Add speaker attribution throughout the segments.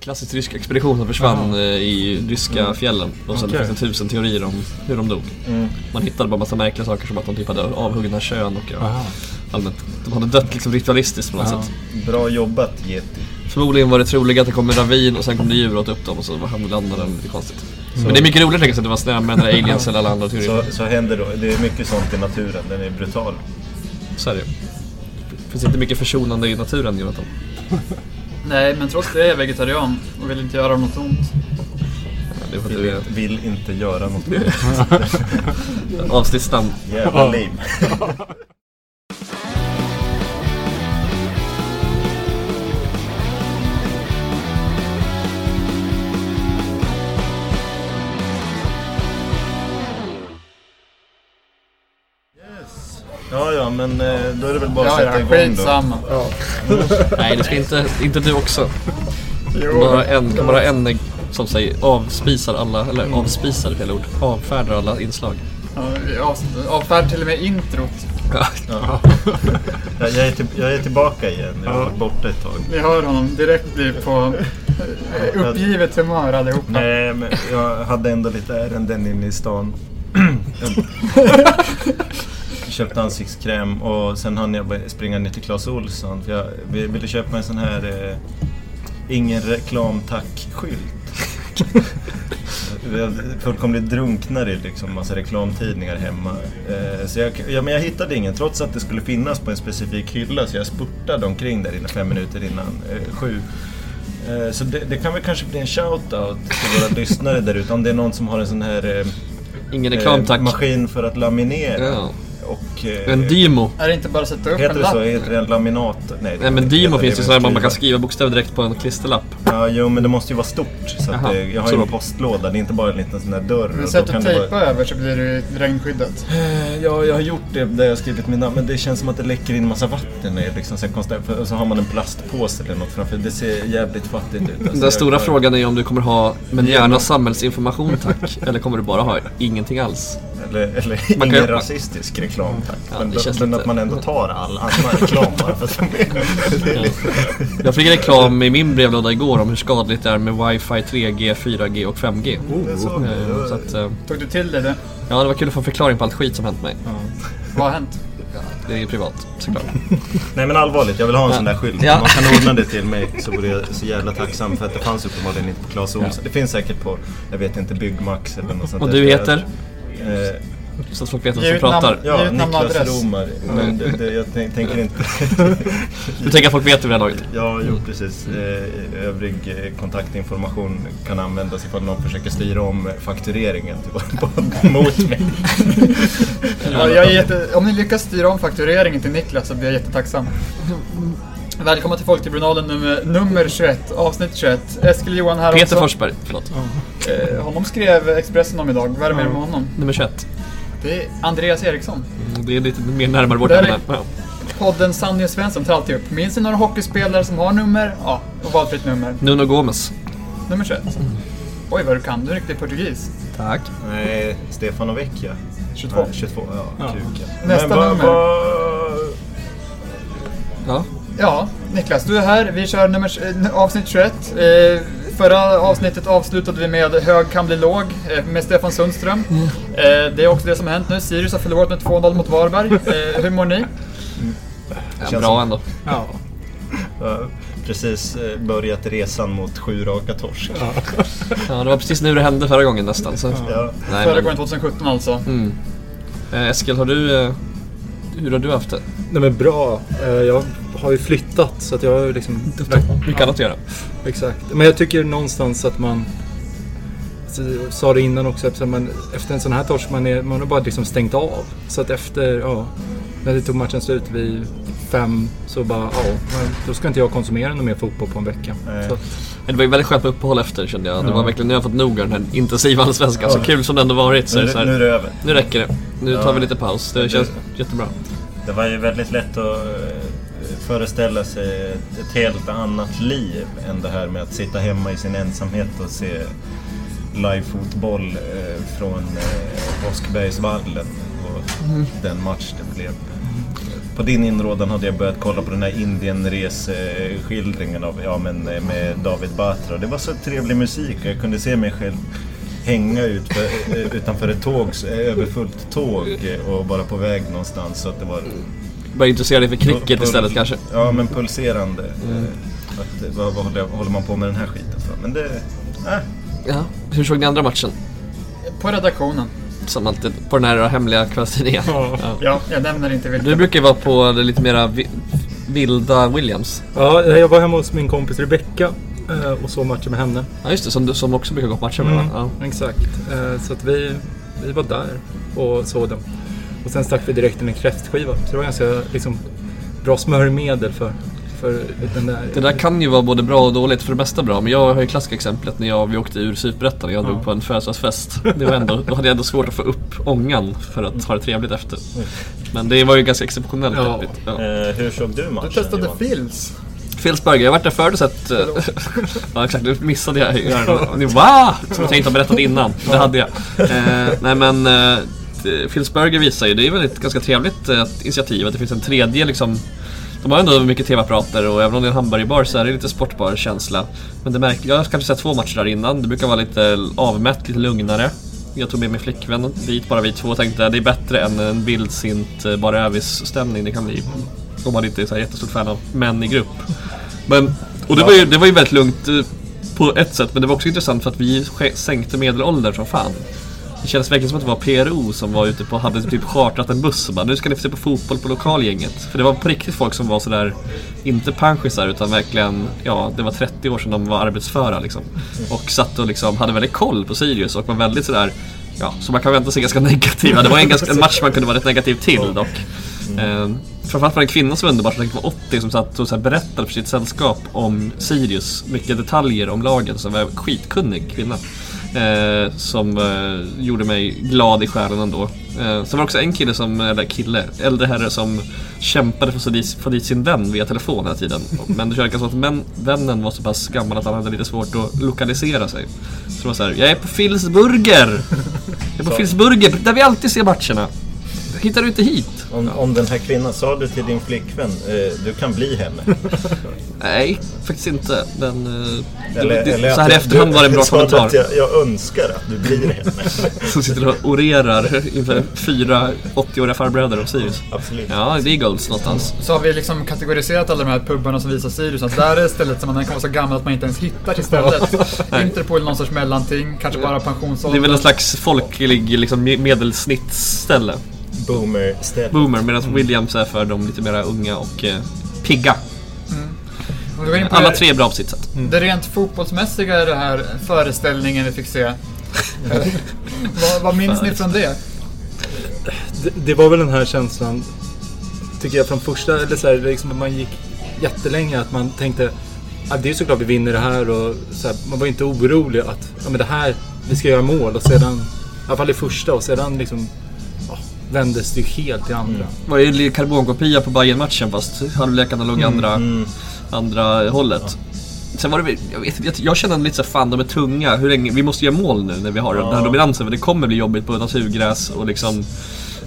Speaker 1: klassisk rysk expedition som försvann eh, i ryska fjällen. Och sen
Speaker 2: Okej.
Speaker 1: finns det tusen teorier om hur de dog. Man hittade bara massa märkliga saker som att de typ hade avhuggna kön och ja, allmänt. De hade dött liksom ritualistiskt på något sätt.
Speaker 3: Bra jobbat Yeti.
Speaker 1: Förmodligen var det troligt att det kom en ravin och sen kom det djur och åt upp dem och så var hamnade landade lite konstigt. Men det är mycket roligt att tänka sig att det var snömän eller aliens eller alla andra teorier.
Speaker 3: Så, så händer då. Det är mycket sånt i naturen. Den är brutal.
Speaker 1: Så är det ju. Det finns inte mycket försonande i naturen Jonathan.
Speaker 4: Nej, men trots det är jag vegetarian och vill inte göra något ont.
Speaker 1: Det är för att du
Speaker 3: Vill,
Speaker 1: är
Speaker 3: vill inte göra något. mer.
Speaker 1: avsnittsnamn.
Speaker 3: Jävla lame. Yes. Ja, ja, men eh, då är det väl bara att
Speaker 4: Ja,
Speaker 3: sätta
Speaker 4: ja,
Speaker 3: igång då.
Speaker 4: skitsamma.
Speaker 1: Nej, det ska inte, inte du också. Bara en, kan bara en som säger avspisar alla, eller
Speaker 3: Mm.
Speaker 1: avspisar är fel ord, avfärdar alla inslag.
Speaker 4: Ja, vi avs- Avfärd till och med introt.
Speaker 3: Jag, jag, är till, jag är tillbaka igen. Jag har varit borta ett tag.
Speaker 4: Vi hör honom direkt bli på eh, uppgivet humör allihopa.
Speaker 3: Nej, men jag hade ändå lite ärenden inne i stan. Jag köpte ansiktskräm och sen hann jag bara springa ner till Clas Ohlson. För jag vi- ville köpa mig en sån här eh, Ingen reklam tack-skylt. Jag fullkomligt drunknar i liksom massa reklamtidningar hemma. Eh, så jag, ja, men jag hittade ingen trots att det skulle finnas på en specifik hylla så jag spurtade omkring där inne fem minuter innan eh, sju. Eh, Så det, det kan väl kanske bli en shout-out till våra lyssnare där ute om det är någon som har en sån här eh,
Speaker 1: Ingen reklam
Speaker 3: eh,
Speaker 1: tack.
Speaker 3: maskin för att laminera.
Speaker 1: Ja.
Speaker 3: Och, eh,
Speaker 1: En Dimo.
Speaker 4: Är det inte bara att sätta upp
Speaker 3: Heter
Speaker 4: en
Speaker 3: det så?
Speaker 4: lapp?
Speaker 3: Heter det en laminat? Nej,
Speaker 1: Nej men Dimo
Speaker 3: heter
Speaker 1: finns ju
Speaker 3: väl
Speaker 1: sådär man
Speaker 3: skriva.
Speaker 1: kan skriva bokstäver direkt på en klisterlapp.
Speaker 3: Ja, jo men det måste ju vara stort. Så att,
Speaker 1: Jaha,
Speaker 3: eh, jag har
Speaker 1: så
Speaker 3: ju en
Speaker 1: då.
Speaker 3: postlåda, det är inte bara en liten sån där dörr. och
Speaker 4: Men
Speaker 3: då
Speaker 4: sätt och
Speaker 3: kan det
Speaker 4: tejpa
Speaker 3: vara-
Speaker 4: över så blir det ju regnskyddat.
Speaker 3: Eh, Ja, jag har gjort det där jag har skrivit mitt namn, men det känns som att det läcker in massa vatten i liksom, så, konstant, för- och så har man en plastpåse eller något framför. Det ser jävligt fattigt ut. alltså,
Speaker 1: Den stora frågan är om du kommer ha,
Speaker 3: Mm.
Speaker 1: men gärna samhällsinformation tack, eller kommer du bara ha ingenting alls?
Speaker 3: Eller, eller
Speaker 1: Man kan-
Speaker 3: ingen
Speaker 1: man-
Speaker 3: rasistisk reklam tack.
Speaker 1: Ja,
Speaker 3: men
Speaker 1: det känns
Speaker 3: men
Speaker 1: lite-
Speaker 3: att man ändå tar all annan reklam bara för att de är- det är lite-
Speaker 1: Jag fick reklam i min brevlåda igår om hur skadligt det är med Wi-Fi 3G, 4G och 5G.
Speaker 3: jag såg det.
Speaker 1: Eh, Så att, eh,
Speaker 4: Tog du till dig det?
Speaker 1: ja det var kul att få en förklaring på allt skit som hänt mig.
Speaker 4: Vad har hänt?
Speaker 1: Det är ju privat såklart.
Speaker 3: Nej men allvarligt, jag vill ha en sån där skylt.
Speaker 1: Ja.
Speaker 3: Om någon kan ordna det till mig så vore jag så jävla tacksam för att det fanns uppenbarligen inte på Clas Ohlson. Det finns säkert på, jag vet inte, Byggmax eller något sånt
Speaker 1: Och
Speaker 3: där.
Speaker 1: du heter?
Speaker 3: Eh,
Speaker 1: Så att folk vet vem
Speaker 4: Ge
Speaker 1: som
Speaker 4: ut namn.
Speaker 1: pratar.
Speaker 4: Ge
Speaker 3: Ja,
Speaker 4: ut namn och
Speaker 3: Niklas
Speaker 4: adress.
Speaker 3: Romar. Men det, det, jag tänk, tänker inte...
Speaker 1: Du tänker att folk vet det vid det här laget?
Speaker 3: Ja, jo precis.
Speaker 1: Mm.
Speaker 3: Eh, Övrig eh, kontaktinformation kan användas ifall någon försöker styra om faktureringen till vår podd mot mig.
Speaker 4: Ja, jag är jätte... Om ni lyckas styra om faktureringen till Niklas så blir jag jättetacksam. Välkomna till Folktribunalen nummer, nummer 21, avsnitt 21. Eskil Johan här
Speaker 1: Peter
Speaker 4: också.
Speaker 1: Forsberg, förlåt.
Speaker 4: Eh, honom skrev Expressen om idag. Vad är det mer med honom?
Speaker 1: Nummer 21.
Speaker 4: Det är Andreas Eriksson.
Speaker 1: Mm, Det är lite mer närmare vårt
Speaker 4: Där är-
Speaker 1: ämne. Ja.
Speaker 4: Podden Sanny och Svensson tar alltid upp. Minns ni några hockeyspelare som har nummer? Ja, och valfritt nummer.
Speaker 1: Nuno Gomes.
Speaker 4: Nummer 21. Oj, vad du kan. Du är riktig portugis.
Speaker 1: Tack.
Speaker 3: Nej, Stefano Vecchia.
Speaker 4: 22.
Speaker 3: Nej, 22, ja. Kuken.
Speaker 4: Nästa
Speaker 3: vad-
Speaker 4: nummer.
Speaker 3: vad-
Speaker 1: Ja.
Speaker 4: Ja, Niklas, du är här. Vi kör nummer, eh, avsnitt 21. Eh, förra avsnittet avslutade vi med Hög kan bli låg eh, med Stefan Sundström. Eh, det är också det som har hänt nu. Sirius har förlorat med 2-0 mot Varberg. Eh, hur mår ni?
Speaker 1: ja bra ändå.
Speaker 2: Ja.
Speaker 3: Jag har precis eh, börjat resan mot sju raka torsk.
Speaker 1: Ja, det var precis nu det hände förra gången nästan. Så.
Speaker 3: Ja.
Speaker 1: Nej,
Speaker 4: Förra
Speaker 1: men,
Speaker 4: gången 2017 alltså.
Speaker 1: eh, Eskil, har du... Eh, hur har du haft det?
Speaker 2: Nej men bra. Eh, Jag har ju flyttat så att jag har ju liksom...
Speaker 1: Mycket annat att göra.
Speaker 2: Exakt. Men jag tycker någonstans att man... alltså, Jag sa det innan också, eftersom man, efter en sån här torsk man, är, man har bara liksom stängt av. Så att efter, ja, när det tog matchen slut vid fem så bara, ja, men då ska inte jag konsumera någon mer fotboll på en vecka.
Speaker 3: Nej.
Speaker 2: Så att,
Speaker 1: Men det var ju väldigt skönt med uppehåll efter kände jag. Det var verkligen, nu har jag fått nog av den här intensiva allsvenskan. Så kul som det ändå varit. Så är
Speaker 3: Nu,
Speaker 1: det så
Speaker 3: nu är
Speaker 1: här,
Speaker 3: det över.
Speaker 1: nu räcker det. Nu tar vi lite paus. Det
Speaker 3: det-
Speaker 1: känns jättebra.
Speaker 3: Det var ju väldigt lätt att eh, föreställa sig ett, ett helt annat liv än det här med att sitta hemma i sin ensamhet och se live-fotboll eh, från eh, Åskbergsvallen och den match det blev. På din inrådan hade jag börjat kolla på den här Indienreseskildringen av, ja men eh, med David Batra. Det var så trevlig musik och jag kunde se mig själv hänga ut för, eh, utanför ett tåg, eh, överfullt tåg eh, och bara på väg någonstans. Så att det var
Speaker 1: Börja intressera dig för cricket istället kanske. Mm.
Speaker 3: Ja, men pulserande. Eh, Att, eh, vad vad håller, jag- håller man på med den här skiten för? Men det... Äh,
Speaker 1: Ja. Hur såg ni andra matchen?
Speaker 4: På redaktionen.
Speaker 1: Som alltid, på den här hemliga kvällstidningen.
Speaker 2: Ja.
Speaker 4: Ja, jag nämner inte vilken.
Speaker 1: Du brukar ju vara på det lite mera vi- vilda Williams.
Speaker 2: Ja, jag var hemma hos min kompis Rebecka eh, och såg matchen med henne.
Speaker 1: Ja just det, som, du- som också brukar gå på matcher med va?
Speaker 2: Mm.
Speaker 1: ja.
Speaker 2: Exakt. Eh, Så att vi, vi var där och såg dem. Och sen stack vi direkt in en kräftskiva. Så det var ganska liksom, bra smörjmedel för, för den där.
Speaker 1: Det där kan ju vara både bra och dåligt, för det mesta bra. Men jag har ju klassiska exemplet när jag, vi åkte ur Superettan och jag drog på en födelsedagsfest. Det var ändå, då hade jag ändå svårt att få upp ångan för att ha det trevligt efter. Men det var ju ganska exceptionellt
Speaker 2: Mm. Ja.
Speaker 1: deppigt. Ja.
Speaker 3: eh, hur såg du matchen
Speaker 4: Du testade
Speaker 3: Johan?
Speaker 4: Phils.
Speaker 1: Philsburger, jag har varit där förut och sett... eh, ja exakt, nu missade jag ju öronen. Och ni Va? Som att jag inte har berättat innan. Det hade jag. Eh, nej men... Eh, det- Philsburger visar ju, det är väl ett ganska trevligt eh, initiativ att det finns en tredje liksom... De har ändå mycket tv-apparater och även om det är en hamburgerbar så är det lite sportbar känsla. Men det märkliga, jag har kanske sett två matcher där innan. Det brukar vara lite avmätt, lite lugnare. Jag tog med min flickvän dit, bara vi två, och tänkte att det är bättre än en vildsint eh, bara övis-stämning det kan bli. Om man inte är så här jättestort fan av män i grupp. Men, och det var, ju, det var ju väldigt lugnt eh, på ett sätt, men det var också intressant för att vi sk- sänkte medelåldern som fan. Det kändes verkligen som att det var PRO som var ute på, hade typ chartrat en buss och bara nu ska ni få se på fotboll på lokalgänget. För det var på riktigt folk som var sådär, inte panschisar utan verkligen, ja det var 30 år sedan de var arbetsföra liksom. Och satt och liksom hade väldigt koll på Sirius och var väldigt sådär, ja som man kan vänta sig ganska negativa. Det var en, ganska, en match man kunde vara rätt negativ till dock. Mm. Framförallt var det en kvinna som var underbar, som säkert var 80, som satt och så här berättade för sitt sällskap om Sirius. Mycket detaljer om lagen, som var en skitkunnig kvinna. Eh, som eh, gjorde mig glad i själen ändå. Eh, sen var det också en kille, som, eller kille, äldre herre som kämpade för att få dit- få dit sin vän via telefon hela tiden. Men det verkar som att män, vännen var så pass gammal att han hade lite svårt att lokalisera sig. Så det var såhär, jag är på Filsburger! Jag är på Filsburger, där vi alltid ser matcherna. Hittar du inte hit?
Speaker 3: Om, om den här kvinnan, sa du till din flickvän, eh, du kan bli henne?
Speaker 1: Nej, faktiskt inte. Men eh, det-
Speaker 3: Eller-
Speaker 1: det,
Speaker 3: eller
Speaker 1: så
Speaker 3: att
Speaker 1: här i
Speaker 3: du-
Speaker 1: efterhand var det en bra
Speaker 3: sa du
Speaker 1: kommentar.
Speaker 3: Att jag, jag önskar att du blir henne.
Speaker 1: Som sitter och orerar inför fyra 80-åriga farbröder om Sirius.
Speaker 3: Absolut.
Speaker 1: Ja, det är Eagles någonstans.
Speaker 4: Så har vi liksom kategoriserat alla de här pubbarna som visar Sirius. Att där är stället som man kan vara så gammal att man inte ens hittar till stället. Interpol är någon sorts mellanting. Kanske bara
Speaker 1: Det är väl
Speaker 4: pensionsåldern.
Speaker 1: en slags folklig liksom, me- medelsnittsställe.
Speaker 3: Boomer städ.
Speaker 1: Boomer,
Speaker 3: Mm.
Speaker 1: medan Williams är för de lite mera unga och eh, pigga.
Speaker 4: Om vi går in på
Speaker 1: Alla
Speaker 4: det-
Speaker 1: tre är bra på sitt sätt.
Speaker 4: Det rent fotbollsmässiga i den här föreställningen vi fick se. Eh, vad, vad minns ni från det?
Speaker 2: Det, det var väl den här känslan, tycker jag, från första, eller så här, liksom, man gick jättelänge att man tänkte att det är såklart vi vinner det här och så här, man var inte orolig att ja, men det här, vi ska göra mål och sedan, i alla fall i första och sedan liksom ja, vändes det ju helt till andra.
Speaker 1: Det var ju li- karbonkopia på bayern matchen fast halvlekarna låg
Speaker 3: Mm,
Speaker 1: andra, andra hållet. Sen var det väl- jag, vet, inte, jag, jag kände lite så här, fan de är tunga, hur länge, vi måste göra mål nu när vi har den här dominansen för det kommer bli jobbigt på naturgräs och liksom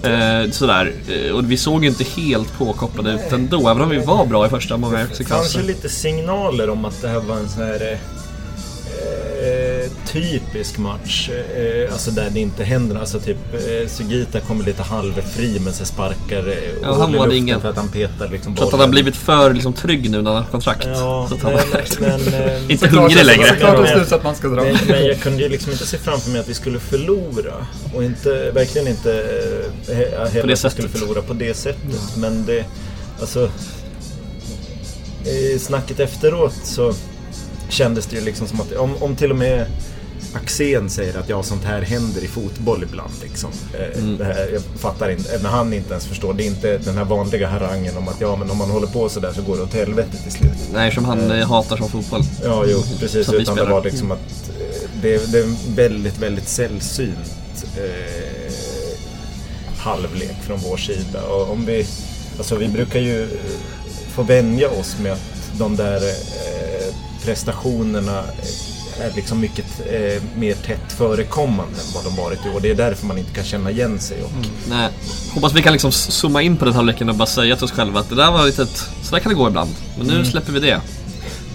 Speaker 1: eh, sådär. Eh, Och vi såg ju inte helt påkopplade ut ändå, även om vi var bra i första många
Speaker 3: Kanske
Speaker 1: sekvenser.
Speaker 3: lite signaler om att det här var en sån här eh, eh, typisk match. Eh, alltså där det inte händer. Alltså typ eh, Sugita kommer lite halvfri men sen sparkar eh,
Speaker 1: han
Speaker 3: hål i
Speaker 1: var det
Speaker 3: luften
Speaker 1: ingen.
Speaker 3: för att han petar liksom
Speaker 1: Så att han har blivit för liksom, trygg nu när han har kontrakt.
Speaker 3: Ja,
Speaker 1: så att han,
Speaker 3: men, men, eh,
Speaker 1: inte
Speaker 4: Såklart-
Speaker 1: hungrig längre.
Speaker 4: Såklart den slutsats att man ska dra.
Speaker 3: Men, men jag kunde ju liksom inte se framför mig att vi skulle förlora. Och inte, verkligen inte eh, he, heller att vi
Speaker 1: sättet.
Speaker 3: skulle förlora på det sättet. Men det, alltså... I snacket efteråt så kändes det ju liksom som att, om, om till och med Axén säger att ja, sånt här händer i fotboll ibland. Liksom. Eh, Det här, jag fattar inte, när han inte ens förstår. Det är inte den här vanliga harangen om att ja, men om man håller på sådär så går det åt helvete till slut.
Speaker 1: Nej, som han eh, hatar som fotboll.
Speaker 3: Ja, jo, precis.
Speaker 1: Som vi
Speaker 3: utan det
Speaker 1: spelar.
Speaker 3: var liksom att eh, det, det är en väldigt, väldigt sällsynt eh, halvlek från vår sida. Och om vi, alltså vi brukar ju eh, få vänja oss med att de där eh, prestationerna är liksom mycket eh, mer tätt förekommande än vad de varit i år. Det är därför man inte kan känna igen sig.
Speaker 1: Mm.
Speaker 3: Och,
Speaker 1: Nej. Hoppas vi kan liksom s- zooma in på den här halvleken och bara säga till oss själva att det där var lite ett, så där kan det gå ibland. Men nu släpper vi det.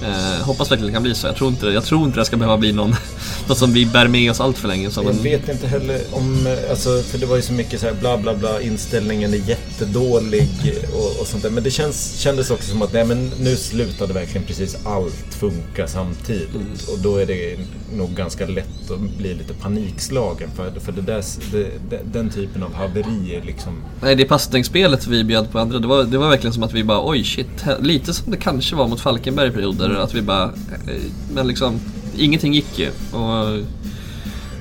Speaker 1: Eh, hoppas verkligen det kan bli så. Jag tror inte, jag tror inte det ska behöva bli någon, något som vi bär med oss allt för länge. Som
Speaker 3: Jag
Speaker 1: en,
Speaker 3: vet inte heller om, eh, alltså, för det var ju så mycket så här bla bla bla, inställningen är jättedålig och, och sånt där. Men det känns, kändes också som att nej, men nu slutade verkligen precis allt funka samtidigt.
Speaker 1: Mm.
Speaker 3: Och då är det nog ganska lätt att bli lite panikslagen för, för det där, det, det, den typen av haverier liksom.
Speaker 1: Nej, det passningsspelet vi bjöd på andra, det var, det var verkligen som att vi bara oj shit. här- Lite som det kanske var mot Falkenberg i perioder. Att vi bara, eh, men liksom, ingenting gick ju. Och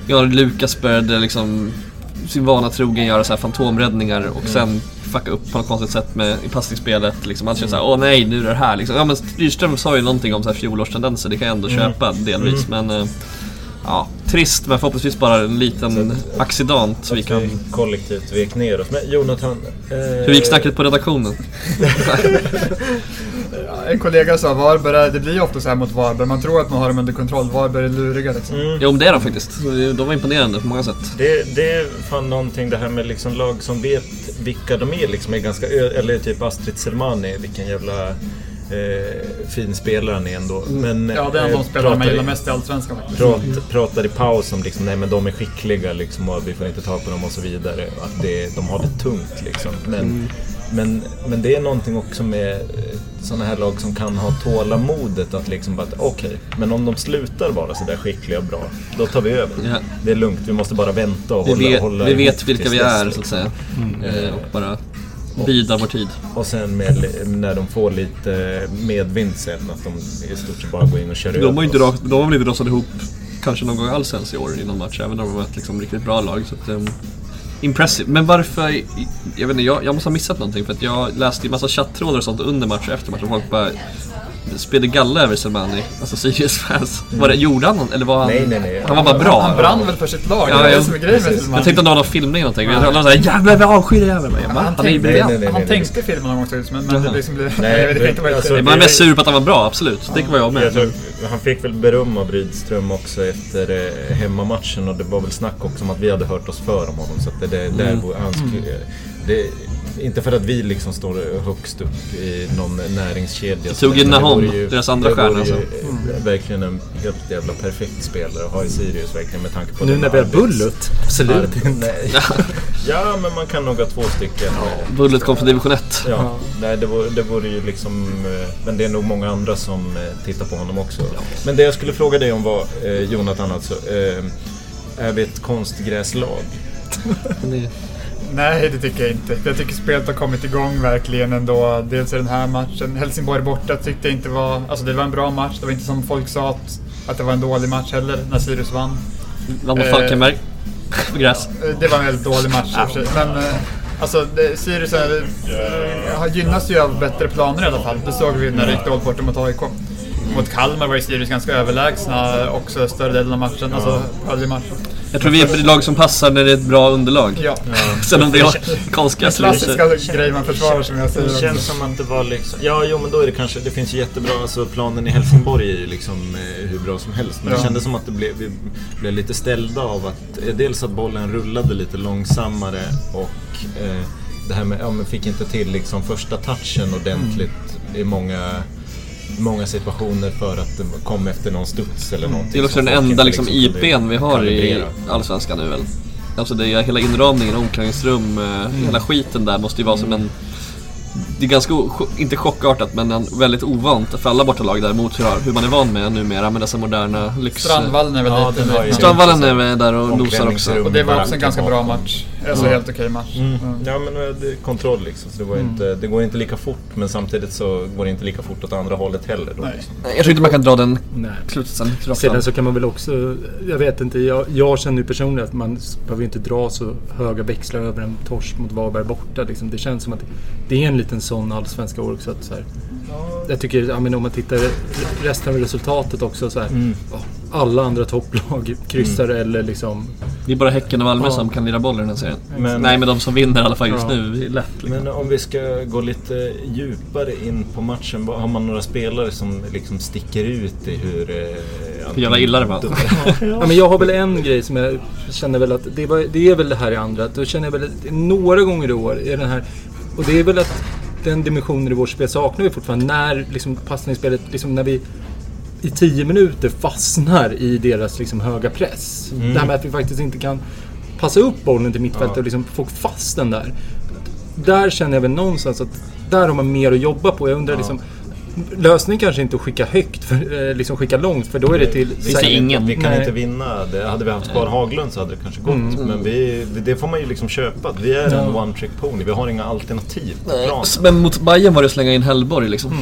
Speaker 1: ja, Lukas började liksom sin vana trogen göra så här fantomräddningar och sen fucka upp på något konstigt sätt med i passningsspelet. Liksom, man känner såhär, åh nej nu är det här. Liksom. Ja men Rydström sa ju någonting om så här fjolårstendenser, det kan jag ändå köpa delvis. Men eh, ja, trist men förhoppningsvis bara en liten accident så vi kan
Speaker 3: Vi kollektivt vek ner oss. Men Jonathan. eh,
Speaker 1: hur gick snacket på redaktionen?
Speaker 4: En kollega sa Varberg, det blir ofta så här mot Varberg. Man tror att man har dem under kontroll. Varberg är luriga liksom.
Speaker 1: Jo, men det är de faktiskt. De var imponerande på många sätt.
Speaker 3: Det, det är fan någonting det här med liksom lag som vet vilka de är liksom. Är ganska, ö- eller typ Astrid Selmani, vilken jävla eh, fin spelare han är ändå. Men,
Speaker 4: Mm. Ja, det är en av
Speaker 3: eh,
Speaker 4: de spelarna man
Speaker 3: pratar i-
Speaker 4: gillar mest i Allsvenskan faktiskt.
Speaker 3: Prat, Pratar i paus om liksom, nej men de är skickliga liksom och vi får inte ta på dem och så vidare. Att det, de har det tungt liksom. Men, men, men det är någonting också med sådana här lag som kan ha tålamodet att liksom bara, att, okej, men om de slutar vara sådär skickliga och bra, då tar vi över.
Speaker 1: Ja.
Speaker 3: Det är lugnt, vi måste bara vänta och
Speaker 1: Vi
Speaker 3: hålla,
Speaker 1: vet,
Speaker 3: hålla
Speaker 1: vi
Speaker 3: ihop
Speaker 1: vet vilka
Speaker 3: tills
Speaker 1: vi
Speaker 3: dess,
Speaker 1: är, så
Speaker 3: liksom.
Speaker 1: att säga. Eh, Och bara bidar vår tid.
Speaker 3: Och sen med, när de får lite medvind sen, att de i stort sett bara går in och kör över
Speaker 1: De har ju inte
Speaker 3: oss.
Speaker 1: ras, de har väl inte rasat ihop kanske någon gång alls ens i år i någon match, även om de var ett liksom riktigt bra lag. Så att, ehm, impressive. Men varför... Jag vet inte, jag, jag måste ha missat någonting för att jag läste ju massa chattrådar och sånt under match och efter match och folk bara spelade galla över Selmani, alltså Sirius fans. Var det, gjorde han någon- eller var han...
Speaker 3: Nej, nej, nej.
Speaker 1: Han var bara bra.
Speaker 4: Han brann väl för sitt lag?
Speaker 1: Ja,
Speaker 4: det är
Speaker 1: ja.
Speaker 4: det som är grejen med
Speaker 1: Jag
Speaker 4: Silman.
Speaker 1: tänkte om det var någon filmning eller någonting. Jag hörde såhär jävlar vi avskyr jäveln. Jag bara,
Speaker 4: Han
Speaker 1: Han är ju
Speaker 4: tänkte,
Speaker 1: briljant.
Speaker 3: nej, nej, nej.
Speaker 4: han tänkte filmen någon gång så ut, men, men det
Speaker 1: Jaha.
Speaker 4: liksom blev...
Speaker 3: Nej,
Speaker 4: Nej, jag vet inte vad det
Speaker 3: alltså-
Speaker 4: alltså,
Speaker 1: Man är mest sur på att han var bra, absolut. Det var jag med.
Speaker 3: Jag tror, han fick väl beröm av Rydström också efter eh, hemmamatchen och det var väl snack också om att vi hade hört oss för om honom. Så att det, det, där
Speaker 2: Mm.
Speaker 3: vore- han skulle, det, inte för att vi liksom står högst upp i någon näringskedja.
Speaker 1: Jag tog ju
Speaker 3: Men det
Speaker 1: Nahon,
Speaker 3: vore ju-
Speaker 1: deras andra
Speaker 3: det vore
Speaker 1: stjärna,
Speaker 3: ju,
Speaker 1: alltså.
Speaker 3: eh,
Speaker 2: Mm.
Speaker 3: Verkligen en helt jävla perfekt spelare att ha i Sirius verkligen med tanke på
Speaker 2: Nu
Speaker 3: den
Speaker 2: när vi har
Speaker 3: arbets-
Speaker 2: Bullet. Absolut
Speaker 3: Arbe- nej. Ja, men man kan nog ha två stycken.
Speaker 1: Bullet kom från division 1.
Speaker 3: Ja, Nej, det, vore, det vore ju liksom... eh, Men det är nog många andra som eh, tittar på honom också. Men det jag skulle fråga dig om var, eh, Jonathan alltså. Eh, är vi ett konstgräslag?
Speaker 4: Nej, det tycker jag inte. Jag tycker spelet har kommit igång verkligen ändå. Dels i den här matchen. Helsingborg borta tyckte jag inte var... Alltså det var en bra match. Det var inte som folk sa att, att det var en dålig match heller, när Sirius vann.
Speaker 1: Vann mot
Speaker 4: Eh.
Speaker 1: Falkenberg. På gräs.
Speaker 4: Eh, Det var en väldigt dålig match i och för sig. Men eh, alltså, det, Sirius är, eh, har- gynnas ju av bättre planer i alla fall. Det såg vi när det gick dåligt borta mot AIK. Mot Kalmar var ju Sirius ganska överlägsna eh, också större delen av matchen. Alltså övrig match.
Speaker 1: Jag tror vi är ett lag som passar när det är ett bra underlag.
Speaker 4: Ja.
Speaker 1: Sen om det har konstiga slutsatser.
Speaker 4: Klassiska grejer man försvarar som jag säger.
Speaker 3: Det
Speaker 4: också.
Speaker 3: känns som att det var liksom... Ja, jo men då är det kanske... Det finns ju jättebra... Alltså planen i Helsingborg är ju liksom eh, hur bra som helst. Men det
Speaker 4: Ja.
Speaker 3: kändes som att det blev, vi blev lite ställda av att... eh, Dels att bollen rullade lite långsammare och eh, det här med... Ja, men fick inte till liksom första touchen ordentligt i många... Många situationer för att det kom efter någon studs eller någonting.
Speaker 1: Det är också
Speaker 3: som
Speaker 1: den
Speaker 3: folk
Speaker 1: enda
Speaker 3: inte
Speaker 1: liksom
Speaker 3: kunde
Speaker 1: IPn vi har i
Speaker 3: kalibrera.
Speaker 1: Allsvenskan nu väl. Alltså det är hela inramningen, omklädningsrum,
Speaker 3: Mm.
Speaker 1: eh, hela skiten där måste ju vara som en... Det är ganska, o- cho- inte chockartat, men en väldigt ovant för alla bortalag däremot hur, hur man är van med numera med dessa moderna lyx...
Speaker 4: Strandvallen är väl
Speaker 3: Ja,
Speaker 4: lite
Speaker 3: den har ju-
Speaker 1: Strandvallen är väl där och nosar också.
Speaker 3: Omklädningsrum.
Speaker 4: Och det var också en ganska bra match. Alltså
Speaker 1: Ja.
Speaker 4: helt okej match. Mm.
Speaker 3: Ja men eh, det är kontroll liksom, så det, var ju inte, det går inte lika fort men samtidigt så går det inte lika fort åt andra hållet heller. Då,
Speaker 4: Nej.
Speaker 3: liksom.
Speaker 1: Nej, Jag tror inte man kan dra den
Speaker 2: Nej.
Speaker 1: slutsatsen rakt av.
Speaker 2: Sedan så kan man väl också, jag vet inte, jag, jag känner ju personligen att man s- behöver inte dra så höga växlar över en torsk mot Varberg borta. Liksom. Det känns som att det är en liten sån allsvenska år också. Att, så här, jag tycker, jag menar, om man tittar resten av resultatet också, så här, ja, alla andra topplag kryssar eller liksom...
Speaker 1: Det är bara Häcken och Malmö
Speaker 2: Ja.
Speaker 1: som kan lira boll i den här serien.
Speaker 3: Men-
Speaker 1: Nej, men de som vinner i alla fall just
Speaker 2: Ja.
Speaker 1: nu, det är lätt. Liksom.
Speaker 3: Men eh, om vi ska gå lite djupare in på matchen, vad- har man några spelare som liksom sticker ut i hur, eh,
Speaker 1: Hur jävla illa det var.
Speaker 2: Ja, men jag har väl en grej som jag känner väl att det, var, det är väl det här i andra. Då känner jag väl att några gånger i år är den här. Och det är väl att den dimensionen i vårt spel saknar vi fortfarande. När liksom passningsspelet, liksom när vi i tio minuter fastnar i deras liksom höga press.
Speaker 1: Mm.
Speaker 2: Det här med att vi faktiskt inte kan passa upp bollen till mittfältet och liksom få fast den där. Där känner jag väl någonstans att där har man mer att jobba på. Jag undrar liksom, lösningen kanske inte är att skicka högt, för, eh, liksom skicka långt, för då är det till...
Speaker 1: Det finns ju ingen.
Speaker 3: Vi kan
Speaker 2: Nej.
Speaker 3: inte vinna. Det, hade vi haft kvar Haglund så hade det kanske gått.
Speaker 4: Mm.
Speaker 3: Men vi, det, det får man ju liksom köpa. Vi är en one trick pony. Vi har inga alternativ på plan.
Speaker 1: Men mot Bayern var det slänga in Hellborg liksom. Eh,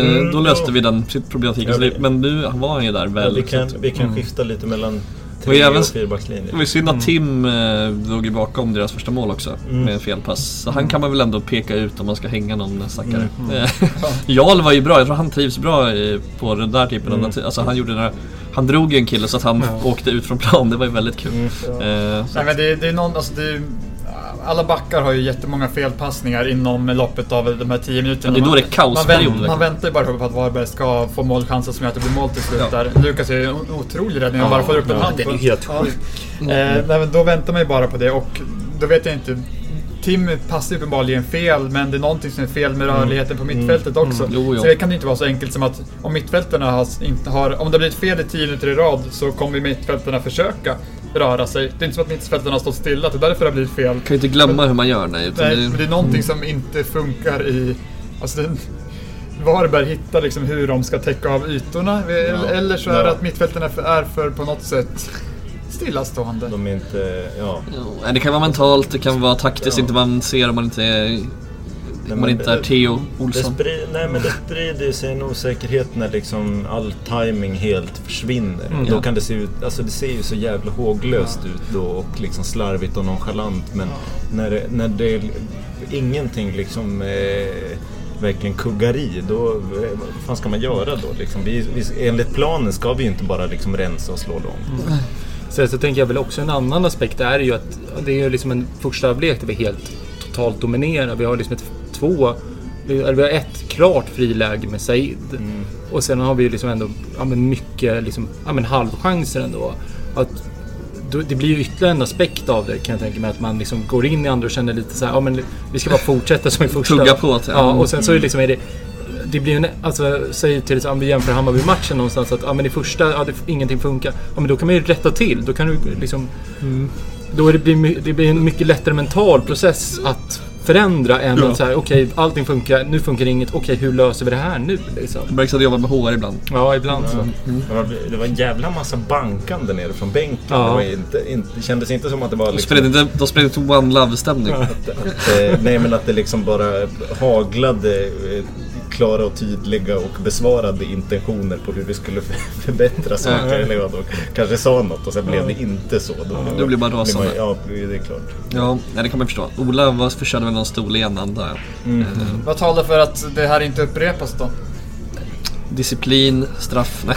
Speaker 3: Mm,
Speaker 1: Då löste
Speaker 3: ja.
Speaker 1: vi den sitt problematiken. Så det- Men nu var han ju där väl.
Speaker 3: Vi kan,
Speaker 1: så att-
Speaker 3: vi kan
Speaker 4: Mm.
Speaker 3: skifta lite mellan
Speaker 1: Och
Speaker 3: tre
Speaker 1: även-
Speaker 3: och
Speaker 1: Det var ju
Speaker 3: fyrbackslinjer.
Speaker 1: synd att Tim eh, låg ju bakom deras första mål också
Speaker 3: Mm.
Speaker 1: med en felpass. Så han kan man väl ändå peka ut om man ska hänga någon stackare.
Speaker 3: Mm.
Speaker 1: Jarl var ju bra, jag tror han trivs bra i, på den där typen
Speaker 3: Mm.
Speaker 1: av natur. Alltså han, gjorde den där, han drog ju en kille så att han åkte ut från plan, det var ju väldigt kul.
Speaker 3: Mm.
Speaker 1: Eh, så
Speaker 4: Nej,
Speaker 1: att-
Speaker 4: men det, det är någon, alltså det är, alla backar har ju jättemånga felpassningar inom loppet av de här 10 minuterna.
Speaker 1: Ja, det är då det är
Speaker 4: man,
Speaker 1: kaosperiod,
Speaker 4: vänt, man
Speaker 1: verkligen.
Speaker 4: väntar ju bara på att Varberg ska få målchanser som gör att det blir mål till slut där. Lukas är ju en otrolig räddning, han bara får upp en hand.
Speaker 2: den är
Speaker 4: på-
Speaker 2: helt
Speaker 4: ja. Eh, nej, men då väntar man ju bara på det och då vet jag inte. Tim passar uppenbarligen fel, men det är någonting som är fel med rörligheten på mittfältet också.
Speaker 1: Jo, jo.
Speaker 4: Så det kan ju inte vara så enkelt som att om mittfältarna har, inte har... Om det blir ett fel i 10 minuter i rad så kommer mittfältarna försöka röra sig. Det är inte som att mittfältarna har stått stilla, det är därför det har blivit fel.
Speaker 1: kan ju inte glömma hur man gör. Nej, utan
Speaker 4: Nej,
Speaker 1: det-
Speaker 4: men det är någonting som inte funkar i... Alltså den, Varberg hittar liksom hur de ska täcka av ytorna. Eller- Eller så är det
Speaker 3: Ja.
Speaker 4: att mittfältarna för- är för på något sätt stillastående.
Speaker 3: De är inte... Ja.
Speaker 1: Ja, det kan vara mentalt, det kan vara taktiskt, inte man ser om man inte är, om man
Speaker 3: men
Speaker 1: inte är
Speaker 3: det-
Speaker 1: Theo
Speaker 3: Det,
Speaker 1: Olsson.
Speaker 3: spri- nej, men det sprider sig en osäkerhet när liksom all timing helt försvinner.
Speaker 1: Mm. Ja.
Speaker 3: Då kan det se ut, alltså det ser ju så jävla håglöst ut då och liksom slarvigt och nonchalant. Men när, det, när det, ingenting liksom eh, verkligen kuggar i, då, eh, vad fan ska man göra då? Liksom, vi, vi, enligt planen ska vi ju inte bara liksom rensa och slå långt.
Speaker 1: Mm.
Speaker 2: Sen så tänker jag väl också en annan aspekt är ju att det är ju liksom en första halvlek där vi helt totalt dominerar. Vi har liksom ett två, eller vi har ett klart friläge med Said. Och sen har vi ju liksom ändå ja, men mycket liksom, ja, men halvchanser ändå. Att, då, det blir ju ytterligare en aspekt av det kan jag tänka mig. Att man liksom går in i andra och känner lite så här, ja men vi ska bara fortsätta som i första.
Speaker 1: Tugga på, typ.
Speaker 2: Ja, och sen så är det liksom är det det blir ju en, alltså, säg till exempel om vi jämför Hammarby-matchen någonstans att ja, men i första, ja, det, ingenting funkar. Ja, men då kan man ju rätta till. Då kan du liksom...
Speaker 1: Mm.
Speaker 2: Då är det, blir, my- det blir en mycket lättare mental process att förändra än att så här, okej, allting funkar, nu funkar inget, okej, hur löser vi det här nu liksom?
Speaker 1: Bergs hade jobbat med HR ibland.
Speaker 2: Ja, ibland
Speaker 1: Mm.
Speaker 2: så.
Speaker 3: Det var- Det var en jävla massa bankande nere från bänken.
Speaker 2: Ja.
Speaker 3: Det, var inte, inte, det kändes inte som att det var
Speaker 1: De
Speaker 3: liksom...
Speaker 1: spelade inte, de spelade inte One Love-stämning.
Speaker 3: Att, eh, nej men att det liksom bara haglade eh, klara och tydliga och besvarade intentioner på hur vi skulle f- förbättra saker. Eller vad då. Kanske sa något och sen blev det inte så. Då
Speaker 1: Då blir man rasande.
Speaker 3: Ja, det är klart.
Speaker 1: Ja, nej, det kan man förstå. Ola var, förtjänade väl någon stol igen antar jag.
Speaker 4: Vad talar för att det här inte upprepas
Speaker 3: Mm.
Speaker 4: då?
Speaker 1: Disciplin, straff, nej.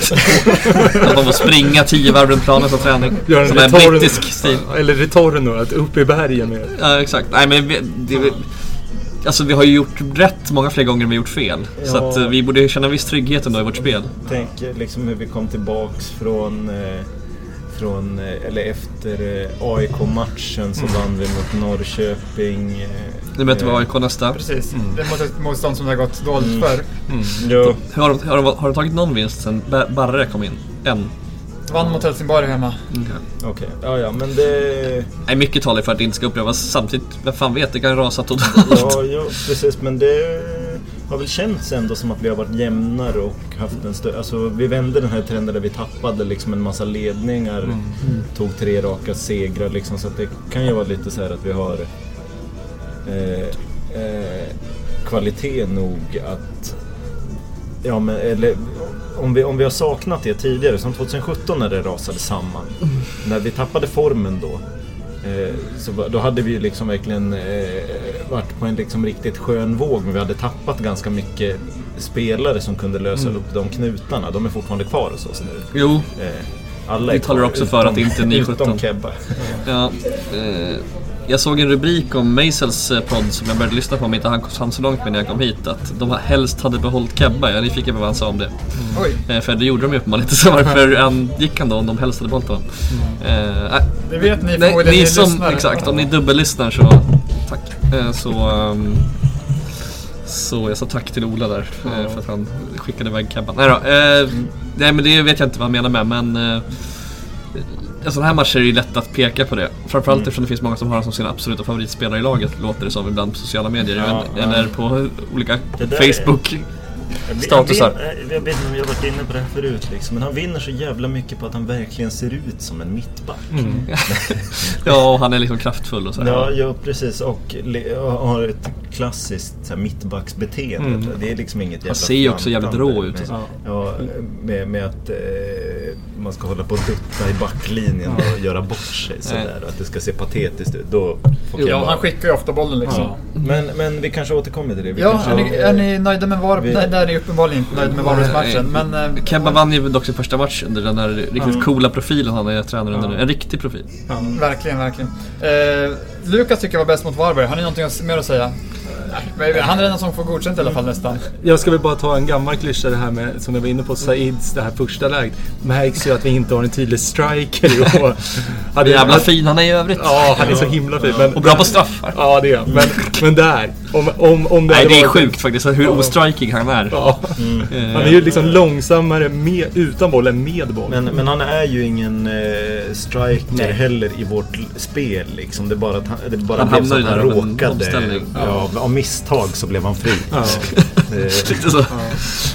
Speaker 1: Att man får springa tio varv runt planen på träning.
Speaker 2: Gör en
Speaker 1: Som är
Speaker 2: retorno.
Speaker 1: brittisk stil.
Speaker 2: Eller retorno, att upp i bergen med.
Speaker 1: Ja, exakt. Nej, men vi, det, vi, alltså, vi har ju gjort rätt många fler gånger än vi gjort fel. Så
Speaker 3: Ja.
Speaker 1: att, eh, vi borde känna en viss trygghet ändå i vårt spel.
Speaker 3: Tänk eh, liksom hur vi kom tillbaks från eh, från, eh, eller efter eh, AIK-matchen
Speaker 1: Mm.
Speaker 3: så vann vi mot Norrköping. eh,
Speaker 1: Nu möter vi
Speaker 3: eh,
Speaker 1: AIK nästa.
Speaker 4: Precis, det är mot ett motstånd som det har gått dåligt
Speaker 3: Mm.
Speaker 4: för.
Speaker 3: Jo,
Speaker 1: Hur har, de, har, de, har de tagit någon vinst sen Bar- Barre kom in? En?
Speaker 4: Vann mot Helsingborg hemma.
Speaker 3: okej. Ja, ja, men det...
Speaker 1: Nej, mycket talar för att det inte ska upprepas. Samtidigt, vem fan vet, det kan rasa totalt.
Speaker 3: Ja, ja, precis. Men det har väl känts ändå som att vi har varit jämnare och haft en större... Alltså, vi vände den här trenden där vi tappade liksom en massa ledningar. Tog tre raka segrar liksom. Så att det kan ju vara lite så här att vi har eh, eh, kvalitet nog att... Ja, men eller... Om vi, om vi har saknat det tidigare, som 2017 när det rasade samman. När vi tappade formen då. Eh, Så va- då hade vi ju liksom verkligen eh, varit på en liksom riktigt skön våg men vi hade tappat ganska mycket spelare som kunde lösa upp de knutarna. De är fortfarande kvar hos oss nu.
Speaker 1: Jo,
Speaker 3: Eh, Alla
Speaker 1: Det
Speaker 3: är kvar,
Speaker 1: talar också för att det inte är ni
Speaker 3: utom
Speaker 1: 17.
Speaker 3: Kebba.
Speaker 1: ja. Eh, Jag såg en rubrik om Maisels eh, podd som jag började lyssna på men inte hann han så långt med när jag kom hit. Att de helst hade behållit Kebba. Jag är nyfiken på vad han sa om det.
Speaker 3: Mm.
Speaker 4: Oj,
Speaker 1: Eh, För det gjorde de ju uppenbarligen inte, så varför angick han då om de helst hade behållit honom? Eh, nej,
Speaker 4: det vet ni
Speaker 1: nej,
Speaker 4: förmodligen,
Speaker 1: ni som,
Speaker 4: lyssnare.
Speaker 1: exakt, om ni dubbellyssnar så tack. Eh, så, ehm, så jag sa tack till Ola där eh, för att han skickade iväg Kebban. Nej, då, eh, nej men det vet jag inte vad han menar med men eh, en sån här match är det ju lätt att peka på det. Framförallt eftersom det finns många som har honom som sin absoluta favoritspelare i laget låter det som ibland på sociala medier.
Speaker 3: Ja,
Speaker 1: Jag vet inte,
Speaker 3: ja.
Speaker 1: Eller på olika
Speaker 3: Det där är-
Speaker 1: Facebook.
Speaker 3: Jag vet-
Speaker 1: Statusar.
Speaker 3: Jag vet, jag vet inte om jag har varit inne på det här förut liksom, men han vinner så jävla mycket på att han verkligen ser ut som en mittback.
Speaker 1: Ja, och han är liksom kraftfull och så. här.
Speaker 3: Ja, ja precis. Och, le- och har ett klassiskt så här, mittbacksbeteende.
Speaker 2: Mm.
Speaker 3: Det är liksom inget jävla...
Speaker 1: ser ju också jävligt
Speaker 3: fjantande
Speaker 1: rå ut och
Speaker 3: Med,
Speaker 2: så.
Speaker 3: ja, med, med att eh, man ska hålla på och dutta i backlinjen och göra bort sig sådär. Och att det ska se patetiskt ut. Då får
Speaker 4: Ja,
Speaker 3: Kebba-
Speaker 4: han skickar ju ofta bollen liksom.
Speaker 2: Ja.
Speaker 1: Mm.
Speaker 3: men, men vi kanske återkommer till det. Vi
Speaker 4: Ja,
Speaker 3: kanske...
Speaker 4: är ni, är ni nöjda med VAR?
Speaker 3: Vi-
Speaker 4: Nej, det är ni uppenbarligen inte nöjda med VAR-matchen. Men... eh,
Speaker 1: Kebba vann ju dock sin första match under den där riktigt coola profilen han är tränare under nu. En riktig profil.
Speaker 4: Verkligen, verkligen. Eh, Lukas tycker jag var bäst mot Varberg. Har ni någonting att- mer att säga? Nej, men Han är den som får godkänt i alla fall nästan.
Speaker 2: Jag ska väl bara ta en gammal klyscha det här med, som jag var inne på, Saids det här första läget. Märks ju att vi inte har en tydlig striker i år. Hade-
Speaker 1: Jävla fin han är i övrigt.
Speaker 2: Ja, han är så himla fin. Men,
Speaker 1: Och bra på straffar.
Speaker 2: Ja, det är han. men, men där. Om, om, om det
Speaker 1: Nej,
Speaker 2: hade
Speaker 1: det är
Speaker 2: varit-
Speaker 1: sjukt faktiskt hur ostriking han är. Eh,
Speaker 2: Ja. Han är ju liksom långsammare med, utan boll än med boll.
Speaker 3: Men, men han är ju ingen eh, striker
Speaker 2: Nej.
Speaker 3: heller i vårt l- spel. Liksom. Det är bara att han, det är bara
Speaker 1: Han
Speaker 3: blev så att
Speaker 1: hamnar
Speaker 3: han
Speaker 1: ju där av en
Speaker 3: råkade.
Speaker 1: omställning.
Speaker 3: Ja, av misstag så blev han fri.
Speaker 2: Ja.
Speaker 3: Eh,
Speaker 1: Lite så.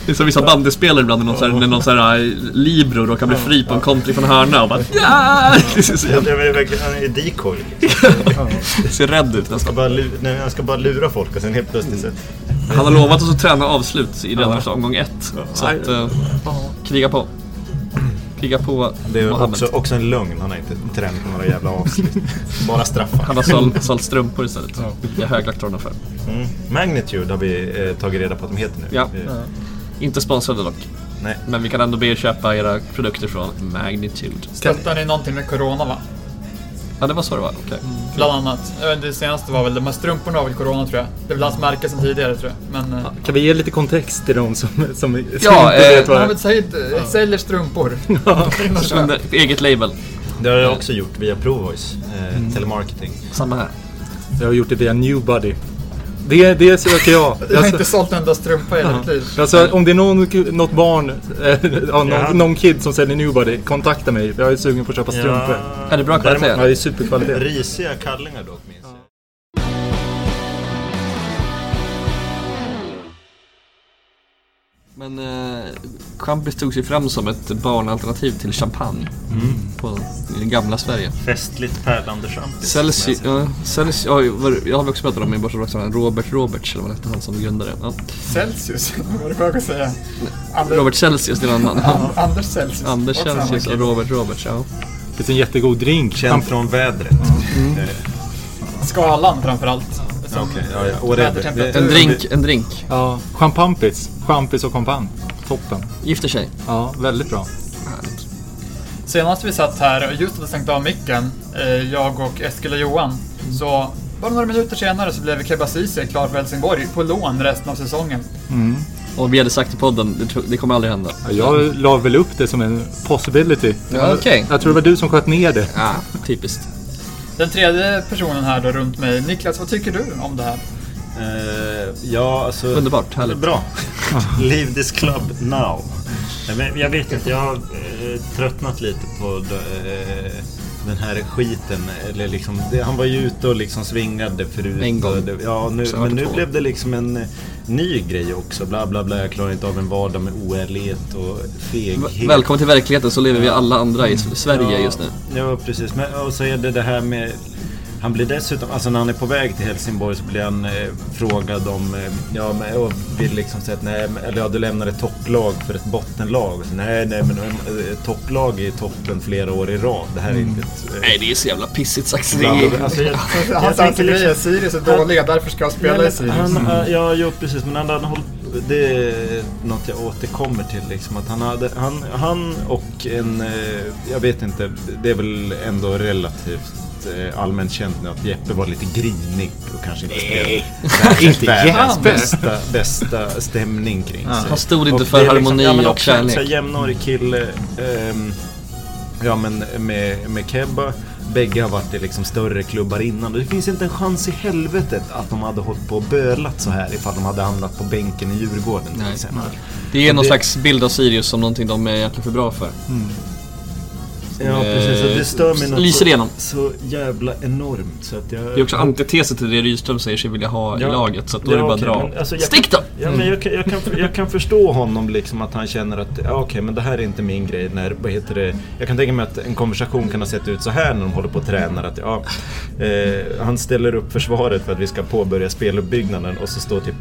Speaker 1: Det är som vissa bandyspelare ibland när någon, så här, när någon så här, eh, libero råkar bli fri på en kontring från hörna och bara ja! Det ser så
Speaker 3: jag
Speaker 1: jävla-
Speaker 3: menar, verkligen, han är ju decoy. Liksom.
Speaker 1: ser rädd ut nästan.
Speaker 3: Han, bara lu- nej, han ska bara lura folk och sen helt plötsligt så...
Speaker 1: Han har lovat oss att träna avslut i redan omgång ett. Så att eh, kriga på. Kriga på
Speaker 3: Det är
Speaker 1: Mohammed.
Speaker 3: också, också en lögn. Han har inte tränat på några jävla avslut. bara straffar.
Speaker 1: Han har sålt, sålt strumpor istället. Vilket jag höglaktar honom för.
Speaker 3: Mm. Magnitude har vi eh, tagit reda på att de heter nu.
Speaker 1: Ja.
Speaker 3: Eh,
Speaker 1: Inte sponsrade dock.
Speaker 3: Nej.
Speaker 1: Men vi kan ändå be er köpa era produkter från Magnitude.
Speaker 4: Stöttar ni någonting med Corona va?
Speaker 1: Ja, det var så det var. Okej.
Speaker 4: Bland annat. Jag vet inte, Det senaste var väl, de här strumporna var väl Corona tror jag. Det är väl hans märke sedan tidigare tror jag. Men... eh,
Speaker 2: Kan vi ge lite kontext till de som, som, som inte
Speaker 1: Ja, eh,
Speaker 2: vet
Speaker 4: Han har
Speaker 2: vad
Speaker 4: väl sagt, eh, säljer strumpor.
Speaker 1: Under eget label.
Speaker 3: Det har jag också gjort via Provoice. Eh,
Speaker 1: Mm.
Speaker 3: Telemarketing.
Speaker 1: Samma här.
Speaker 2: Jag har gjort det via Newbody. Det, det söker jag.
Speaker 4: Jag har
Speaker 2: jag
Speaker 4: inte sålt en enda strumpa i hela mitt liv.
Speaker 2: Alltså om det är någon, något barn, eh, ja, någon, någon kid som säljer Newbody, kontakta mig. Jag är sugen på att köpa strumpor.
Speaker 1: Är det bra
Speaker 2: Ja,
Speaker 1: kvalitet?
Speaker 2: det är superkvalitet.
Speaker 3: Risiga kallingar dock minns jag.
Speaker 1: Men eh, Champis tog sig fram som ett barnalternativ till champagne. På, I det gamla Sverige.
Speaker 3: Festligt pärlande champis.
Speaker 1: Celsius, ja, Celsius ja, var- jag har väl också pratat om i Börsrocksarna, Robert Roberts eller vad hette han som grundade? Ja.
Speaker 4: Celsius, var det skönt att säga. Anders,
Speaker 1: Robert Celsius, det är en annan.
Speaker 4: Anders Celsius.
Speaker 1: Anders
Speaker 4: Också
Speaker 1: Celsius
Speaker 4: han.
Speaker 1: och Robert Roberts, ja.
Speaker 2: Det finns en jättegod drink.
Speaker 3: Känd från vädret.
Speaker 4: Skalan framförallt. Som
Speaker 3: Okej, ja, ja.
Speaker 4: mäter
Speaker 3: Whatever. Det-
Speaker 1: En
Speaker 4: temperatur.
Speaker 1: drink, en drink.
Speaker 2: Ja, champampis. Champis och champagne. Toppen.
Speaker 1: Gifter sig.
Speaker 2: Ja, väldigt bra.
Speaker 4: Senast vi satt här, och just hade stängt av micken, eh, jag och Eskil och Johan,
Speaker 1: Mm.
Speaker 4: så bara några minuter senare så blev Kebba Ceesay klar för Helsingborg på lån resten av säsongen.
Speaker 1: Och vi hade sagt i podden, det, tro- det kommer aldrig hända.
Speaker 2: Ja, Jag la väl upp det som en possibility.
Speaker 1: Ja, okej.
Speaker 2: Jag tror det var du som sköt ner det.
Speaker 1: Ah, typiskt.
Speaker 4: Den tredje personen här då runt mig, Niklas, vad tycker du om det här?
Speaker 3: Eh, ja, alltså...
Speaker 1: Underbart, härligt.
Speaker 5: Bra. Leave this club now. Nej, men Jag vet inte, jag har eh, tröttnat lite på eh,
Speaker 3: den här skiten. Eller liksom, det, han var ju ute och liksom svingade förut.
Speaker 1: En gång.
Speaker 3: Och Det, ja, nu,
Speaker 1: Sen var
Speaker 3: men
Speaker 1: det
Speaker 3: nu
Speaker 1: två.
Speaker 3: blev det liksom en eh, ny grej också. Bla, bla, bla. Jag klarar inte av en vardag med oärlighet och
Speaker 1: V-
Speaker 3: feghet.
Speaker 1: Välkommen till verkligheten, så lever vi alla andra i S- Sverige
Speaker 3: Ja,
Speaker 1: just nu.
Speaker 3: Ja, precis. Men, och så är det det här med... Han blir dessutom, alltså när han är på väg till Helsingborg så blir han eh, frågad om, eh, ja men, och vill liksom säga att nej, men- eller ja du lämnar ett topplag för ett bottenlag. Och Så, nej, nej men eh, ett topplag är i toppen flera år i rad. Det här är inte ett... eh,
Speaker 1: Mm. Nej, det är så jävla pissigt sagt. Det
Speaker 3: bla, bla,
Speaker 1: är...
Speaker 3: bla. Alltså, jag,
Speaker 4: Hans
Speaker 3: tänker liksom-
Speaker 4: ansikte är Sirius är dåliga, därför ska jag spela i
Speaker 3: Nej,
Speaker 4: Sirius.
Speaker 3: men han, eh, ja, jo, precis. Men han hade hållit, det är något jag återkommer till. Liksom, att han, hade, han, han och en, eh, jag vet inte, det är väl ändå relativt att eh, allmänt känt nu att Jeppe var lite grinig och kanske inte
Speaker 6: Nej.
Speaker 3: spelade inte världens
Speaker 1: Jeppe.
Speaker 3: bästa, bästa stämning kring sig.
Speaker 1: Han stod inte
Speaker 3: Och
Speaker 1: för
Speaker 3: det är liksom-
Speaker 1: harmoni
Speaker 3: ja, men
Speaker 1: och
Speaker 3: också en så här
Speaker 1: kärlek.
Speaker 3: jämnårig kille. ehm, ja men med, med Kebba. Bägge har varit i liksom större klubbar innan. Och det finns inte en chans i helvetet att de hade hållit på och bölat så här ifall de hade hamnat på bänken i Djurgården till
Speaker 1: Nej.
Speaker 3: exempel.
Speaker 1: Det är någon
Speaker 3: det-
Speaker 1: slags bild av Sirius som någonting de är egentligen för bra för.
Speaker 6: Ja, precis. Och det stör mig något
Speaker 1: Lyser
Speaker 6: så-
Speaker 1: igenom.
Speaker 6: så jävla enormt. Så att jag...
Speaker 1: Det är också antitesen till det Rydström säger sig vilja ha
Speaker 6: Ja.
Speaker 1: i laget, så att då
Speaker 6: Ja,
Speaker 1: är det bara att
Speaker 6: okej,
Speaker 1: dra.
Speaker 6: men alltså jag-
Speaker 1: Stick då!
Speaker 3: Ja, men jag, kan- jag, kan, jag kan förstå honom liksom att han känner att ja, okej, men det här är inte min grej. När, vad heter det? Jag kan tänka mig att en konversation kan ha sett ut så här när de håller på och tränar. Att, ja, eh, han ställer upp försvaret för att vi ska påbörja speluppbyggnaden och så står typ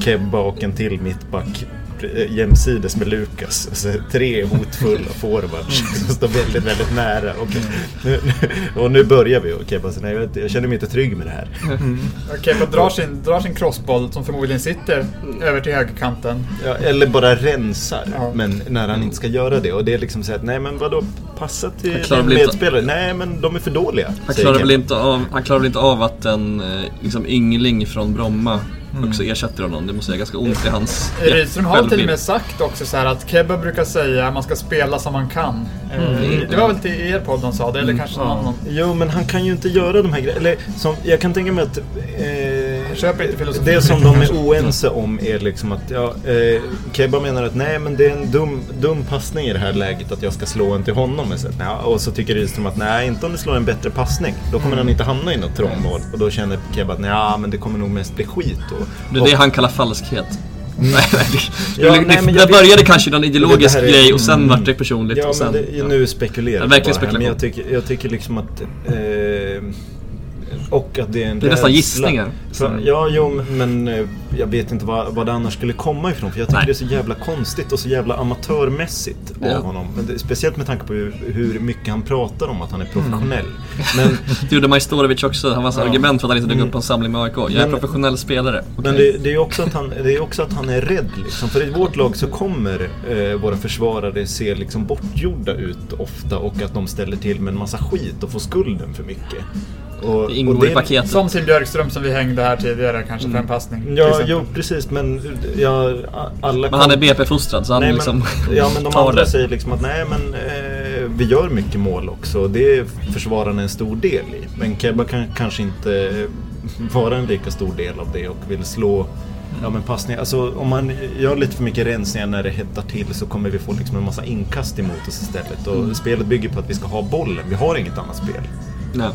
Speaker 3: Kebba och en till mittback eh, jämsides med Lukas. Alltså, tre hotfulla forwards
Speaker 1: Mm.
Speaker 3: som står väldigt, väldigt nära. Och nu, nu- och nu börjar vi och Kebba säger nej, jag vet- jag känner mig inte trygg med det här.
Speaker 4: Okej, men drar sin, drar sin crossboll som förmodligen sitter
Speaker 3: Mm.
Speaker 4: över till högerkanten.
Speaker 3: Ja, eller bara rensar,
Speaker 4: Ja.
Speaker 3: men när han inte ska göra det. Och det är liksom så att, nej men vadå, passa till
Speaker 1: Han klarar
Speaker 3: din
Speaker 1: väl inte-
Speaker 3: medspelare. Nej men de är för dåliga.
Speaker 1: Han
Speaker 3: säger
Speaker 1: klarar, väl
Speaker 3: Kevin.
Speaker 1: inte av, han klarar väl inte av att en eh, liksom yngling från Bromma också ersätter honom. Det måste göra ganska ont i hans
Speaker 4: Rydström har till och
Speaker 1: självbild.
Speaker 4: med sagt också så här att Kebba brukar säga att man ska spela som man kan.
Speaker 3: Mm.
Speaker 4: Eh, Det var väl till er podd han sa det,
Speaker 1: Mm.
Speaker 4: eller kanske någon annan.
Speaker 3: Jo men han kan ju inte göra de här grejerna. Eller som, jag kan tänka mig att...
Speaker 4: Jag
Speaker 3: Eh,
Speaker 4: köper inte filosofin.
Speaker 3: det som de är oense om är liksom att, ja, eh, Kebba menar att nej men det är en dum, dum passning i det här läget att jag ska slå en till honom. Och så, ja, och så tycker Rydström att nej, inte om du slår en bättre passning. Då
Speaker 4: Mm.
Speaker 3: kommer han inte hamna i något trångmål. Och då känner Kebba att nej, men det kommer nog mest bli skit då.
Speaker 1: Det är
Speaker 3: Och- Mm.
Speaker 1: det han kallar falskhet. Nej, nej, det,
Speaker 3: Ja,
Speaker 1: det,
Speaker 3: nej, men jag
Speaker 1: det
Speaker 3: vet-
Speaker 1: började kanske i någon ideologisk
Speaker 3: Det här är- mm.
Speaker 1: grej och sen vart det personligt.
Speaker 3: Ja,
Speaker 1: och sen,
Speaker 3: men det,
Speaker 1: ja.
Speaker 3: nu spekulerar
Speaker 1: Ja,
Speaker 3: jag
Speaker 1: verkligen
Speaker 3: bara här, Men jag
Speaker 1: spekulation.
Speaker 3: tycker, jag tycker liksom att... Eh, och att det är en
Speaker 1: Det är nästan
Speaker 3: rädsla.
Speaker 1: gissningar. Mm.
Speaker 3: För, ja, jo, men eh, jag vet inte var, var det annars skulle komma ifrån. För jag tycker
Speaker 1: Nej.
Speaker 3: det är så jävla konstigt och så jävla amatörmässigt
Speaker 1: Ja.
Speaker 3: av honom. Men det, speciellt med tanke på hur, hur mycket han pratar om att han är professionell.
Speaker 1: Mm.
Speaker 3: Men,
Speaker 1: Det gjorde Majstorovic också. Han var ja. argument för att han inte dök upp på en samling med AIK. Jag är
Speaker 3: Mm. Men-
Speaker 1: professionell spelare.
Speaker 3: men det, det är ju också att han, det är också att han är rädd. Liksom. För i vårt lag så kommer eh, våra försvarare se liksom bortgjorda ut ofta och att de ställer till med en massa skit och får skulden för mycket. Och,
Speaker 1: Det ingår
Speaker 3: och det-
Speaker 1: i paketet.
Speaker 4: Som till Björkström som vi hängde här tidigare, kanske
Speaker 1: Mm.
Speaker 4: för en passning. till
Speaker 3: Ja,
Speaker 4: exempel.
Speaker 3: jo, precis. Men ja, alla
Speaker 1: Men han är BP-fostrad så han liksom
Speaker 3: ja, men de
Speaker 1: tar
Speaker 3: andra
Speaker 1: det.
Speaker 3: säger liksom att nej men eh, vi gör mycket mål också och det är försvararna en stor del i. Men Kebba kan kanske inte eh, vara en lika stor del av det och vill slå Ja men passningar, alltså om man gör lite för mycket rensningar när det hettar till så kommer vi få liksom en massa inkast emot oss istället. Och
Speaker 1: Mm.
Speaker 3: spelet bygger på att vi ska ha bollen, vi har inget annat spel.
Speaker 1: Nej.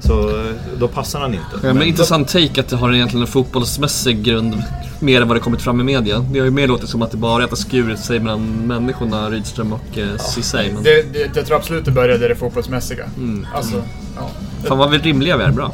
Speaker 3: Så eh, då passar han inte.
Speaker 1: Ja, men intressant take att det har egentligen en fotbollsmässig grund mer än vad det kommit fram i media. Det har ju mer låtit som att det bara är att det skurit sig mellan människorna Rydström och eh, Ceesay. Men
Speaker 4: Det, det, jag tror absolut det började i det fotbollsmässiga.
Speaker 1: Mm.
Speaker 4: Alltså, ja.
Speaker 1: fan vad vi rimliga vi är, bra.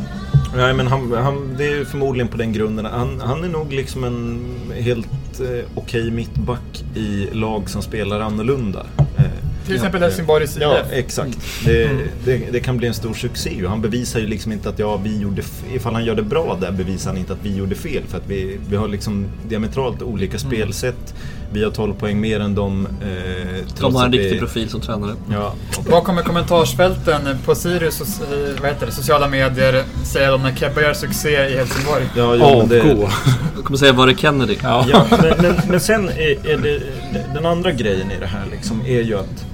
Speaker 3: Nej men han, han, det är ju förmodligen på den grunden. Han, han är nog liksom en helt eh, okej mittback i lag som spelar annorlunda. Eh,
Speaker 4: Till exempel Helsingborgs IF.
Speaker 3: ja, exakt. Det,
Speaker 1: Mm.
Speaker 3: det, det kan bli en stor succé och han bevisar ju liksom inte att ja, vi gjorde, f- ifall han gör det bra där bevisar han inte att vi gjorde fel för att vi, vi har liksom diametralt olika
Speaker 1: Mm.
Speaker 3: spelsätt. Vi har 12 poäng mer än dem. Eh,
Speaker 1: De
Speaker 3: trots
Speaker 1: har en
Speaker 3: att vi-
Speaker 1: riktig profil som tränare.
Speaker 3: Ja,
Speaker 4: Vad kommer kommentarsfälten på Sirius och, eh, vad heter det, sociala medier säga om när Keppa gör succé i Helsingborg?
Speaker 3: ja, jo, men det,
Speaker 1: Jag kommer säga, var det Kennedy?
Speaker 3: Ja, men, men, men sen är, är det, den andra grejen i det här liksom är ju att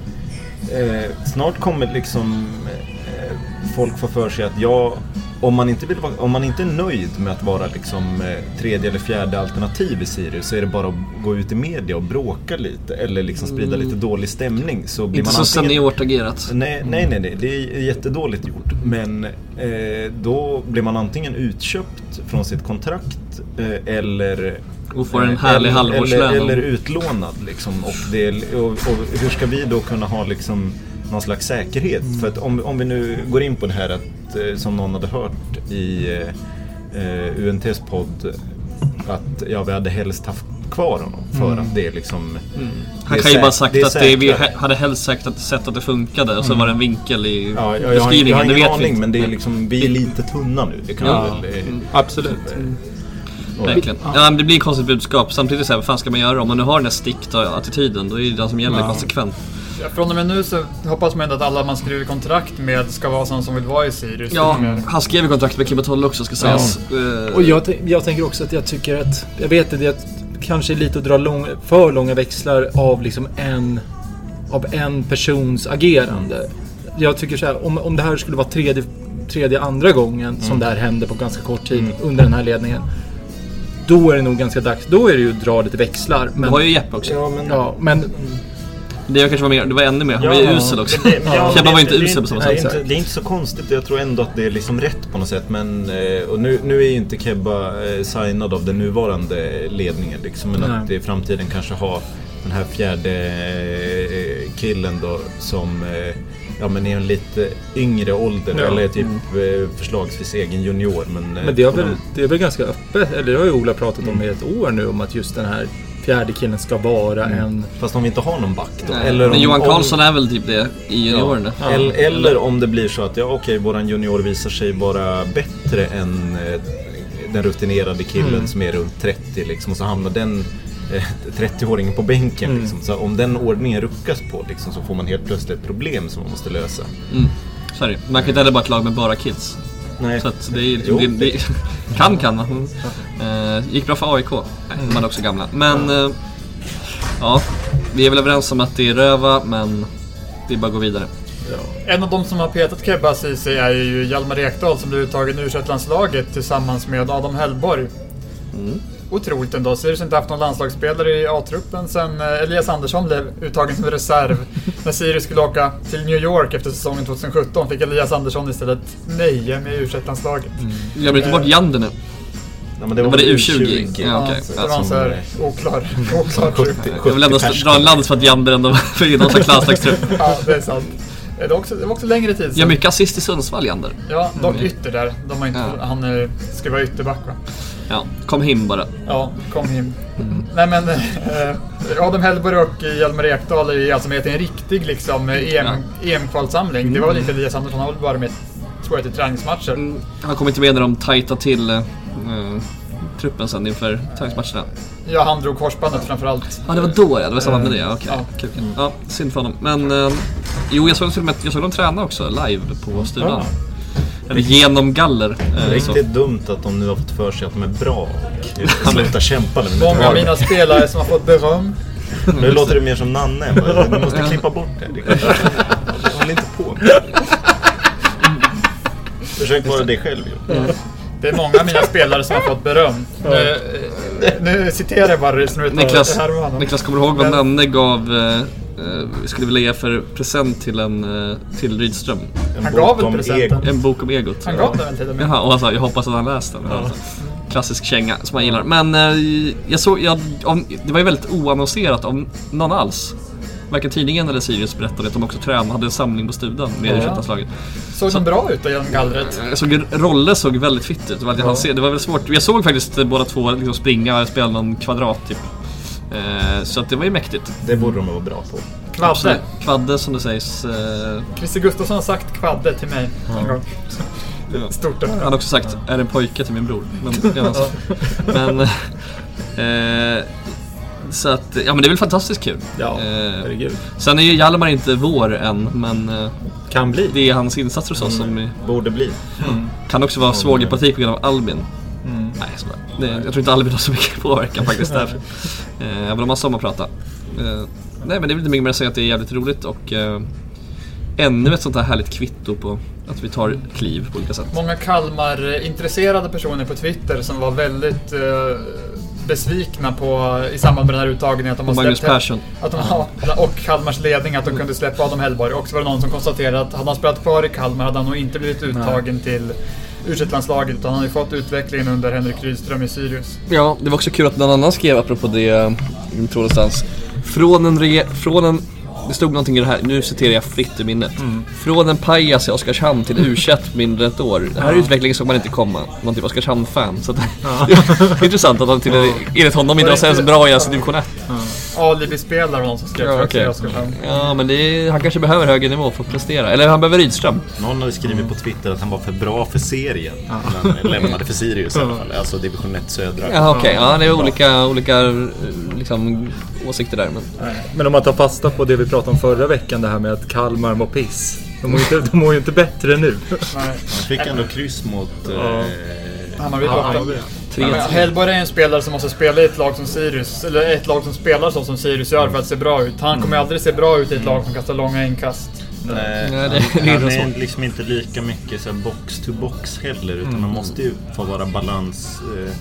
Speaker 3: eh, snart kommer liksom eh, folk få för sig att jag, om man inte, vill vara, om man inte är nöjd med att vara liksom eh, tredje eller fjärde alternativ i Sirius så är det bara att gå ut i media och bråka lite eller liksom sprida lite dålig stämning så blir
Speaker 1: Inte
Speaker 3: man
Speaker 1: så
Speaker 3: antingen-
Speaker 1: seniort agerat.
Speaker 3: Alltså, Nej, nej,
Speaker 1: mm.
Speaker 3: nej, nej. Det är jättedåligt gjort. Men eh, då blir man antingen utköpt från sitt kontrakt eh, eller... eh,
Speaker 1: Och får en härlig
Speaker 3: eller-
Speaker 1: halvårslön.
Speaker 3: Eller, eller utlånad liksom. Och, det, är- och, och hur ska vi då kunna ha liksom någon slags säkerhet?
Speaker 1: Mm.
Speaker 3: För att om, om vi nu går in på det här att, eh, som någon hade hört i eh, eh, UNTs podd att ja, vi hade helst haft kvar honom för att det är liksom... det
Speaker 1: Mm. Han
Speaker 3: är
Speaker 1: kan ju bara
Speaker 3: säk-
Speaker 1: sagt
Speaker 3: det är
Speaker 1: att det, vi
Speaker 3: säkrare.
Speaker 1: hade helst sagt att, sett att det funkade och så var det en vinkel i
Speaker 3: Ja, jag, jag, har- jag
Speaker 1: beskrivningen.
Speaker 3: har ingen
Speaker 1: det vet vi
Speaker 3: aning
Speaker 1: inte.
Speaker 3: men det är liksom, vi är lite tunna nu. Det kan
Speaker 1: Ja. Mm.
Speaker 3: väl, eh,
Speaker 2: Absolut.
Speaker 1: Verkligen. Ja, men det blir ett konstigt budskap. Samtidigt så här, vad fan ska man göra? Om man nu har den här stick då, attityden, då är det den som gäller konsekvent.
Speaker 4: Ja, Från och med nu så hoppas man ändå att alla man skriver kontrakt med ska vara sådana som vill vara i Sirius.
Speaker 1: Ja,
Speaker 4: Mm.
Speaker 1: han skrev ju kontrakt med Kimbertoll också ska sägas. Eh,
Speaker 7: Och jag, tän- jag tänker också att jag tycker att, jag vet inte, jag kanske är lite att dra lång, för långa växlar av liksom en, av en persons agerande. Jag tycker så här, om, om det här skulle vara tredje, tredje andra gången
Speaker 1: Mm.
Speaker 7: som det här hände på ganska kort tid under den här ledningen. Då är det nog ganska dags, då är det ju att dra lite växlar.
Speaker 1: Det
Speaker 7: Men,
Speaker 1: var ju Jeppe också.
Speaker 8: Ja, men...
Speaker 7: ja, men
Speaker 1: Det var kanske var mer, det var ännu mer. Han var ju usel också.
Speaker 8: Men det- men ja,
Speaker 1: Kebban var
Speaker 8: det-
Speaker 1: inte
Speaker 8: det-
Speaker 1: usel på samma
Speaker 8: nej,
Speaker 1: sätt.
Speaker 8: inte-
Speaker 3: Det är inte så konstigt. Jag tror ändå att det är liksom rätt på något sätt. Men, eh, och nu, nu är ju inte Kebba eh, signad av den nuvarande ledningen. Liksom, men
Speaker 7: Nej.
Speaker 3: att i framtiden kanske ha den här fjärde eh, killen då som eh, ja, men i en lite yngre ålder.
Speaker 7: Ja.
Speaker 3: Eller typ
Speaker 1: Mm.
Speaker 3: eh, förslagsvis egen junior. Men, eh,
Speaker 7: Men det är,
Speaker 3: på
Speaker 7: väl,
Speaker 3: någon-
Speaker 7: det är väl ganska öppet, eller det har ju Ola pratat om i ett år nu, om att just den här fjärde killen ska vara
Speaker 1: Mm.
Speaker 7: en...
Speaker 3: Fast om vi inte har någon back då.
Speaker 1: Nej,
Speaker 3: eller
Speaker 1: men
Speaker 3: om,
Speaker 1: Johan
Speaker 3: om-
Speaker 1: Karlsson är väl typ det i juniorerna.
Speaker 3: Ja. Eller, eller om det blir så att, ja okej, våran junior visar sig vara bättre än eh, den rutinerade killen som är runt 30 liksom. Och så hamnar den eh, 30-åringen på bänken liksom. Så om den ordningen ruckas på liksom, så får man helt plötsligt ett problem som man måste lösa.
Speaker 1: Mm. Sorry. Man kan inte heller bara ett lag med bara kids.
Speaker 3: Nej.
Speaker 1: Så att det är ju liksom, det,
Speaker 3: Jo.
Speaker 1: det, kan kan. Mm. Eh, gick bra för AIK. Nej, de hade också gamla. Men eh, ja, vi är väl överens om att det är röva, men det är bara att gå vidare.
Speaker 4: En av de som har petat Kebba Ceesay är ju Hjalmar Ekdal som blev uttagen ur landslaget tillsammans med Adam Hellborg.
Speaker 1: Mm.
Speaker 4: Otroligt ändå. Sirius har inte haft någon landslagsspelare i A-truppen sen eh, Elias Andersson blev uttagen som reserv. När Sirius skulle åka till New York efter säsongen 2017 fick Elias Andersson istället nöje med u landslaget
Speaker 1: Jag blir inte bort Jander nu.
Speaker 3: Ja, men
Speaker 1: Det var det U20?
Speaker 3: Ja.
Speaker 1: Ja, okej.
Speaker 4: Så
Speaker 1: Ja.
Speaker 4: det var en så här oklar, oklar trupp.
Speaker 1: Jag vill ändå dra en lans för att Jander ändå var i någon slags landslagstrupp.
Speaker 4: Ja, det är sant. Eh, Det var också, det var också längre tid
Speaker 1: Gör
Speaker 4: sedan.
Speaker 1: mycket assist i Sundsvall, Jander.
Speaker 4: Ja, dock ytter där. De har inte,
Speaker 1: Mm. Ja.
Speaker 4: Han eh, ska vara ytterback va?
Speaker 1: Ja, kom hem bara.
Speaker 4: Ja, kom him. Nej men, eh, Adam Hellborg och Hjalmar Ekdal är ju alltså med till en riktig liksom eh, EM, EM-kvalsamling. Det var väl inte Elias Andersson, han var väl bara med, tror jag, till träningsmatcher.
Speaker 1: Mm. Han kom inte med när de tajtade till eh, eh, truppen sen inför tävlingsmatcherna.
Speaker 4: Ja, han drog korsbandet framförallt.
Speaker 1: Ja, det var då ja. Det var samma med det. ja, Okej,
Speaker 4: Eh, Ja.
Speaker 1: kul. Ja, synd för honom. Men eh, jo, jag såg, till och med, jag såg dem träna också live på stugan. Eller genom galler. Eh, så.
Speaker 3: Riktigt dumt att de nu har fått för sig att de är bra och slutar kämpa. när vi nu
Speaker 4: Många
Speaker 3: tar
Speaker 4: av
Speaker 3: det.
Speaker 4: mina spelare som har fått beröm.
Speaker 3: Nu låter det mer som Nanne. än vad- Du måste klippa bort det. Det kan- Håll inte på. Försök vara dig själv. Jo.
Speaker 4: Det är många av mina spelare som har fått beröm. Nu, eh, nu citerar jag bara snurret
Speaker 1: Niklas,
Speaker 4: här med honom.
Speaker 1: Niklas, kommer du ihåg vad
Speaker 4: Men-
Speaker 1: Nanne gav, eh, eh, skulle vilja ge för present till, en, eh, till Rydström?
Speaker 4: Han gav väl
Speaker 3: Om
Speaker 4: presenten?
Speaker 3: ego.
Speaker 1: En bok om egot.
Speaker 4: Han gav den väl till och med?
Speaker 1: Jaha, och han sa jag hoppas att han läst den. Alltså, klassisk känga som man gillar. Men eh, jag såg, jag, om, det var ju väldigt oannonserat om någon alls. Varken tidningen eller Sirius berättade att de också tränade, hade en samling på stugan med
Speaker 4: Ja.
Speaker 1: u laget
Speaker 4: Såg de bra ut då genom gallret?
Speaker 1: Jag såg Rolle såg väldigt fitt ut. Det var, han ser, det var väl svårt. Jag såg faktiskt eh, båda två liksom springa och spela någon kvadrat typ. Eh, så att det var ju mäktigt.
Speaker 3: Det borde de vara bra på.
Speaker 4: Kvadde.
Speaker 1: Kvadde som det sägs. Eh,
Speaker 4: Christer Gustafsson har sagt kvadde till mig en gång. Stort att höra.
Speaker 1: Han har också sagt är en pojke till min bror. Men, ja, alltså. men eh, Så att, ja men det är väl fantastiskt kul.
Speaker 7: Ja,
Speaker 1: eh,
Speaker 7: herregud.
Speaker 1: sen är ju Hjalmar inte vår än, men eh,
Speaker 3: Kan bli.
Speaker 1: det är hans insatser hos oss som är-
Speaker 3: Borde bli.
Speaker 1: kan också vara svågerpolitik på grund av Albin. Nej, jag skojar. Det, jag tror inte Albin har så mycket påverkan faktiskt där. Eh, Även om han sommarprata. Eh, nej men det är väl inte mycket mer att säga att det är jävligt roligt och eh, ännu ett sånt här härligt kvitto på att vi tar kliv på olika sätt.
Speaker 4: många Kalmar-intresserade personer på Twitter som var väldigt eh, besvikna på, i samband med den här uttagningen att de
Speaker 1: Och
Speaker 4: har
Speaker 1: Magnus
Speaker 4: släppt...
Speaker 1: Persson.
Speaker 4: Att de, ja, och Kalmars ledning, att de kunde släppa Adam Hellborg. Och så var det någon som konstaterade att hade han spelat kvar i Kalmar hade han nog inte blivit uttagen till u landslaget utan han har ju fått utvecklingen under Henrik Rydström i Sirius.
Speaker 1: Ja, det var också kul att någon annan skrev apropå det, eh, jag tror någonstans. Från en, rege- från en det stod någonting i det här, nu citerar jag fritt ur minnet. Från en pajas i Oskarshamn till u mindre än ett år. Den här utvecklingen såg man inte komma. Någon typ Oskarshamn-fan. Så att, det är intressant att han till enligt honom inte var så ens bra i ens division 1.
Speaker 4: alibi-spelare av någon som skrev
Speaker 1: Ja,
Speaker 4: för att
Speaker 1: okej. Mm.
Speaker 4: jag skulle hem.
Speaker 1: Ja, men det är, han kanske behöver högre nivå för att prestera. Eller han behöver Rydström.
Speaker 3: Någon hade skrivit på Twitter att han var för bra för serien. Men lämnade för Sirius i alla fall. Alltså division 1 södra.
Speaker 1: Ja, okej. Ja, det är olika, olika eh, liksom, åsikter där. Men...
Speaker 2: Men om man tar fasta på det vi pratade om förra veckan, det här med att Kalmar var piss. De mår ju inte, de mår ju inte bättre nu.
Speaker 4: Nej.
Speaker 3: Han fick ändå kryss mot... Eh,
Speaker 4: Hammarby borta. Ja, men
Speaker 1: 3-3.
Speaker 4: Hellborg är en spelare som måste spela i ett lag som Sirius, eller ett lag som spelar så som Sirius gör för att se bra ut. Han kommer aldrig se bra ut i ett lag som kastar långa inkast.
Speaker 3: Nej,
Speaker 1: Nej, det- det är
Speaker 3: Eh, han, han
Speaker 1: inte
Speaker 3: är liksom inte lika mycket så här box to box heller utan
Speaker 1: Mm.
Speaker 3: han måste ju få vara balans eh,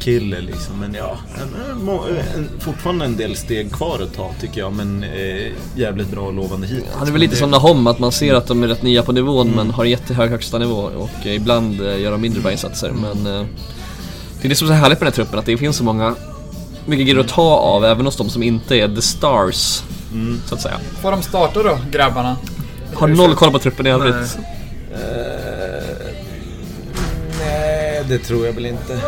Speaker 3: kille liksom. Men ja, en, en, må- en, fortfarande en del steg kvar att ta tycker jag. Men eh, jävligt bra och lovande hit.
Speaker 1: Han är väl lite som Nahom, att man ser att de är rätt nya på nivån
Speaker 2: Mm.
Speaker 1: men har en jättehög högsta nivå och eh, ibland eh, gör de mindre bra insatser. Men eh, det är det som är så härligt med den här truppen, att det finns så många mycket grejer att ta av, även hos de som inte är the stars.
Speaker 2: Mm.
Speaker 1: Så att säga.
Speaker 4: Får de starta då, grabbarna?
Speaker 1: Har noll koll på truppen i övrigt.
Speaker 7: Nej, det tror jag väl inte.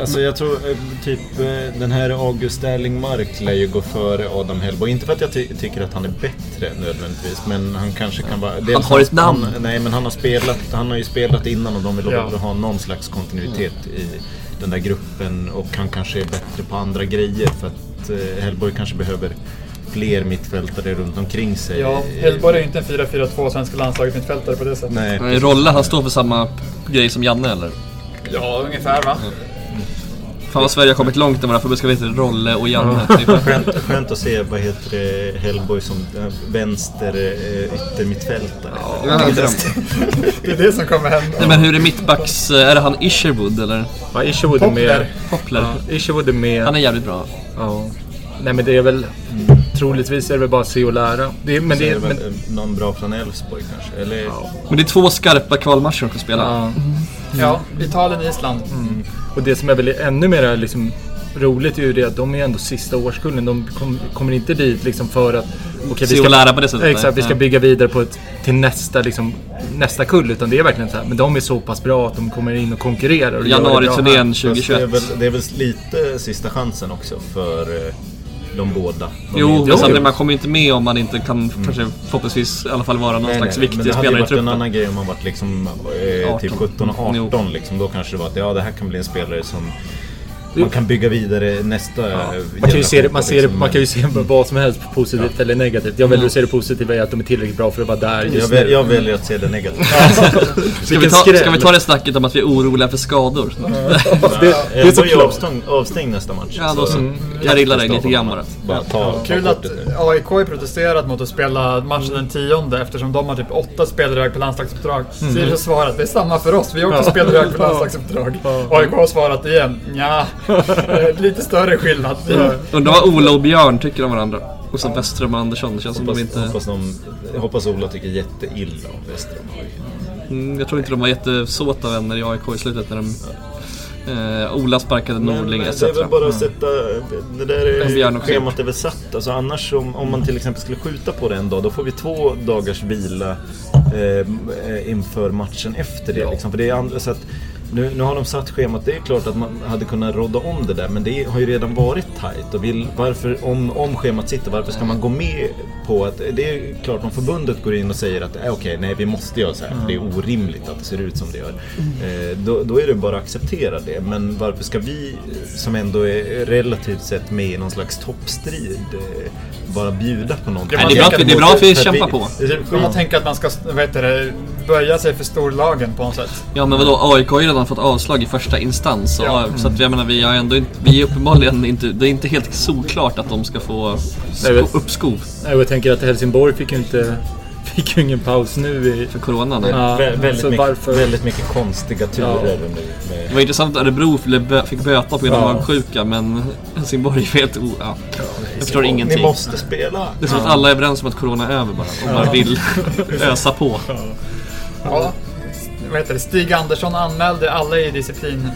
Speaker 3: Alltså jag tror eh, typ eh, den här August Erlingmark lär ju gå före Adam Hellborg. Inte för att jag ty- tycker att han är bättre nödvändigtvis, men han kanske kan vara... dels
Speaker 1: har ett namn.
Speaker 3: Han, nej, men han har, spelat, han har ju spelat innan och de vill
Speaker 4: Ja.
Speaker 3: ha någon slags kontinuitet
Speaker 1: Mm.
Speaker 3: i den där gruppen och han kanske är bättre på andra grejer för att eh, Hellborg kanske behöver fler mittfältare runt omkring sig.
Speaker 4: Ja, Hellborg är ju inte en 4-4-2 svenska landslaget mittfältare på det sättet.
Speaker 3: Nej,
Speaker 1: Eh, Rolle, han står för samma grej som Janne eller?
Speaker 4: Ja, ungefär va?
Speaker 1: Fan vad Sverige har kommit långt i våra förbundskapitler, Rolle och Janne. typ. Det är fan-
Speaker 3: Skönt, skönt att se, vad heter det, Hellborg som eh, vänster eh, yttermittfältare.
Speaker 4: Det är det som kommer hända.
Speaker 1: Nej, men hur är mittbacks... eh, Är det han Isherwood eller?
Speaker 2: Ja, Isherwood är med.
Speaker 4: Poplar.
Speaker 1: Poplar?
Speaker 2: Ja, Isherwood är med.
Speaker 1: Han är jävligt bra.
Speaker 2: Ja. Nej men det är väl... Troligtvis är det väl bara att se och lära. Det är, men
Speaker 3: Det
Speaker 2: det,
Speaker 3: är
Speaker 2: men,
Speaker 3: väl eh, någon bra från Elfsborg kanske? Eller?
Speaker 1: Men det är två skarpa kvalmatcher de ska spela.
Speaker 2: ja.
Speaker 4: Ja, Italien-Island.
Speaker 2: Och det som är väl ännu mer liksom, roligt är ju det att de är ändå sista årskullen. De kom, kommer inte dit liksom för att... Okay,
Speaker 1: Se och lära på det sättet, nej.
Speaker 2: Exakt, vi ska
Speaker 1: Nej.
Speaker 2: bygga vidare på ett, till nästa, liksom, nästa kull. Utan det är verkligen så här, men de är så pass bra att de kommer in och konkurrerar. Och gör det bra här.
Speaker 1: Januari-turnén
Speaker 3: Fast Det är,
Speaker 1: 2021.
Speaker 3: väl, det är väl lite sista chansen också för eh, de båda. De är
Speaker 1: Jo,
Speaker 3: inte-
Speaker 1: men samtidigt, man kommer ju inte med om man inte kan kanske förhoppningsvis i alla fall vara någon
Speaker 3: Mm. Nej,
Speaker 1: slags
Speaker 3: nej, men
Speaker 1: viktig
Speaker 3: Det hade ju
Speaker 1: spelare i
Speaker 3: varit en
Speaker 1: truppen.
Speaker 3: annan grej om man varit liksom, eh, typ
Speaker 1: 18.
Speaker 3: 17 och
Speaker 1: Jo.
Speaker 3: 18 liksom. Då kanske det var att ja, det här kan bli en spelare som man kan bygga vidare nästa eh, liksom.
Speaker 2: Man kan, ju se det, man, ser det,
Speaker 1: liksom.
Speaker 2: man kan ju se
Speaker 1: Mm.
Speaker 2: vad som helst positivt eller negativt. Jag väljer att se det positiva i att de är tillräckligt bra för att vara där
Speaker 3: jag,
Speaker 2: just
Speaker 3: väl,
Speaker 2: nu.
Speaker 3: jag väljer att se det negativt.
Speaker 1: Ska vi,
Speaker 2: Vilken
Speaker 1: ta, ska vi
Speaker 2: skräll.
Speaker 1: ta det snacket om att vi är oroliga för skador?
Speaker 3: Mm.
Speaker 2: det är så
Speaker 3: Elfsborg är
Speaker 2: klart.
Speaker 3: avstängd, avstängd nästa match.
Speaker 1: Ja, då så.
Speaker 2: Mm.
Speaker 3: Mm.
Speaker 1: Jag gillar dig lite grann bara.
Speaker 3: Bara ta, ta
Speaker 4: Kul
Speaker 3: bort
Speaker 4: att
Speaker 3: det nu.
Speaker 4: AIK har protesterat mot att spela matchen den tionde eftersom de har typ åtta spelare iväg på landslagsuppdrag. Sirius har svarat det är samma för oss, vi har också spelare iväg på landslagsuppdrag. AIK har svarat igen, ja, eh, lite större skillnad.
Speaker 1: Undrar vad Ola och Björn tycker om varandra. Och sen Westrum och Andersson. Det känns som de
Speaker 3: Hoppas,
Speaker 1: inte...
Speaker 3: hoppas, de, hoppas Ola tycker jätteilla om Västerås.
Speaker 1: Mm, jag tror inte de var jättesåta vänner i AIK i slutet när de... Eh, Ola sparkade Norling etc.
Speaker 3: det är väl bara att sätta... Det där
Speaker 1: Men Björn
Speaker 3: är
Speaker 1: också.
Speaker 3: schemat är väl satt. Alltså annars om, om man till exempel skulle skjuta på det en dag, då får vi två dagars vila eh, inför matchen efter det. Liksom. För det är andra, så att, nu, nu har de satt schemat. Det är klart att man hade kunnat rodda om det där, men det har ju redan varit tajt. Och vill, varför, om, om schemat sitter, varför ska man gå med på att... Det är klart om förbundet går in och säger att eh, okej, nej vi måste göra så här, för det är orimligt att det ser ut som det gör. Eh, då, då är det bara att acceptera det. Men varför ska vi, eh, som ändå är relativt sett med i någon slags toppstrid, eh, bara bjuda på någonting?
Speaker 4: Ja, men det är bra att
Speaker 1: vi- det är bra att vi
Speaker 3: För
Speaker 1: kämpar på.
Speaker 3: det är typ
Speaker 4: Man
Speaker 3: skit-
Speaker 4: tänker att man ska vad heter det, böja sig för storlagen på något sätt.
Speaker 1: Ja men vadå, AIK har ju redan fått avslag i första instans. Och,
Speaker 4: Ja.
Speaker 1: Så att jag menar, vi har ändå inte, vi är uppenbarligen inte, det är inte helt solklart att de ska få
Speaker 2: Nej,
Speaker 1: sko,
Speaker 2: väl.
Speaker 1: uppskov
Speaker 2: Nej, och Jag tänker att Helsingborg fick ju inte... Fick ju ingen paus nu i...
Speaker 1: för corona. Nej.
Speaker 2: Ja,
Speaker 3: Vä- väldigt,
Speaker 2: så
Speaker 3: mycket,
Speaker 2: varför-
Speaker 3: väldigt mycket konstiga turer nu. Med,
Speaker 1: Det var intressant att Örebro blev bö- fick böta på grund av magsjuka men Helsingborg är helt o... Ja. Jag förstår
Speaker 3: Ni
Speaker 1: ingenting.
Speaker 3: måste spela!
Speaker 1: Det är som att alla är överens om att corona är över bara och bara vill ösa på.
Speaker 4: Ja. Vad heter det? Stig Andersson anmälde alla i disciplinnämnd...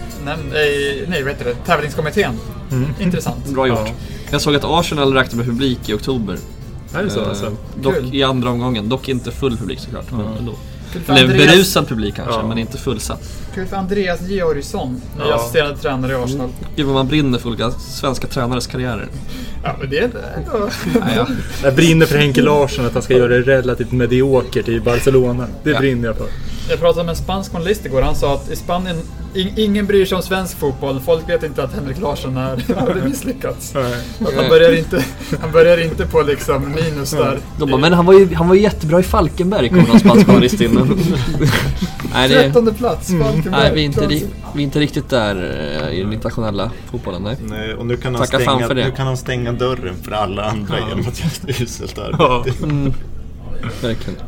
Speaker 4: Nej, nej, vad heter det? Tävlingskommittén. Mm. Intressant.
Speaker 1: Bra gjort. Jag såg att Arsenal räknade med publik i oktober.
Speaker 2: Är det så
Speaker 1: Eh,
Speaker 2: alltså?
Speaker 1: dock
Speaker 4: Kul.
Speaker 1: i andra omgången, dock inte full publik såklart. Men ändå.
Speaker 4: Kul för
Speaker 1: Eller
Speaker 4: Andreas-
Speaker 1: berusad publik kanske, men inte fullsatt.
Speaker 4: Kul för Andreas Georgsson, ny
Speaker 2: Ja.
Speaker 4: assisterande tränare i Arsenal.
Speaker 1: Gud vad man brinner för olika svenska tränares karriärer.
Speaker 4: Ja, men det är inte...
Speaker 1: Nej, ja.
Speaker 2: Jag brinner för Henke Larsson, att han ska göra det relativt mediokert i Barcelona. Det
Speaker 1: Ja.
Speaker 2: brinner jag för.
Speaker 4: Jag pratade med en spansk journalist igår. Han sa att i Spanien, in, ingen bryr sig om svensk fotboll. Folk vet inte att Henrik Larsson är, har misslyckats. Att han, börjar inte, han börjar inte på liksom minus där.
Speaker 1: De bara, men han var, ju, han var ju jättebra i Falkenberg, kommer någon spansk journalist in. Nej, det, Mm.
Speaker 4: Trettonde plats, Falkenberg.
Speaker 1: nej vi, är inte, ri- vi är inte riktigt där eh, i den internationella fotbollen. Nej.
Speaker 3: Nej, eh, och nu kan, han
Speaker 1: Tacka fan
Speaker 3: stänga,
Speaker 1: för det.
Speaker 3: nu kan han stänga dörren för alla andra genom att göra ett uselt arbete.
Speaker 1: Mm. Verkligen.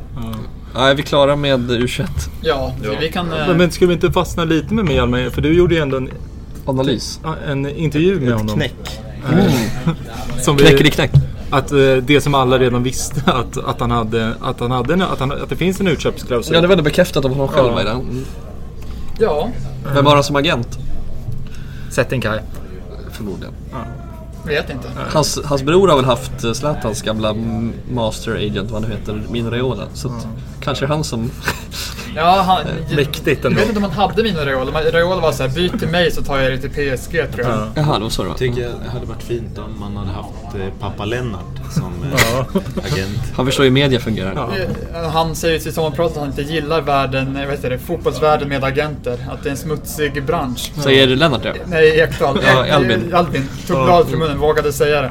Speaker 1: Nej, vi klarar med U21.
Speaker 4: Ja, vi kan... eh,
Speaker 2: Men, men skulle vi inte fastna lite med Hjalmar? För du gjorde ju ändå en,
Speaker 1: Analys.
Speaker 2: en intervju med honom.
Speaker 3: Knäck.
Speaker 2: Som
Speaker 1: Knäcker i
Speaker 2: vi,
Speaker 1: knäck.
Speaker 2: att eh, det som alla redan visste, att, att, han hade, att, han hade, en- att, han, att det finns en utköpsklausul.
Speaker 1: Ja, det var ändå bekräftat av honom själv. Ja.
Speaker 4: Ja,
Speaker 1: Vem var han som agent?
Speaker 2: Sätt en kaj.
Speaker 1: Förmodligen.
Speaker 4: vet inte.
Speaker 1: Hans, hans bror har väl haft eh, Zlatans gamla m- master agent, vad han nu heter, Mino Raiola. Så att, kanske han som...
Speaker 4: Ja, han,
Speaker 2: Eh, Mäktigt
Speaker 4: jag
Speaker 2: ändå.
Speaker 4: vet inte om han hade mina Raiola. men Raiola var såhär, byt till mig så tar jag det till PSG tror jag.
Speaker 2: Ja.
Speaker 1: Jaha, det var så det var.
Speaker 3: Tycker jag det hade varit fint om man hade haft eh, pappa Lennart som eh, agent.
Speaker 1: Han förstår ju hur media fungerar.
Speaker 2: Ja.
Speaker 4: Eh, Han säger till sommarpratet att han inte gillar världen, eh, vad heter det, fotbollsvärlden med agenter. Att det är en smutsig bransch.
Speaker 1: Säger Lennart det?
Speaker 4: Nej, Ekdal.
Speaker 1: Ja,
Speaker 4: Eh,
Speaker 1: Albin.
Speaker 4: Albin tog bladet från munnen, vågade säga det.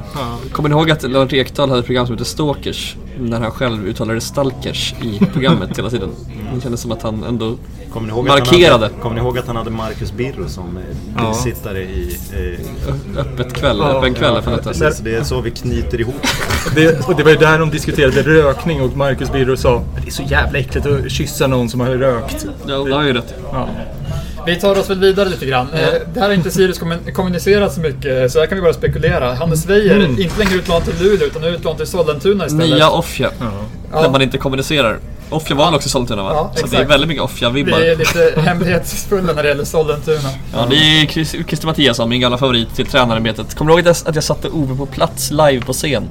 Speaker 1: Kommer ni ihåg att Lennart Ekdal hade ett program som hette Stalkers? När han själv uttalade stalkers i programmet hela tiden. Det kändes som att han ändå...
Speaker 3: Kommer ni ihåg Att han
Speaker 1: Markerade.
Speaker 3: hade, kommer ni ihåg att han hade Marcus Birro som eh, bisittare i... Eh,
Speaker 1: Öppet kväll, öppen kväll för detta.
Speaker 3: precis, det är så vi knyter ihop.
Speaker 2: Det, och det var ju där de diskuterade rökning och Marcus Birro sa det är så jävla äckligt att kyssa någon som har rökt.
Speaker 1: Ja, det har ju rätt.
Speaker 2: Ja.
Speaker 4: Vi tar oss väl vidare lite grann. Eh, Det här har inte Sirius kommun- kommunicerat så mycket, så här kan vi bara spekulera. Hannes Weijer, inte längre utlånad till Luleå, utan nu utlånad till Sollentuna istället.
Speaker 1: Mm. Nya Offja. Där
Speaker 4: Ja.
Speaker 1: man inte kommunicerar. Offja var väl också i Sollentuna va?
Speaker 4: Ja,
Speaker 1: så det är
Speaker 4: exakt.
Speaker 1: väldigt mycket
Speaker 4: Vi
Speaker 1: Offja-vibbar.
Speaker 4: är lite hemlighetsfulla när det gäller Sollentuna.
Speaker 1: Ja, det är Chris, Christer Mattiasson, min gamla favorit till tränarämbetet. Kommer du ihåg att jag, att jag satte Ove på plats live på scen?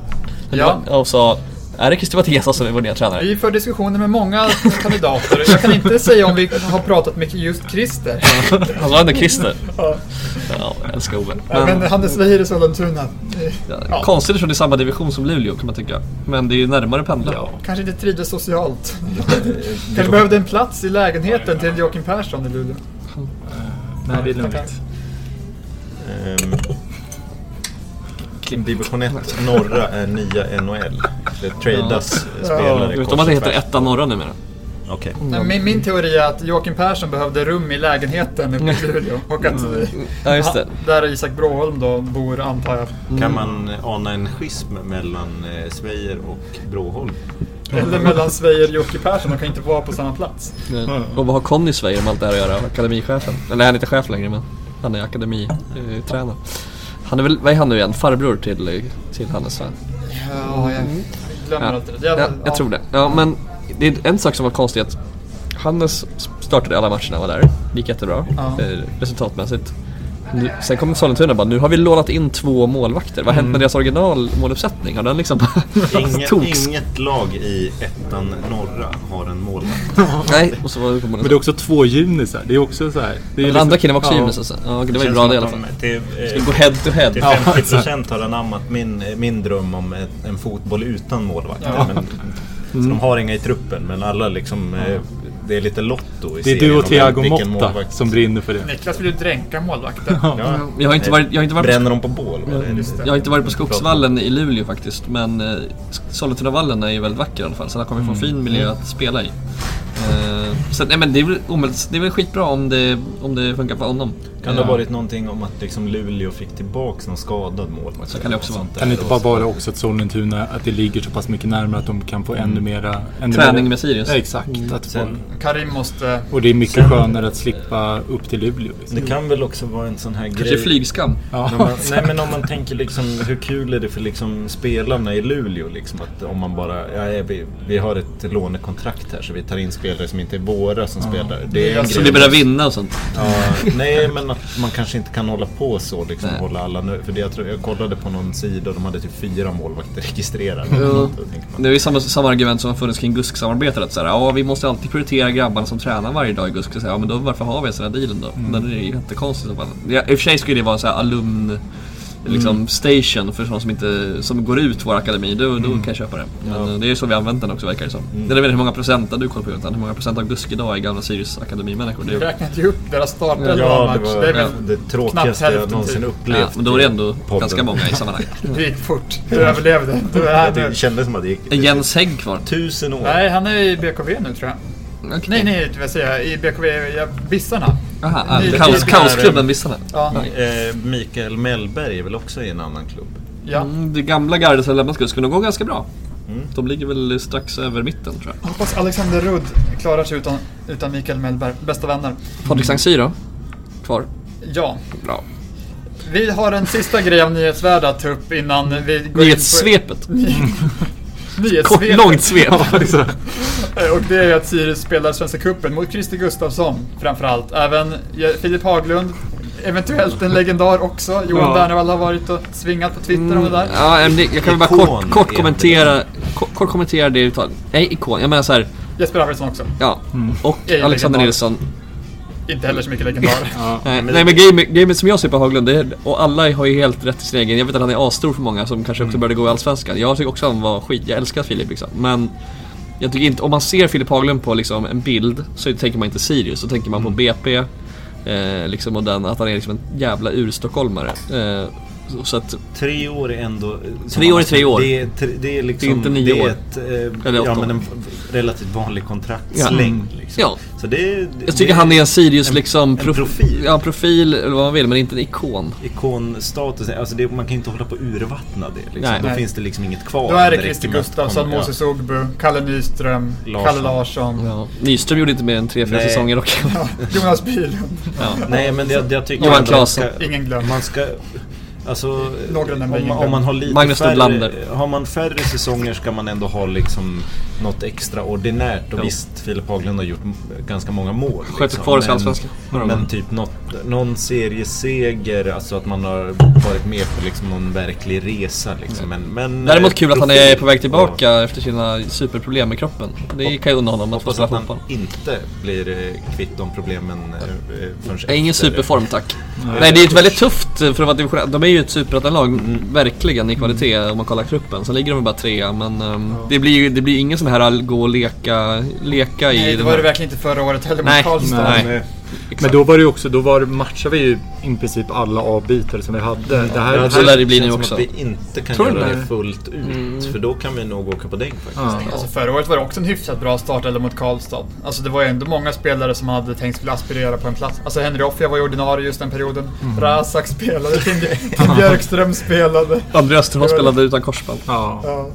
Speaker 4: Ja.
Speaker 1: Och sa, är det Christer Mattiasson som är vår nya tränare?
Speaker 4: Vi för diskussioner med många kandidater. Jag kan inte säga om vi har pratat med just Christer.
Speaker 1: Han sa ändå Christer. Ja, jag älskar Ove. Men,
Speaker 4: Men Hannes Weijer i Sollentuna. eh,
Speaker 1: ja. Konstigt eftersom det är samma division som Luleå kan man tycka. Men det är ju närmare Mm. pendla.
Speaker 4: Kanske inte trivdes socialt. Kanske behövde en plats i lägenheten till Joakim Persson i Luleå.
Speaker 2: Nej, det är lugnt.
Speaker 3: Ehm, Division 1 norra är nya NHL. Det tradas eh, spelare.
Speaker 1: Utom att det heter
Speaker 3: kors och tvärs.
Speaker 1: Etta Norra numera.
Speaker 3: Okej.
Speaker 4: Nej,
Speaker 1: Mm.
Speaker 4: Min, min teori är att Joakim Persson behövde rum i lägenheten uppe i Luleå. Och att,
Speaker 1: Mm. Ja, just det.
Speaker 4: Han- där Isak Bråholm då bor, antar jag.
Speaker 3: Kan man eh, ana en schism mellan eh, Svejer och Bråholm?
Speaker 1: Mm.
Speaker 4: Eller mellan Sveijer och Jocke Persson, de kan inte vara på samma plats.
Speaker 1: Mm. Och vad har Conny Sveijer med allt det här att göra? Akademichefen. Eller han är inte chef längre men han är akademitränare. Han är väl, vad är han nu igen? Farbror till, eh, till Hannes va?
Speaker 4: Ja, jag Mm. glömmer
Speaker 1: Ja,
Speaker 4: alltid det.
Speaker 1: jag, jag tror det. Ja, men det är en sak som var konstig att Hannes startade alla matcherna han var där. Gick jättebra
Speaker 4: Ja.
Speaker 1: eh, resultatmässigt. Nu, sen kom Sollentuna och bara, nu har vi lånat in två målvakter. Vad har hänt med deras originalmåluppsättning? Har den liksom
Speaker 3: Inget,
Speaker 1: toks?
Speaker 3: inget lag i ettan norra har en målvakt.
Speaker 1: Nej, och så var det på
Speaker 2: Men det är
Speaker 1: målet.
Speaker 2: också två junisar. Det är också så här. Det är
Speaker 1: Den
Speaker 2: liksom-
Speaker 1: andra killen var också
Speaker 2: Ja.
Speaker 1: Junis alltså. Ja, det var ju
Speaker 3: Känns
Speaker 1: bra
Speaker 3: som
Speaker 1: det i
Speaker 3: att
Speaker 1: alla
Speaker 3: de
Speaker 1: fall.
Speaker 3: Till,
Speaker 1: Vi
Speaker 3: eh,
Speaker 1: går head to head.
Speaker 3: till 50% har han ammat min, eh, min dröm om ett, en fotboll utan målvakter. Men, så de har inga i truppen, men alla liksom... eh, Det är lite lotto i
Speaker 2: Det är
Speaker 3: serien
Speaker 2: du och
Speaker 3: om
Speaker 2: Thiago
Speaker 3: vilken
Speaker 2: Motta
Speaker 3: målvakt-
Speaker 2: som brinner för det.
Speaker 4: Niklas vill ju dränka målvakten.
Speaker 3: Ja.
Speaker 1: Jag har inte varit, jag har inte varit på
Speaker 3: Bränner de på bål? va? Det är lite-
Speaker 1: Jag har inte varit på Skogsvallen i Luleå faktiskt, men eh, Sollentunavallen är ju väldigt vacker i alla fall, så där kommer vi få en fin miljö att spela i. Eh, så, nej, men det, är väl omöjligt, det är väl skitbra om det, om det funkar för honom.
Speaker 3: Kan det
Speaker 1: Eh,
Speaker 3: ha varit någonting om att liksom Luleå fick tillbaka någon skadad målvakt?
Speaker 1: Så kan det också vara.
Speaker 2: Kan det inte bara vara också att Sollentuna, att det ligger så pass mycket närmare att de kan få ännu mera... Ännu
Speaker 1: Träning
Speaker 2: mera-
Speaker 1: med Sirius.
Speaker 2: Ja, exakt. Att få,
Speaker 3: Mm. Sen-
Speaker 4: Karim måste...
Speaker 2: och det är mycket skönare att slippa upp till Luleå. Liksom.
Speaker 3: Det kan väl också vara en sån här
Speaker 1: Kanske
Speaker 3: grej...
Speaker 1: flygskam.
Speaker 3: När man, nej men om man tänker liksom hur kul är det för liksom spelarna i Luleå liksom att om man bara, ja, ja, vi, vi har ett lånekontrakt här så vi tar in spelare som inte är våra som spelar. Det är en
Speaker 1: Så
Speaker 3: grej.
Speaker 1: vi börjar vinna och sånt.
Speaker 3: Ja, nej men att man kanske inte kan hålla på så liksom
Speaker 1: Nej.
Speaker 3: hålla alla nu. För det jag, tror, jag kollade på någon sida och de hade typ fyra målvakter registrerade.
Speaker 1: Ja.
Speaker 3: Då tänker man,
Speaker 1: Det är ju samma, samma argument som har funnits kring GUSK-samarbetet. Att så här, ja, vi måste alltid prioritera grabbarna som tränar varje dag i GUSK. Så här, ja, men då, varför har vi ens den här dealen då? Den är ju jättekonstig. i så fall. Ja, I och för sig skulle det vara en så här alumn liksom, station för sådana som, inte, som går ut vår akademi, då, då kan jag köpa det. Men eh, det är ju så vi använt den också verkar det som. Jag vet inte hur många procent, har du koll på Jonathan, hur många procent av GUSK idag är gamla Sirius akademimänniskor? Det är-
Speaker 4: Vi räknade ju upp deras startelva
Speaker 3: Ja,
Speaker 4: match.
Speaker 3: det var
Speaker 4: Det är väl
Speaker 3: det,
Speaker 4: knappt
Speaker 3: tråkigaste
Speaker 4: hälften
Speaker 3: jag någonsin
Speaker 4: typ.
Speaker 1: Ja,
Speaker 3: upplevt.
Speaker 1: men då är det ändå
Speaker 3: podden.
Speaker 1: ganska många i sammanhanget.
Speaker 4: Det gick fort. Du överlevde. Du är här
Speaker 3: Jag tyckte-
Speaker 4: nu.
Speaker 3: Det kändes som att det gick
Speaker 1: Är Jens Hägg kvar?
Speaker 3: tusen år.
Speaker 4: Nej, han är i BKV nu tror jag.
Speaker 1: Okej.
Speaker 4: Nej, nej, jag säga i BKV, ja, Bissarna.
Speaker 1: Aha, ah,
Speaker 4: Ni-
Speaker 1: kaos,
Speaker 4: ni-
Speaker 1: kaosklubben Vissarna.
Speaker 4: Ja,
Speaker 3: Eh, Mikael Mellberg är väl också i en annan klubb?
Speaker 4: ja.
Speaker 1: Mm, det gamla gardet som lämnat skulle nog gå ganska bra. De ligger väl strax över mitten tror jag.
Speaker 4: Hoppas Alexander Rudd klarar sig utan, utan Mikael Mellberg. Bästa vänner.
Speaker 1: Patrik Sanxi då? Kvar?
Speaker 4: Ja,
Speaker 1: Bra.
Speaker 4: vi har en sista grej av nyhetsvärde att ta upp innan vi går in
Speaker 1: Nyhetssvepet.
Speaker 4: på...
Speaker 1: Kort,
Speaker 4: Nyhetssvep.
Speaker 1: långt svep.
Speaker 4: Och det är ju att Sirius spelar Svenska Cupen mot Christer Gustafsson framförallt. Även Filip Haglund, eventuellt en legendar också. Johan Bernvall har varit och svingat på Twitter om det där.
Speaker 1: Mm, ja, men det, jag kan väl bara
Speaker 3: Ikon
Speaker 1: kort, kort
Speaker 3: är
Speaker 1: kommentera kort, kort kommentera det uttalet. Nej, ikon. Jag menar så här,
Speaker 4: Jesper Arvidsson också.
Speaker 1: ja. Och
Speaker 4: Är ju
Speaker 1: Alexander
Speaker 4: legendar.
Speaker 1: Nilsson.
Speaker 4: Inte heller så mycket legendar.
Speaker 1: Nej, nej men game, gamet som jag ser på Haglund, det är, och alla har ju helt rätt i sin egen. Jag vet att han är asstor för många som kanske
Speaker 3: Mm.
Speaker 1: också började gå i Allsvenskan. Jag tycker också han var skit, jag älskar Filip liksom. Men jag tycker inte, om man ser Filip Haglund på liksom en bild så tänker man inte Sirius, då tänker man
Speaker 3: Mm.
Speaker 1: på BP. Eh, liksom och den, att han är liksom en jävla urstockholmare. Eh, så- så att,
Speaker 3: Tre år är ändå... eh,
Speaker 1: Tre år är tre år.
Speaker 3: Det är, tre- det är liksom...
Speaker 1: Det är inte nio
Speaker 3: det är
Speaker 1: år.
Speaker 3: Ett, eh,
Speaker 1: Eller åtta
Speaker 3: ja,
Speaker 1: år.
Speaker 3: men en f- relativt vanlig kontraktslängd. Liksom.
Speaker 1: ja.
Speaker 3: Så det, det,
Speaker 1: Jag tycker han är en Sirius
Speaker 3: en-
Speaker 1: liksom...
Speaker 3: en profil.
Speaker 1: Ja, profil eller vad man vill, men inte en ikon.
Speaker 3: Ikonstatus, alltså det, man kan ju inte hålla på och urvattna det. Liksom.
Speaker 1: Nej.
Speaker 3: Då
Speaker 4: Nej.
Speaker 3: finns det liksom inget kvar.
Speaker 4: Då är det
Speaker 3: räcker
Speaker 4: Christer
Speaker 3: med att
Speaker 4: Gustafsson,
Speaker 3: komma- ja.
Speaker 4: Moses Ogbu, Kalle Nyström,
Speaker 3: Larsson.
Speaker 4: Kalle Larsson,
Speaker 1: Ja. Nyström gjorde inte mer än tre fyra
Speaker 3: Nej.
Speaker 1: säsonger och...
Speaker 4: Jonas Bylund.
Speaker 3: Nej, men jag, jag tycker...
Speaker 1: Johan
Speaker 3: ändå man ska-
Speaker 1: Claesson.
Speaker 4: Ingen glömd.
Speaker 3: Man ska... Alltså,
Speaker 4: Några nämner
Speaker 3: om,
Speaker 4: ingen
Speaker 3: om man har lite
Speaker 1: Magnus
Speaker 3: färre,
Speaker 1: Nordlander.
Speaker 3: Har man färre säsonger ska man ändå ha liksom något extraordinärt. Och
Speaker 1: Ja.
Speaker 3: visst, Filip Haglund har gjort m- ganska många mål. liksom.
Speaker 1: Sköter kvar oss i
Speaker 3: men-
Speaker 1: Allsvenskan. Några gånger.
Speaker 3: Men typ något, någon serieseger, alltså att man har varit med på liksom någon verklig resa. Liksom. Men, men,
Speaker 1: Däremot
Speaker 3: eh,
Speaker 1: kul att han
Speaker 3: profil-
Speaker 1: är på väg tillbaka efter sina superproblem med kroppen. Det kan jag unna honom att få
Speaker 3: Hoppas
Speaker 1: spela
Speaker 3: att han
Speaker 1: fotboll.
Speaker 3: inte blir eh, kvitt de problemen eh, eh, förrän
Speaker 1: Nej, Ingen
Speaker 3: efter.
Speaker 1: superform tack. Nej det är ett väldigt tufft för att vara division ett. De är ju ett superettanlag, verkligen i kvalitet om man kollar truppen. Sen ligger de ju bara trea men ehm, det, blir ju, det blir ingen sån här all- gå och leka, leka i...
Speaker 4: Nej, det
Speaker 1: den
Speaker 4: var
Speaker 1: här-
Speaker 4: det verkligen inte förra året heller
Speaker 1: Nej,
Speaker 4: mot Karlstad.
Speaker 1: nej.
Speaker 3: Men, eh,
Speaker 2: Men då var det ju också, då var, det- matchade vi ju i princip alla avbytare som vi hade. Det här,
Speaker 1: Ja,
Speaker 2: det
Speaker 1: så
Speaker 2: här
Speaker 1: lär det bli nu
Speaker 3: känns som
Speaker 1: också.
Speaker 3: att vi inte kan
Speaker 2: Tror du
Speaker 3: göra
Speaker 2: det?
Speaker 3: det Mm. fullt ut. För då kan vi nog åka på däng faktiskt.
Speaker 2: Ja.
Speaker 4: Alltså förra året var det också en hyfsat bra start eller mot Karlstad. Alltså det var ju ändå många spelare som hade tänkt skulle aspirera på en plats. Alltså Henry Offia var ju ordinarie just den perioden. Razak spelade, Tim, Tim Björkström spelade.
Speaker 1: André Österholm spelade utan korsband.
Speaker 2: ja.
Speaker 4: Ja.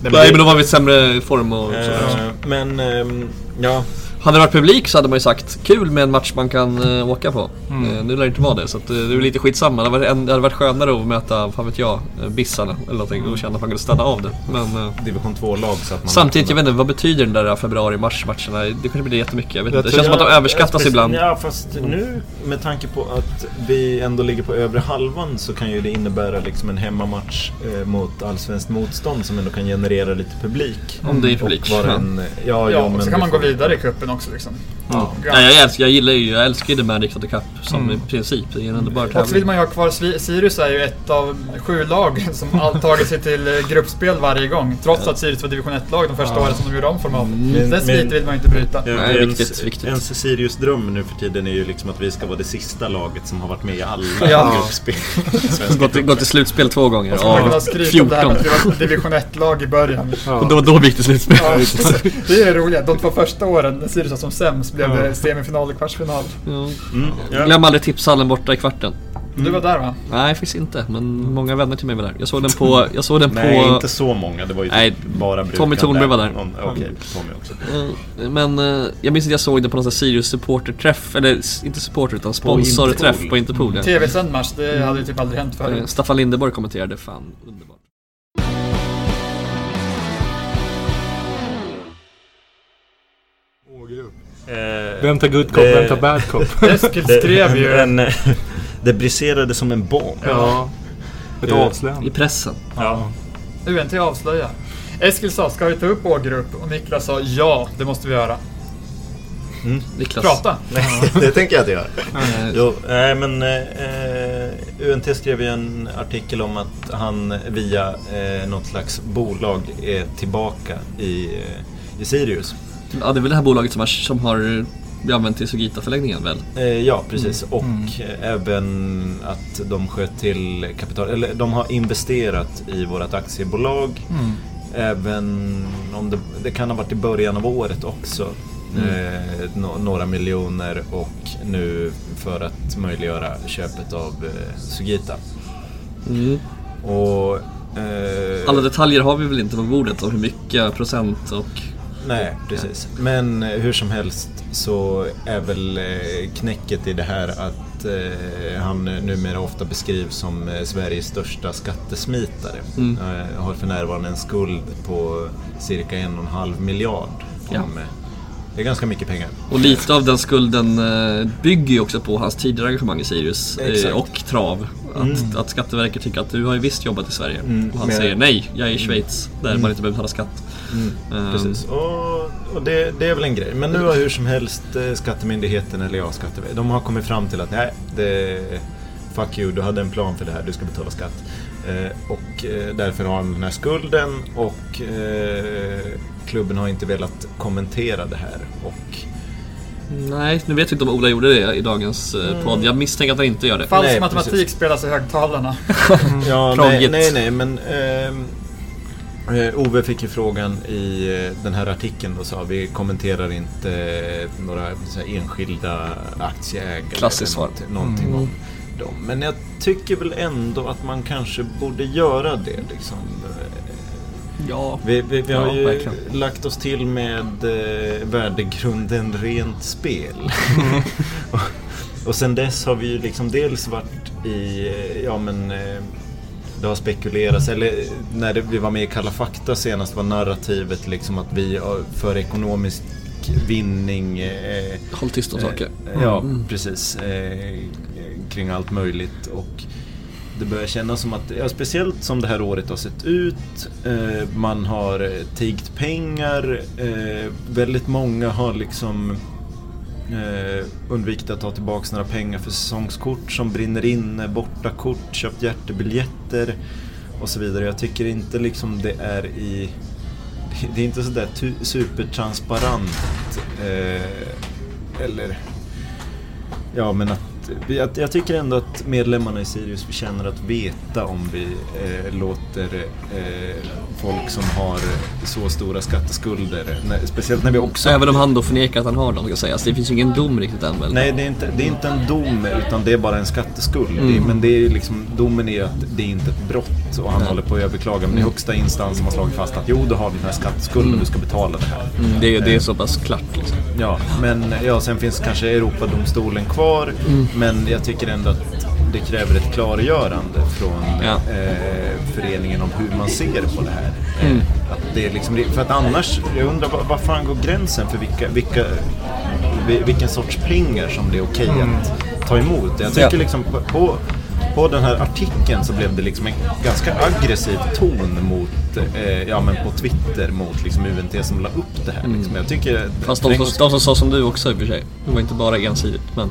Speaker 2: Nej,
Speaker 1: Nej men
Speaker 2: men
Speaker 1: då var vi i sämre form och så.
Speaker 3: Eh, men ehm, ja,
Speaker 1: Hade det varit publik så hade man ju sagt kul med en match man kan eh, åka på. Eh, nu lär det inte vara det så att, eh, det är väl lite skitsamma. Det hade, varit en, det hade varit skönare att möta, fan vet jag, eh, Bissarna eller någonting och känna att man kunde städa av det. Men, eh,
Speaker 3: division 2-lag så att man...
Speaker 1: Samtidigt, jag vet inte, vad betyder den där februari-mars-matcherna? Det kanske blir jättemycket, jag vet inte. Det
Speaker 3: tror
Speaker 1: känns som att
Speaker 3: jag-
Speaker 1: de överskattas
Speaker 3: jag-
Speaker 1: ibland.
Speaker 3: Ja, fast nu med tanke på att vi ändå ligger på övre halvan så kan ju det innebära liksom en hemmamatch eh, mot allsvenskt motstånd som ändå kan generera lite publik.
Speaker 1: Om det är publik.
Speaker 3: Och vara
Speaker 1: Ja.
Speaker 3: en, ja,
Speaker 4: Ja,
Speaker 3: ja,
Speaker 4: och
Speaker 3: men
Speaker 4: så
Speaker 3: vi
Speaker 4: kan man gå
Speaker 3: får-
Speaker 4: vidare i cupen också liksom. Ja.
Speaker 1: Nej, jag, älskar, jag gillar ju, jag älskar ju det med Riksdagen Cup som i princip det är en underbar
Speaker 4: Och så vill
Speaker 1: tävling.
Speaker 4: man ju ha kvar Svi- Sirius är ju ett av sju lag som all- tagit sig till eh, gruppspel varje gång. Trots att Sirius var division 1-lag de första åren som de gjorde om format.
Speaker 3: Men-
Speaker 4: Den sviten
Speaker 3: men-
Speaker 4: vill man ju inte bryta.
Speaker 3: Ja,
Speaker 1: Nej,
Speaker 3: ens-
Speaker 1: viktigt, viktigt.
Speaker 3: Ens Sirius dröm nu för tiden är ju liksom att vi ska vara det sista laget som har varit med i alla
Speaker 4: Ja.
Speaker 3: gruppspel.
Speaker 1: Gått till, gått till slutspel två gånger
Speaker 4: Och så har man
Speaker 1: av
Speaker 4: kunnat skryta om det här med
Speaker 1: 14.
Speaker 4: att vi var ett division 1-lag i början.
Speaker 1: Och då, då gick det slutspel.
Speaker 4: Ja, det är ju roligt. De två första åren när Sirius var som sämst blev det semifinal och kvartsfinal.
Speaker 1: Ja.
Speaker 3: Mm, ja.
Speaker 1: Glöm aldrig tipshallen borta i kvarten.
Speaker 3: Mm.
Speaker 4: Du var där va?
Speaker 1: Nej, faktiskt inte. Men många vänner till mig var där. Jag såg den på... Jag såg den
Speaker 3: Nej,
Speaker 1: på
Speaker 3: inte så många. Det var ju
Speaker 1: Nej,
Speaker 3: typ bara brukarna
Speaker 1: Tommy Tornberg var där. Mm.
Speaker 3: Någon- Okej, Tommy också.
Speaker 1: eh, men eh, jag minns att jag såg den på någon sån här Sirius supporterträff, eller s- inte supporter utan sponsorträff
Speaker 3: Interpol.
Speaker 1: på Interpol. ja.
Speaker 4: Tv-sänd match,
Speaker 3: Mm.
Speaker 4: det hade ju typ aldrig hänt
Speaker 1: Eh,
Speaker 4: förut.
Speaker 1: Staffan Lindeborg kommenterade, fan underbart.
Speaker 3: Eh,
Speaker 2: Vem tar good cop, vem tar bad cop?
Speaker 3: Mm.
Speaker 4: Eskil skrev ju...
Speaker 3: en, eh, det briserade som en bomb.
Speaker 2: Ja. Ett
Speaker 3: Eh,
Speaker 1: I
Speaker 2: avslöjande.
Speaker 1: pressen.
Speaker 4: UNT avslöja. Eskil sa, ska vi ta upp Ågrup? Och Niklas sa, ja, det måste vi göra.
Speaker 1: Niklas.
Speaker 4: Prata!
Speaker 3: det tänker jag att jag gör.
Speaker 1: Eh,
Speaker 3: Jo, nej men... Eh, eh, eh, UNT skrev ju en artikel om att han via eh, något slags bolag är tillbaka i, eh, i Sirius.
Speaker 1: Ja, det är väl det här bolaget som har, som har eh, vi använt till Sugita-förlängningen väl?
Speaker 3: Eh, ja, precis. Och eh, även att de sköt till kapital, eller de har investerat i vårt aktiebolag. Även om det, det kan ha varit i början av året också. Eh, no, några miljoner och nu för att möjliggöra köpet av eh, Sugita. Mm. Och... Eh,
Speaker 1: Alla detaljer har vi väl inte på bordet om hur mycket procent och...
Speaker 3: Nej, precis. Men eh, hur som helst så är väl eh, knäcket i det här att eh, han numera ofta beskrivs som eh, Sveriges största skattesmitare.
Speaker 1: Mm.
Speaker 3: Eh, har för närvarande en skuld på cirka en och en halv miljard. Om,
Speaker 1: Ja.
Speaker 3: eh, Det är ganska mycket pengar.
Speaker 1: Och lite av den skulden eh, bygger ju också på hans tidigare engagemang i Sirius eh,
Speaker 3: Exakt. Mm.
Speaker 1: och trav. Att, att Skatteverket tycker att du har ju visst jobbat i Sverige. och han
Speaker 3: men-
Speaker 1: säger nej, jag är i Schweiz där man inte behöver betala skatt. Ehm,
Speaker 3: Mm. Precis. Och, och det, det är väl en grej. Men nu har hur som helst eh, Skattemyndigheten, eller ja, Skatteverket, de har kommit fram till att nej, det, fuck you, du hade en plan för det här, du ska betala skatt. Eh, och eh, därför har han den här skulden och eh, klubben har inte velat kommentera det här. Och,
Speaker 1: Nej, nu vet vi inte om Ola gjorde det i dagens eh,
Speaker 3: Mm.
Speaker 1: podd. Jag misstänker att han inte gör det.
Speaker 4: Falsk
Speaker 3: Nej,
Speaker 4: matematik
Speaker 3: precis.
Speaker 4: spelas i högtalarna.
Speaker 3: ja, nej,
Speaker 1: Krångligt.
Speaker 3: nej, nej, men ehm, eh, Ove fick ju frågan i eh, den här artikeln och sa vi kommenterar inte eh, några så här, enskilda aktieägare.
Speaker 1: Klassiskt
Speaker 3: eller
Speaker 1: svar.
Speaker 3: någonting- Någonting om dem. Men jag tycker väl ändå att man kanske borde göra det. Liksom. Eh,
Speaker 1: Ja.
Speaker 3: Vi, vi, vi har
Speaker 1: Ja,
Speaker 3: ju
Speaker 1: verkligen.
Speaker 3: lagt oss till med eh, värdegrunden rent spel. och, och sen dess har vi ju liksom dels varit i, eh, ja men eh, det har spekulerats, eller eh, när det, vi var med i Kalla fakta senast var narrativet liksom att vi eh, för ekonomisk vinning eh,
Speaker 1: Håll tyst om saker.
Speaker 3: Eh, Ja, precis. Eh, kring allt möjligt. Och det börjar kännas som att, ja, speciellt som det här året har sett ut, eh, man har eh, tiggt pengar, eh, väldigt många har liksom eh, undvikit att ta tillbaka några pengar för säsongskort som brinner inne, bortakort, köpt hjärtebiljetter och så vidare. Jag tycker inte liksom det är i... Det är inte sådär tu- supertransparent. Eh, eller... Ja, men att... Jag, jag tycker ändå att medlemmarna i Sirius förtjänar att veta om vi eh, låter eh, folk som har så stora skatteskulder, när, speciellt när vi också
Speaker 1: Så även om han då förnekar att han har dem, ska sägas. Det finns ju ingen dom riktigt än väl?
Speaker 3: Nej, det är, inte, det är inte en dom utan det är bara en skatteskuld. Det är- Men det är ju liksom, domen är ju att det är inte ett brott och han håller på att överklaga. Men det är högsta instans som har slagit fast att jo, du har den här skatteskulden du ska betala det här.
Speaker 1: Mm, det, är, det är så pass klart liksom.
Speaker 3: Ja, men ja, sen finns kanske Europadomstolen kvar.
Speaker 1: Mm.
Speaker 3: Men jag tycker ändå att det kräver ett klargörande från
Speaker 1: Ja.
Speaker 3: eh, föreningen om hur man ser på det här.
Speaker 1: Mm.
Speaker 3: Eh, Att det är liksom, för att annars, jag undrar vad, vad fan går gränsen för vilka, vilka, vi- vilken sorts pengar som det är okej att ta emot? Jag tycker
Speaker 1: Mm. Ja.
Speaker 3: liksom på- på, på den här artikeln så blev det liksom en ganska aggressiv ton mot, eh, ja men på Twitter mot liksom UNT som la upp det här. Liksom. Jag tycker
Speaker 1: Mm. Fast de som, de som sa som du också i och för sig. Det var inte bara ensidigt men...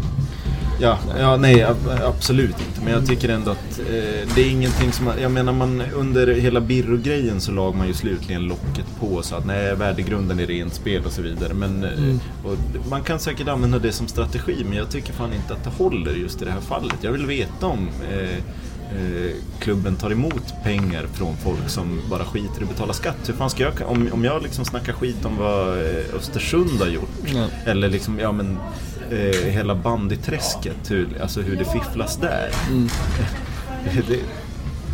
Speaker 3: Ja, ja nej ab- absolut inte. Men jag tycker ändå att eh, det är ingenting som... Jag menar man, under hela Birro-grejen så lag man ju slutligen locket på så att nej, värdegrunden är rent spel och så vidare. Men, eh, och, man kan säkert använda det som strategi men jag tycker fan inte att det håller just i det här fallet. Jag vill veta om eh, eh, klubben tar emot pengar från folk som bara skiter i att betala skatt. Hur fan ska jag, om, om jag liksom snackar skit om vad eh, Östersund har gjort
Speaker 1: Ja.
Speaker 3: eller liksom, ja men eh, hela bandyträsket, hur, alltså hur det fifflas där. det,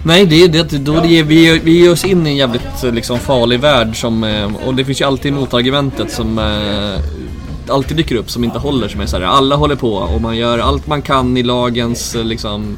Speaker 1: Nej, det är det att då det ger, vi, vi ger oss in i en jävligt eh, liksom, farlig värld som... eh, Och det finns ju alltid motargumentet som eh, alltid dyker upp som inte håller. Som är såhär, alla håller på och man gör allt man kan i lagens eh, liksom...
Speaker 3: Mm.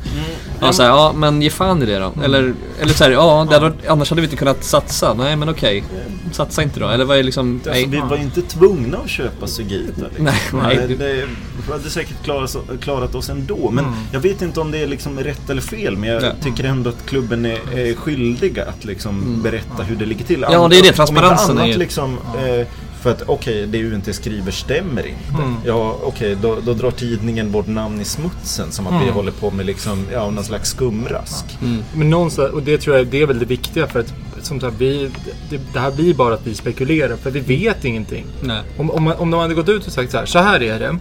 Speaker 1: Ja, så här, ja men ge fan i det då. Eller, eller såhär, ja det hade, varit- annars hade vi inte kunnat satsa. Nej men okej, satsa inte då. Eller vad är liksom...
Speaker 3: alltså,
Speaker 1: Nej.
Speaker 3: vi var ju inte tvungna att köpa Sugita. Liksom.
Speaker 1: Nej, nej.
Speaker 3: Det, det, vi hade säkert klarat, klarat oss ändå. Men
Speaker 1: Mm.
Speaker 3: jag vet inte om det är liksom rätt eller fel. Men jag
Speaker 1: Nej.
Speaker 3: tycker ändå att klubben är, är skyldiga att liksom berätta hur det ligger till.
Speaker 1: Mm. Ja, det är det.
Speaker 3: Om inte
Speaker 1: Transparensen är
Speaker 3: annat
Speaker 1: ju-
Speaker 3: liksom, eh, För att okej, det UNT skriver stämmer inte.
Speaker 1: Mm.
Speaker 3: Ja, okej, då, då drar tidningen vårt namn i smutsen som att
Speaker 1: Mm.
Speaker 3: vi håller på med liksom, ja, någon slags skumrask.
Speaker 2: Men någonstans, och det tror jag det är väl det viktiga för att som sagt, vi, det, det här blir bara att vi spekulerar för vi vet ingenting.
Speaker 1: Nej.
Speaker 2: Om, om, man- om de hade gått ut och sagt så här, så här är det.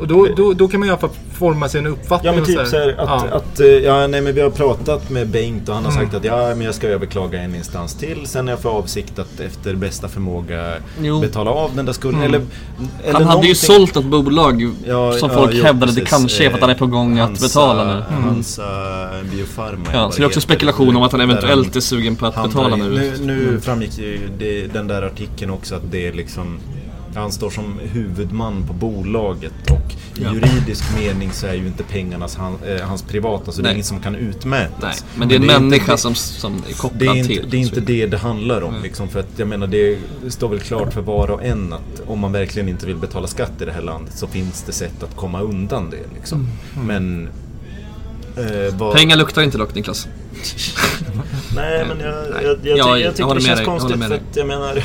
Speaker 2: Och då, då, då kan man i alla fall forma sin uppfattning.
Speaker 3: Ja men
Speaker 2: och
Speaker 3: typ så här, att,
Speaker 2: ja.
Speaker 3: att eh, ja, nej, men vi har pratat med Bengt och han
Speaker 1: Mm.
Speaker 3: har sagt att ja, men jag ska överklaga en instans till. Sen är jag för avsikt att efter bästa förmåga
Speaker 1: Jo. Mm.
Speaker 3: betala av den där skulden. Eller,
Speaker 1: Han
Speaker 3: eller
Speaker 1: hade ju
Speaker 3: någonting.
Speaker 1: sålt ett bolag
Speaker 3: Ja,
Speaker 1: som
Speaker 3: ja,
Speaker 1: folk
Speaker 3: jo,
Speaker 1: hävdade det
Speaker 3: precis. eh,
Speaker 1: kanske är för att han är på gång att
Speaker 3: Hansa-
Speaker 1: betala nu. Mm.
Speaker 3: Hansa Biofarma. eller
Speaker 1: Ja,
Speaker 3: vad
Speaker 1: så det är också
Speaker 3: heter.
Speaker 1: spekulation om att han
Speaker 3: Där
Speaker 1: eventuellt är sugen på att
Speaker 3: han
Speaker 1: betala
Speaker 3: tar in-
Speaker 1: nu. Mm.
Speaker 3: Nu, framgick ju det, den där artikeln också att det är liksom han står som huvudman på bolaget och i juridisk mening så är ju inte pengarnas han, eh, hans privata så det
Speaker 1: Nej.
Speaker 3: är inget som kan
Speaker 1: Nej,
Speaker 3: utmätas.
Speaker 1: men det är en
Speaker 3: inte-
Speaker 1: människa som, som är kopplad
Speaker 3: det är, inte,
Speaker 1: till. Mm.
Speaker 3: det är inte det det handlar om. Liksom, för att, jag menar, det står väl klart för var och en att om man verkligen inte vill betala skatt i det här landet så finns det sätt att komma undan det. Liksom.
Speaker 1: Mm.
Speaker 3: Men... Eh, vad,
Speaker 1: Pengar luktar inte dock Niklas.
Speaker 3: Mm. Nej, men jag,
Speaker 1: Nej.
Speaker 3: jag, jag,
Speaker 1: Ja,
Speaker 3: tycker-
Speaker 1: jag
Speaker 3: jag tycker
Speaker 1: håller
Speaker 3: det
Speaker 1: med
Speaker 3: känns
Speaker 1: dig, jag håller
Speaker 3: konstigt
Speaker 1: med
Speaker 3: för att jag menar...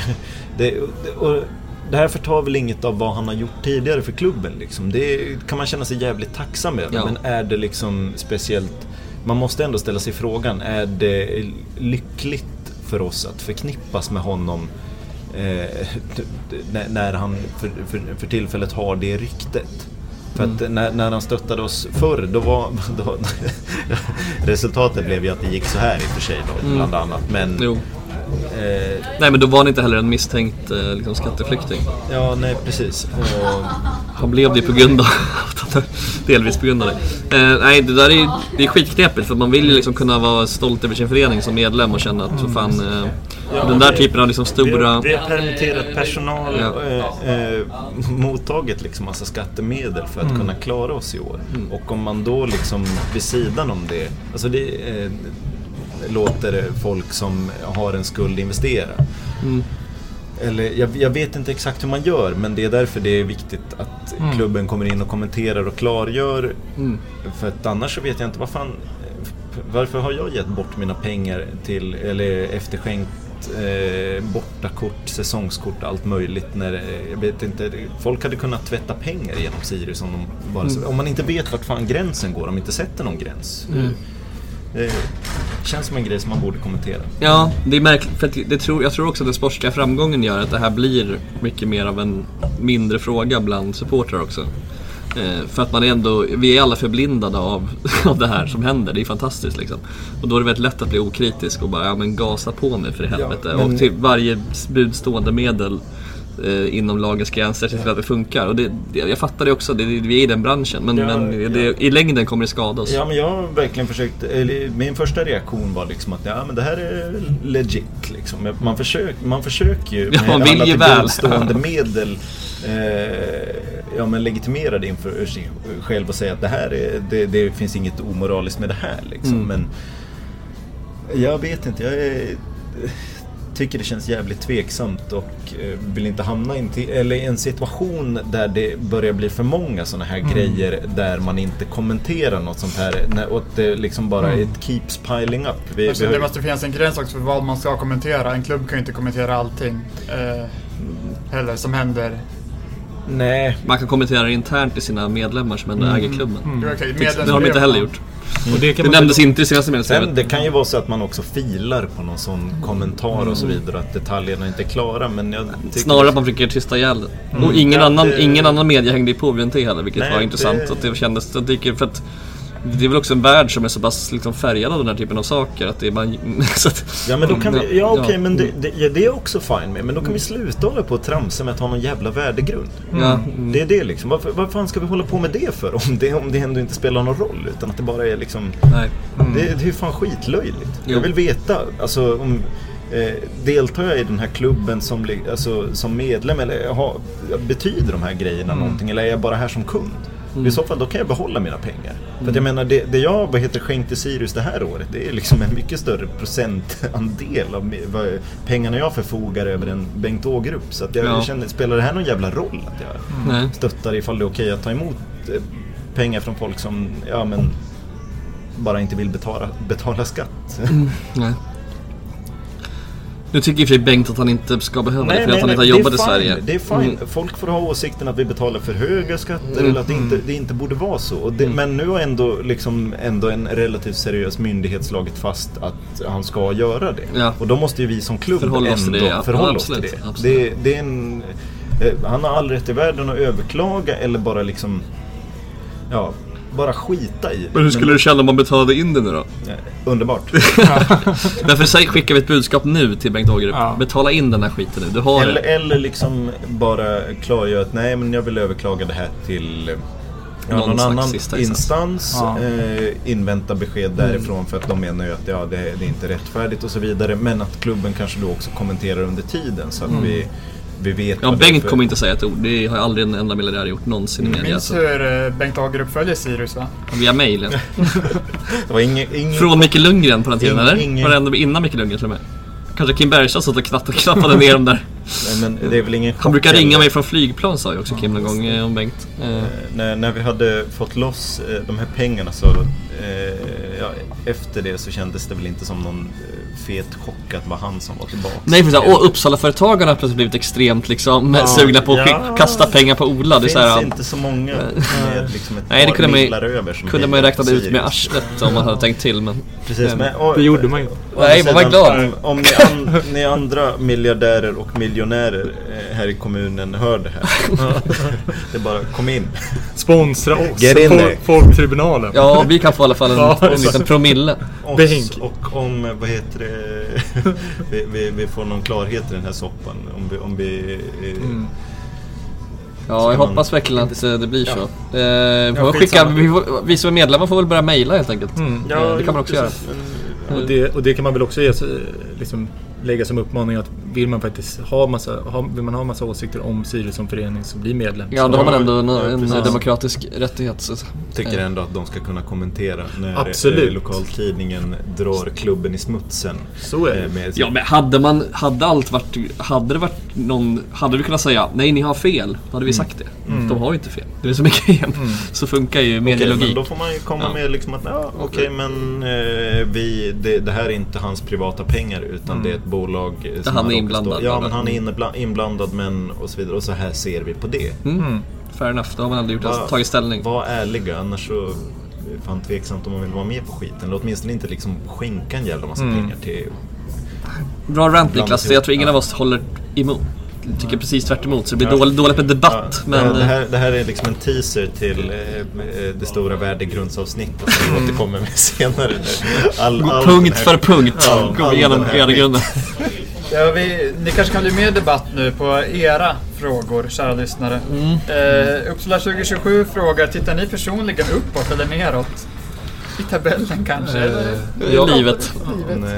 Speaker 3: Det, det, och det här förtar väl inget av vad han har gjort tidigare för klubben liksom. Det kan man känna sig jävligt tacksam över.
Speaker 1: Ja.
Speaker 3: Men är det liksom speciellt... Man måste ändå ställa sig frågan, är det lyckligt för oss att förknippas med honom eh, d- d- när- när han för, för, för tillfället har det ryktet? För att när, när han stöttade oss förr, då var... Då, resultatet blev ju att det gick så här i och för sig då, bland annat. Men...
Speaker 1: Jo.
Speaker 3: Eh,
Speaker 1: Nej men då var han inte heller en misstänkt eh, liksom, skatteflykting.
Speaker 3: ja, nej precis. Och,
Speaker 1: Han blev det på grund av Delvis på grund av det. Eh, nej, det där är, det är skitknepigt för man vill ju liksom kunna vara stolt över sin förening som medlem och känna att fan, eh, den där typen av liksom
Speaker 3: vi,
Speaker 1: stora...
Speaker 3: har, vi har permitterat personal
Speaker 1: Ja.
Speaker 3: eh, eh, mottagit liksom massa skattemedel för att
Speaker 1: Mm.
Speaker 3: kunna klara oss i år. Och om man då liksom vid sidan om det, alltså det eh, låter folk som har en skuld investera.
Speaker 1: Mm.
Speaker 3: Eller, jag, jag vet inte exakt hur man gör men det är därför det är viktigt att
Speaker 1: Mm.
Speaker 3: klubben kommer in och kommenterar och klargör. För att annars så vet jag inte vad fan, varför har jag gett bort mina pengar till, eller efterskänkt eh, bortakort, säsongskort, allt möjligt. När, eh, jag vet inte, folk hade kunnat tvätta pengar genom Sirius om, de bara, om man inte vet vart fan gränsen går, om man inte sätter någon gräns. Det känns som en grej som man borde kommentera.
Speaker 1: Ja, det är märkligt. För att det tror, jag tror också att den sportsliga framgången gör att det här blir mycket mer av en mindre fråga bland supportrar också. Eh, för att man är ändå, vi är alla förblindade av, av det här som händer. Det är fantastiskt liksom. Och då är det väldigt lätt att bli okritisk och bara, ja men gasa på nu för i helvete. Och till varje budstående medel eh, inom lagens gränser se till att det funkar. Och det, det, jag fattar det också, det, det- vi är i den branschen. Men, men det, i längden kommer det skada oss.
Speaker 3: Alltså, Ja, men jag har verkligen försökt. Eller, min första reaktion var liksom att ja, men det här är legit. Liksom. Man, försöker, man försöker ju
Speaker 1: Ja, man vill ju
Speaker 3: till
Speaker 1: väl.
Speaker 3: buds stående medel eh, ja, men legitimera det inför sig själv och säga att det, här är, det, det finns inget omoraliskt med det här. Liksom.
Speaker 1: Mm.
Speaker 3: Men jag vet inte. Jag är, tycker det känns jävligt tveksamt och eh, vill inte hamna in till, eller i en situation där det börjar bli för många sådana här
Speaker 1: Mm.
Speaker 3: grejer där man inte kommenterar något sånt här när- och att det liksom bara
Speaker 1: Mm.
Speaker 3: it keeps piling up. Vi, vi
Speaker 4: Eftersom Alltså, det
Speaker 3: har,
Speaker 4: måste finnas en gräns också för vad man ska kommentera. En klubb kan ju inte kommentera allting eh, heller som händer.
Speaker 3: nej,
Speaker 1: Man kan kommentera det internt till sina medlemmar som ändå äger klubben.
Speaker 4: Mm. Okay,
Speaker 1: Det har de inte heller gjort.
Speaker 2: Och det kan
Speaker 1: Det
Speaker 2: man
Speaker 1: nämndes inte i senaste
Speaker 3: Sen,
Speaker 1: medlemsbrevet.
Speaker 3: det kan ju vara så att man också filar på någon
Speaker 1: Mm.
Speaker 3: sån kommentar och så vidare att detaljerna inte är klara men jag tycker
Speaker 1: Snarare att man försöker tysta ihjäl det. Och ingen,
Speaker 3: Mm. Ja,
Speaker 1: annan,
Speaker 3: det-
Speaker 1: ingen annan media hängde ju på VNT heller, vilket
Speaker 3: Nej,
Speaker 1: var intressant.
Speaker 3: det-
Speaker 1: Att det kändes, jag tycker, för att det är väl också en värld som är så pass liksom, färgad av den här typen av saker. Att det är man, så att, Mm.
Speaker 3: Ja men då kan vi, ja okej
Speaker 1: Ja.
Speaker 3: men det, det, ja, det är jag också fine med men då kan vi sluta hålla på och tramsa med att ha någon jävla värdegrund.
Speaker 1: Ja,
Speaker 3: Det är det liksom, varför, vad fan ska vi hålla på med det för om det, om det ändå inte spelar någon roll utan att det bara är liksom
Speaker 1: nej.
Speaker 3: Det, det är ju fan skitlöjligt.
Speaker 1: Mm. Jo.
Speaker 3: Jag vill veta, alltså om eh, deltar jag i den här klubben som, li- alltså, som medlem eller har, betyder de här grejerna
Speaker 1: Mm.
Speaker 3: någonting eller är jag bara här som kund? I så fall då kan jag behålla mina pengar. För att
Speaker 1: Mm.
Speaker 3: jag menar det, det jag vad heter skänkt till Sirius det här året det är liksom en mycket större procentandel av mi- vad, pengarna jag förfogar över än Bengt Ågrup. Så att jag
Speaker 1: Ja. Mm.
Speaker 3: känner, spelar det här någon jävla roll att jag
Speaker 1: nej.
Speaker 3: stöttar ifall det är okej att ta emot eh, pengar från folk som ja, men, bara inte vill betala, betala skatt.
Speaker 1: nej. Nu tycker i och för sig Bengt att han inte ska behöva det för att han inte har
Speaker 3: det är
Speaker 1: jobbat i
Speaker 3: fine,
Speaker 1: Sverige. Mm.
Speaker 3: Det är fine. Folk får ha åsikten att vi betalar för höga skatter eller att det inte,
Speaker 1: Mm.
Speaker 3: det inte borde vara så. Och det, Men nu har ändå, liksom, ändå en relativt seriös myndighet slagit fast att han ska göra det.
Speaker 1: Ja.
Speaker 3: Och då måste ju vi som klubb
Speaker 1: Förhålla oss till
Speaker 3: ändå
Speaker 1: det, ja.
Speaker 3: förhålla
Speaker 1: Ja,
Speaker 3: oss till
Speaker 1: absolut,
Speaker 3: det.
Speaker 1: absolut.
Speaker 3: det, det är en, eh, han har all rätt i världen att överklaga eller bara liksom, ja, bara skita i det.
Speaker 1: Men hur skulle du känna om man betalade in det nu då?
Speaker 3: Underbart.
Speaker 1: Därför säg, skickar vi ett budskap nu till Bengt Ågerup.
Speaker 2: Ja.
Speaker 1: Betala in den här skiten nu, du har
Speaker 3: Eller,
Speaker 1: det.
Speaker 3: eller liksom bara klargöra att nej men jag vill överklaga det här till eh, ja,
Speaker 1: Någon
Speaker 3: någon,
Speaker 1: slags
Speaker 3: annan
Speaker 1: sista instans. Mm.
Speaker 3: instans.
Speaker 2: Ja.
Speaker 3: Eh, invänta besked därifrån för att de menar ju att ja, det, det är inte rättfärdigt och så vidare. Men att klubben kanske då också kommenterar under tiden så att vi, vi vet.
Speaker 1: Mm. Ja,
Speaker 3: vad det är
Speaker 1: Bengt
Speaker 3: för-
Speaker 1: kommer inte säga ett ord. Det har aldrig en enda miljardär gjort någonsin i media.
Speaker 3: alltså-
Speaker 4: Minns
Speaker 1: Så,
Speaker 4: hur eh, Bengt Agerup följer Sirius va?
Speaker 1: via mejlen.
Speaker 3: Det var ingen, ingen,
Speaker 1: Från Micke Lundgren på den tiden,
Speaker 3: Ingen-
Speaker 1: eller?
Speaker 3: ingen-
Speaker 1: Var det ändå innan Micke Lundgren till och med? Kanske Kim Bergstrand satt och knapp- knappade ner dem där.
Speaker 3: nej, men det är väl ingen
Speaker 1: Han brukar
Speaker 3: chock
Speaker 1: ringa
Speaker 3: heller.
Speaker 1: mig från flygplan sa ju också Kim någon gång eh, om Bengt. Eh,
Speaker 3: När, när vi hade fått loss eh, de här pengarna så eh, ja, efter det så kändes det väl inte som någon eh, fet chock att det var han som var tillbaka.
Speaker 1: Nej precis, och Uppsalaföretagarna har plötsligt blivit extremt liksom sugna på att
Speaker 3: Ja.
Speaker 1: kasta pengar på Ola. Det är
Speaker 3: finns
Speaker 1: så här,
Speaker 3: inte så många med liksom ett
Speaker 1: Nej, det
Speaker 3: par
Speaker 1: kunde man ju-
Speaker 3: millar över som
Speaker 1: kunde
Speaker 3: blir
Speaker 1: man ju räkna ut med
Speaker 3: Sirius.
Speaker 1: arslet om man hade tänkt till men...
Speaker 3: Precis, men,
Speaker 2: Det gjorde man ju.
Speaker 1: Nej, man var glad.
Speaker 3: Om, eh, om ni, an, ni andra miljardärer och miljonärer eh, här i kommunen hör det här. det är bara, kom in.
Speaker 2: Sponsra oss.
Speaker 3: Get in
Speaker 2: Fol-
Speaker 3: there.
Speaker 2: Folktribunalen.
Speaker 1: Ja, vi kan få i alla fall en,
Speaker 2: Ja,
Speaker 1: en liten promille.
Speaker 3: Oss
Speaker 2: Behink.
Speaker 3: och om, eh, vad heter det, vi, vi, vi får någon klarhet i den här soppan. Om vi, om vi eh,
Speaker 2: Mm.
Speaker 1: Ja, jag
Speaker 3: man-
Speaker 1: hoppas verkligen att eh, det blir så. Eh, vi, får
Speaker 3: Ja,
Speaker 1: skicka,
Speaker 3: skitsamma.
Speaker 1: vi, får, vi som är medlemmar får väl börja mejla helt enkelt. eh, det kan man också göra.
Speaker 2: Och det, och det kan man väl också ge, sig- liksom, lägga som uppmaning att vill man faktiskt ha massa, ha, vill man ha massa åsikter om Sirius som förening så bli medlem.
Speaker 1: Ja, då har man ändå en,
Speaker 3: Ja,
Speaker 1: en
Speaker 3: precis.
Speaker 1: demokratisk rättighet. Så.
Speaker 3: Tycker ändå att de ska kunna kommentera när
Speaker 2: Absolut.
Speaker 3: eh, lokaltidningen drar klubben i smutsen.
Speaker 2: Så är det.
Speaker 3: Eh, Med
Speaker 1: Ja, men hade man, hade allt varit, hade det varit någon, hade vi kunnat säga nej ni har fel, då hade vi sagt det. De har ju inte fel. Det är så mycket igen. Så funkar ju
Speaker 3: Okej,
Speaker 1: medielogik.
Speaker 3: men då får man ju komma
Speaker 1: Ja.
Speaker 3: med liksom att ja, okej men eh, vi, det, det här är inte hans privata pengar utan det är ett bolag eh, som
Speaker 1: Mm. han är
Speaker 3: råkar
Speaker 1: inblandad,
Speaker 3: stå- Ja
Speaker 1: eller? Mm.
Speaker 3: men han är inbla- inblandad men och så vidare och så här ser vi på det.
Speaker 1: Mm. Fair enough, då har man aldrig gjort
Speaker 3: Va-
Speaker 1: tagit ställning.
Speaker 3: Var ärliga annars så är fan tveksamt om man vill vara med på skiten. Eller åtminstone inte liksom skänka en jävla
Speaker 1: Mm.
Speaker 3: massa pengar till
Speaker 1: Bra rant Niklas,
Speaker 3: Blandat
Speaker 1: jag tror ingen
Speaker 3: ihop.
Speaker 1: av oss håller emot. Tycker precis tvärt emot, så det blir dåligt, dåligt med debatt.
Speaker 3: Ja,
Speaker 1: men
Speaker 3: det,
Speaker 1: eh,
Speaker 3: här, det här är liksom en teaser till eh, eh, det stora värdegrundsavsnittet som vi återkommer med senare. nu. All, all den
Speaker 1: punkt
Speaker 3: här-
Speaker 1: för punkt
Speaker 3: Ja,
Speaker 1: går
Speaker 3: all
Speaker 1: vi igenom
Speaker 3: den här
Speaker 1: värdegrunden.
Speaker 4: Ja, vi, ni kanske kan bli med i debatt nu på era frågor, kära lyssnare. Eh, Uppsala 2027 frågar, tittar ni personligen uppåt eller neråt? I tabellen kanske? eller?
Speaker 1: I livet.
Speaker 3: skiten, eh,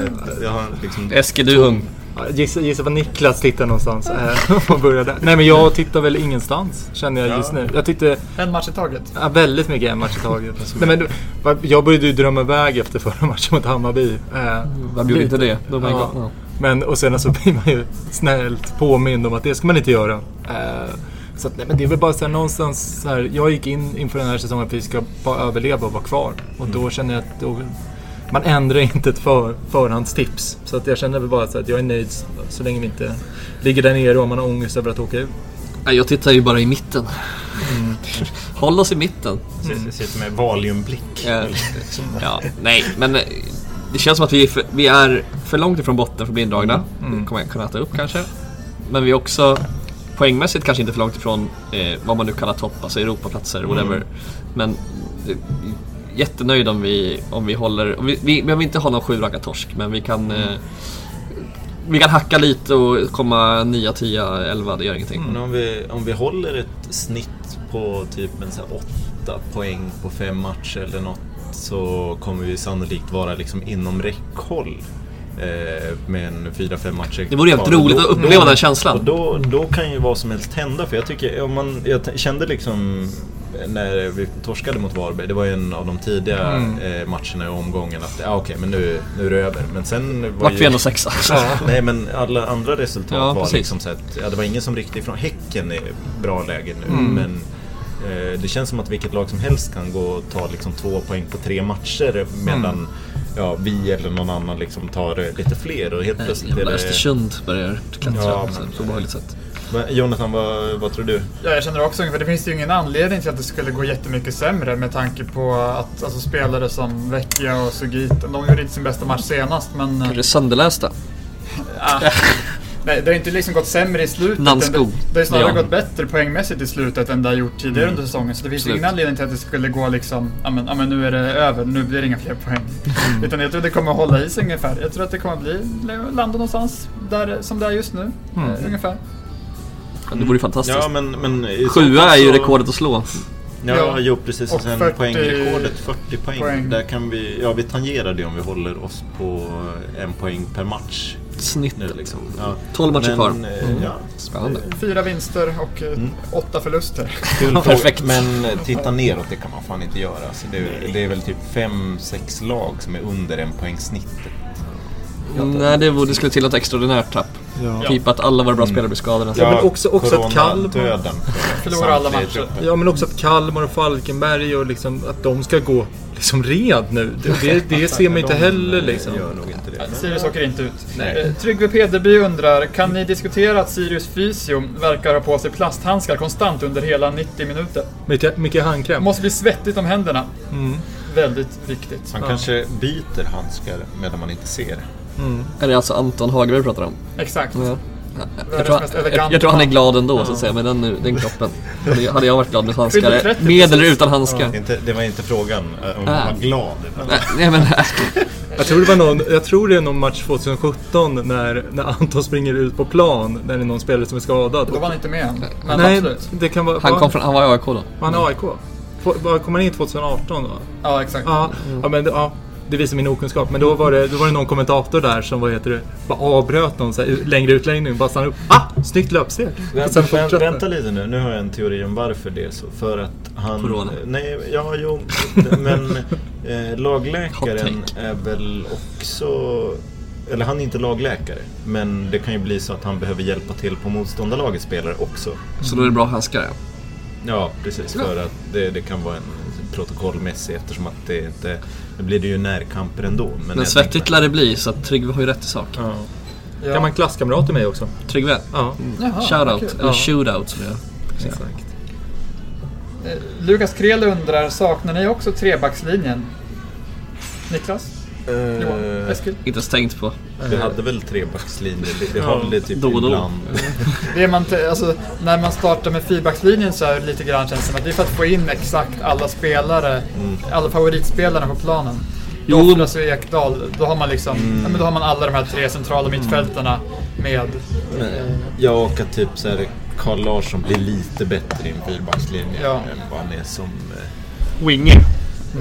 Speaker 3: Jag har liksom
Speaker 1: Eskil, du är ung.
Speaker 2: Ja, Gissa, gissa var Niklas tittar någonstans. eh, Om man börjar där. Nej men jag tittar väl ingenstans känner jag just nu. Jag tittar
Speaker 4: En match i taget.
Speaker 2: ja, väldigt mycket en match i taget. Nej, men, va- jag började ju drömma iväg efter förra matchen mot Hammarby. Eh,
Speaker 1: Vem gjorde inte det? De är
Speaker 2: Ja.
Speaker 1: ja.
Speaker 2: Men och sen så blir man ju snällt påmind om att det ska man inte göra. Eh, så att, nej, men det är väl bara så här någonstans så här, jag gick in inför den här säsongen att vi ska bara överleva och vara kvar. Och
Speaker 3: Mm.
Speaker 2: då känner jag att då, man ändrar inte ett för, förhandstips. Så att jag känner väl bara så att jag är nöjd så, så länge vi inte ligger där nere och man har ångest över att åka ut.
Speaker 1: Nej, Jag tittar ju bara i mitten. Mm. Håll oss i mitten.
Speaker 3: mm. sitter med valiumblick.
Speaker 1: Eh, ja, nej, men eh, det känns som att vi är för, vi är för långt ifrån botten för att bli indragna.
Speaker 3: Mm.
Speaker 1: Vi kommer kunna äta upp kanske. Men vi är också poängmässigt kanske inte för långt ifrån eh, vad man nu kallar topp, alltså Europaplatser,
Speaker 3: Mm.
Speaker 1: whatever. Men eh, jättenöjd om vi, om vi håller, om vi, vi behöver inte ha någon sju raka torsk, men vi kan
Speaker 3: Mm.
Speaker 1: eh, vi kan hacka lite och komma 9, 10, 11, det gör ingenting.
Speaker 3: Men om vi, om vi håller ett snitt på typ en så här åtta poäng på fem matcher eller något så kommer vi sannolikt vara liksom inom räckhåll eh, med en fyra, fem matcher
Speaker 1: Det vore jävligt
Speaker 3: kvar.
Speaker 1: roligt
Speaker 3: Då-
Speaker 1: att uppleva
Speaker 3: då-
Speaker 1: den känslan.
Speaker 3: Och då, då kan ju vad som helst hända. För jag, tycker, om man, jag t- kände liksom när vi torskade mot Varberg, det var ju en av de tidiga
Speaker 1: Mm.
Speaker 3: eh, matcherna i omgången, att ah, okej, men nu, nu är det över. Men sen var
Speaker 1: Vart
Speaker 3: ju...
Speaker 1: vi ändå sexa.
Speaker 3: Nej men alla andra resultat
Speaker 1: Ja,
Speaker 3: var
Speaker 1: precis.
Speaker 3: liksom så att, ja, det var ingen som riktigt från Häcken är bra läge nu
Speaker 1: Mm.
Speaker 3: men eh, det känns som att vilket lag som helst kan gå och ta liksom två poäng på tre matcher medan
Speaker 1: Mm.
Speaker 3: ja, vi eller någon annan liksom tar eh, lite fler och helt plötsligt är
Speaker 1: Jävla
Speaker 3: det...
Speaker 1: Östersund börjar klättra
Speaker 3: Ja,
Speaker 1: på
Speaker 3: men-
Speaker 1: ett obehagligt sätt.
Speaker 3: Men Jonathan, vad, vad tror du?
Speaker 4: Ja, jag känner också ungefär. Det finns ju ingen anledning till att det skulle gå jättemycket sämre med tanke på att alltså, spelare som Vecchia och Sugita, de gjorde inte sin bästa match senast men... eh,
Speaker 1: Det är sönderlästa.
Speaker 4: Ah. Nej, det har inte liksom gått sämre i slutet.
Speaker 1: Nannskog.
Speaker 4: utan Det det har snarare
Speaker 1: Ja. Mm.
Speaker 4: gått bättre poängmässigt i slutet än det har gjort tidigare under säsongen. Så det finns
Speaker 1: Absolut.
Speaker 4: ingen anledning till att det skulle gå liksom, ja men, ja men nu är det över, nu blir det inga fler poäng.
Speaker 1: Mm.
Speaker 4: Utan jag tror det kommer hålla i sig ungefär. Jag tror att det kommer bli, landa någonstans där, som det är just nu.
Speaker 1: Mm.
Speaker 4: eh, Ungefär.
Speaker 1: Ja, Det vore ju fantastiskt.
Speaker 3: Ja, men, men i så
Speaker 1: Sjua
Speaker 3: fall
Speaker 1: är ju
Speaker 3: så-
Speaker 1: rekordet att slå.
Speaker 3: Ja,
Speaker 4: Ja.
Speaker 3: jo precis.
Speaker 4: Och
Speaker 3: Och sen
Speaker 4: 40
Speaker 3: poängrekordet 40 poäng.
Speaker 4: poäng.
Speaker 3: Där kan vi, ja vi tangerar det om vi håller oss på eh, en poäng per match nu
Speaker 1: Snittet.
Speaker 3: liksom. Ja.
Speaker 1: 12 matcher
Speaker 3: Men,
Speaker 1: kvar.
Speaker 3: eh, Ja,
Speaker 1: Spännande.
Speaker 4: Fyra vinster och eh,
Speaker 1: Mm.
Speaker 4: åtta förluster.
Speaker 3: kul fråga.
Speaker 1: Perfekt.
Speaker 3: Men eh, titta neråt, det kan man fan inte göra. Så det, det är väl typ 5-6 lag som är under en poäng snittet.
Speaker 1: Nej, det, vore, det skulle till ett extraordinärt tapp. Typ att alla våra bra spelare blir skadade.
Speaker 2: Ja, men också- också att Kalmar-
Speaker 3: Coronadöden.
Speaker 4: Förlorar alla
Speaker 3: Samtliga
Speaker 4: matcher.
Speaker 3: trupper.
Speaker 2: Ja, men också att Kalmar och Falkenberg och liksom att de ska gå liksom red nu. Det, det, det ser man ju inte heller liksom.
Speaker 3: Gör nog inte det.
Speaker 4: Sirius åker inte ut. Eh, Tryggve Pederby undrar, kan ni diskutera att Sirius fysio verkar ha på sig plasthandskar konstant under hela 90 minuter?
Speaker 2: Mycket, mycket handkräm.
Speaker 4: Måste bli svettigt om händerna. Väldigt viktigt.
Speaker 3: Man kanske byter handskar medan man inte ser.
Speaker 1: Är det alltså Anton Hagberg vi pratar om?
Speaker 4: Exakt.
Speaker 1: Ja. Jag
Speaker 4: Världens
Speaker 1: tror,
Speaker 4: mest
Speaker 1: jag,
Speaker 4: eleganta.
Speaker 1: jag tror han är glad ändå så att säga, med den, nu- den kroppen. Hade jag, hade jag varit glad med
Speaker 4: Fyllde
Speaker 1: handskar,
Speaker 4: 30
Speaker 1: med eller
Speaker 4: precis.
Speaker 1: utan handskar?
Speaker 3: Det, är inte, det var inte frågan eh, om
Speaker 1: Ah.
Speaker 3: man var glad.
Speaker 1: Nej, nej men
Speaker 2: Jag tror, det var någon, jag tror det är någon match 2017 när, när Anton springer ut på plan när det är någon spelare som är skadad.
Speaker 4: Då var han inte med än. Men
Speaker 2: Nej,
Speaker 4: absolut.
Speaker 2: det kan vara...
Speaker 1: han
Speaker 2: var-
Speaker 1: kom från, han var i AIK då.
Speaker 2: Var han AIK? Få- var- Kom han in 2018 då?
Speaker 4: Ja, exakt.
Speaker 2: Ja,
Speaker 7: Mm.
Speaker 2: ja, men, det- ja det visar min okunskap. Men då var det, då var det någon kommentator där som vad heter det, bara avbröt någon så här, u- längre utläggning. Bara stannade upp. Ah! Snyggt löpsteg! Och
Speaker 3: Vänta,
Speaker 2: sen
Speaker 3: vänta,
Speaker 2: fortsatte.
Speaker 3: vänta lite nu, nu har jag en teori om varför det är så. För att han...
Speaker 1: Corona.
Speaker 3: Nej, ja, jo. Men eh, lagläkaren
Speaker 1: Hot
Speaker 3: är väl också... Eller han är inte lagläkare. Men det kan ju bli så att han behöver hjälpa till på motståndarlagets spelare också.
Speaker 1: Så då är det bra handskar ja.
Speaker 3: Ja, precis. För att det, det kan vara en protokollmässig eftersom att det inte... Nu blir det ju närkamper ändå. Men,
Speaker 1: Men
Speaker 3: jag
Speaker 1: svettigt
Speaker 3: tänker-
Speaker 1: lär det bli så att Tryggve har ju rätt i sak.
Speaker 3: Ja.
Speaker 4: Ja.
Speaker 2: Gammal klasskamrat till mig också.
Speaker 1: Tryggve,
Speaker 2: Ja,
Speaker 4: Jaha, vad
Speaker 1: shoutout,
Speaker 4: kul.
Speaker 1: eller
Speaker 2: Ja.
Speaker 1: shootout som jag
Speaker 2: exakt.
Speaker 4: Eh, Lukas Krell undrar, saknar ni också trebackslinjen? Niklas? Johan?
Speaker 3: Eh,
Speaker 4: Eskil?
Speaker 1: inte ens tänkt på.
Speaker 3: vi hade väl trebackslinjer. Det, det har väl det typ
Speaker 1: Då och då.
Speaker 3: ibland.
Speaker 4: Det är man t- alltså, när man startar med feedbackslinjen så är det lite grann känns det som att det är för att få in exakt alla spelare, alla favoritspelarna på planen.
Speaker 1: Jo.
Speaker 4: Jo. Offras och Ekdal, då har man liksom, ja, men då har man alla de här tre centrala mittfältarna med.
Speaker 3: Ja, och att typ så här Carl Larsson blir lite bättre i en fyrbackslinje
Speaker 4: Ja.
Speaker 3: än vad han är som... eh,
Speaker 1: Winge.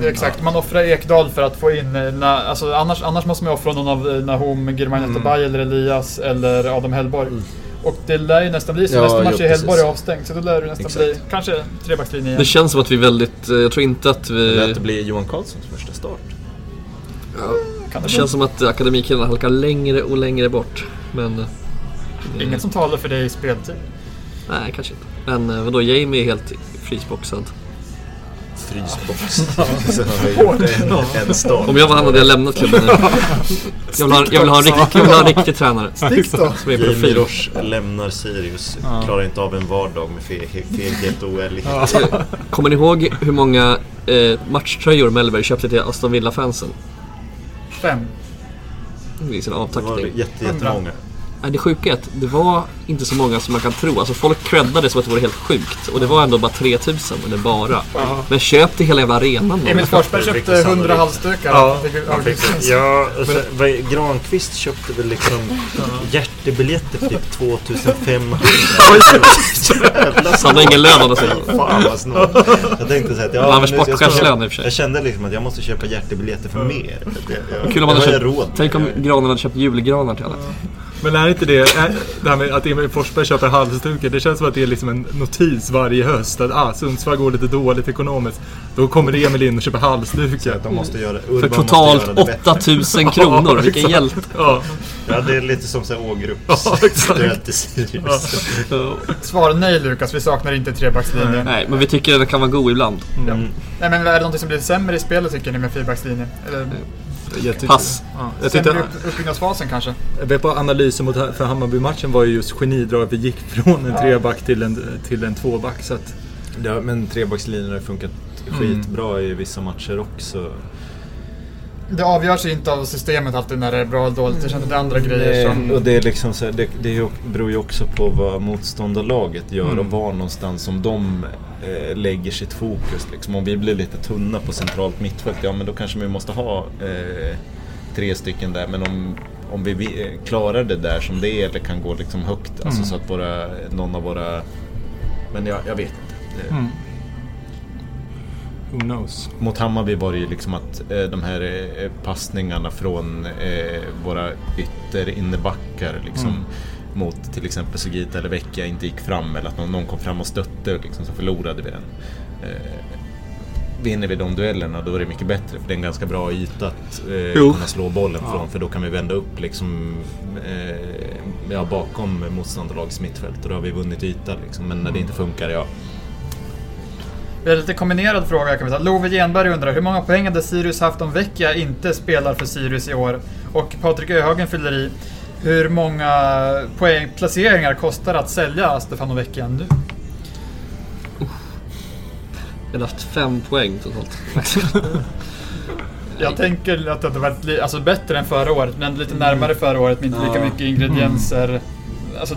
Speaker 4: Exakt, man offrar Ekdal för att få in, eh, na, alltså, annars, annars måste man ju offra någon av eh, Nahum, Girmay Netabay eller Elias eller Adam Hellborg. Och det lär ju nästan bli så.
Speaker 3: Ja,
Speaker 4: Nästa match
Speaker 3: jo,
Speaker 4: är Hellborg
Speaker 3: precis.
Speaker 4: avstängd, så då lär det nästan
Speaker 3: Exakt.
Speaker 4: bli kanske trebackslinje igen.
Speaker 1: Det känns som att vi är väldigt, eh, jag tror inte att
Speaker 3: Eller
Speaker 1: vi...
Speaker 3: att det blir Johan Karlssons första start.
Speaker 4: Kan det
Speaker 1: Det
Speaker 4: bli.
Speaker 1: känns som att akademikillarna halkar längre och längre bort. Men... eh,
Speaker 4: Inget som talar för det i speltid.
Speaker 1: Nej, kanske inte. Men eh, vadå, Jamie är helt frysboxad.
Speaker 3: Frysbox. Så har vi gjort en, en start.
Speaker 1: Om jag var han hade jag lämnat klubben nu. Jag vill ha, jag vill ha, en, riktig, jag vill ha en riktig tränare. Som är
Speaker 3: Jamie
Speaker 1: profil.
Speaker 3: Roche lämnar Sirius. Klarar inte av en vardag med fe- feghet och oärlighet.
Speaker 1: Kommer ni ihåg hur många eh, matchtröjor Mellberg köpte till Aston Villa-fansen?
Speaker 4: Fem.
Speaker 1: I sin
Speaker 3: Det var
Speaker 1: avtackning.
Speaker 3: jätte, jättemånga.
Speaker 1: Nej, det sjuka är att det var inte så många som man kan tro. Alltså folk creddade som att det vore helt sjukt. Och det var ändå bara 3000, eller bara. Men köp till hela jävla arenan då.
Speaker 4: Emil Forsberg
Speaker 3: Det är
Speaker 4: köpte
Speaker 3: riktigt
Speaker 4: 100
Speaker 3: sannolikt.
Speaker 4: halsdukar.
Speaker 2: Ja.
Speaker 4: Det fick- det fick-
Speaker 7: Ja, och så, vad, är- Granqvist köpte väl liksom hjärtebiljetter för typ 2500.
Speaker 1: Så han har ingen lön å andra sidan.
Speaker 3: Fan vad snålt. Jag tänkte så här att ja,
Speaker 1: Anders
Speaker 3: nu- jag ska-
Speaker 1: sportchefslön i och för sig.
Speaker 3: Jag kände liksom att jag måste köpa hjärtebiljetter för mer. Det, jag,
Speaker 1: Kul om man hade
Speaker 3: det har jag
Speaker 1: köpt,
Speaker 3: råd med.
Speaker 1: tänk om granen hade köpt julgranar till alla.
Speaker 2: Men är inte det, är, det här med att Emil Forsberg köper halsdukar, det känns som att det är liksom en notis varje höst att ah, Sundsvall går lite dåligt ekonomiskt. Då kommer Emil in och köper halsdukar.
Speaker 3: Att de måste göra,
Speaker 1: För
Speaker 3: Urban måste
Speaker 1: totalt
Speaker 3: göra det bättre.
Speaker 1: 8000 kronor. Vilken hjälte.
Speaker 2: Ja,
Speaker 3: Ja, det är lite som så här ågrupps
Speaker 2: Ja, exakt.
Speaker 3: stöd till Sirius.
Speaker 4: Svara nej Lukas, vi saknar inte trebackslinjen. Nej.
Speaker 1: Nej, men vi tycker att den kan vara god ibland.
Speaker 4: men är det någonting som blir sämre i spelet tycker ni med fyrbackslinjen? Eller,
Speaker 2: Jag tyckte,
Speaker 1: Pass.
Speaker 2: Ja, jag
Speaker 4: Sen
Speaker 2: tyckte,
Speaker 4: upp- uppbyggnadsfasen kanske.
Speaker 2: jag vet bara analysen mot, för Hammarby-matchen var ju just genidrag. att Vi gick från en treback till en, till en tvåback. Så att,
Speaker 3: Ja, men trebackslinjen har ju funkat skitbra i vissa matcher också.
Speaker 4: Det avgörs ju inte av systemet alltid när det är bra eller dåligt. Jag känner att det är andra grejer
Speaker 3: Eh,
Speaker 4: som...
Speaker 3: Och det, är liksom så här, det, det är ju- beror ju också på vad motståndarlaget gör
Speaker 4: Mm.
Speaker 3: och var någonstans som de eh, lägger sitt fokus. Liksom. Om vi blir lite tunna på centralt mittfält, ja men då kanske vi måste ha eh, tre stycken där. Men om, om vi vi eh, klarar det där som det är eller kan gå liksom högt,
Speaker 4: Mm.
Speaker 3: alltså så att våra, någon av våra... Men jag, jag vet inte. Det,
Speaker 2: who knows?
Speaker 3: Mot Hammarby var det ju liksom att eh, de här eh, passningarna från eh, våra ytterinnebackar liksom, mot till exempel Sugita eller Vecchia inte gick fram eller att någon, någon kom fram och stötte liksom, så förlorade vi den. Eh, vinner vi de duellerna då är det mycket bättre för det är en ganska bra yta att eh,
Speaker 1: Jo.
Speaker 3: kunna slå bollen från för då kan vi vända upp liksom, eh, ja, bakom motståndarlagets mittfält och då har vi vunnit yta. Liksom. Men när det inte funkar, ja.
Speaker 4: Det är lite kombinerad fråga kan vi ta. Love Genberg undrar hur många poäng hade Sirius haft om Vecchia inte spelar för Sirius i år? Och Patrik Öhagen fyller i. Hur många poäng, placeringar kostar det att sälja Stefano Vecchia nu?
Speaker 1: Jag har haft fem poäng totalt.
Speaker 4: Jag tänker att det hade varit li- alltså bättre än förra året, men lite närmare förra året med inte lika mycket ingredienser. Alltså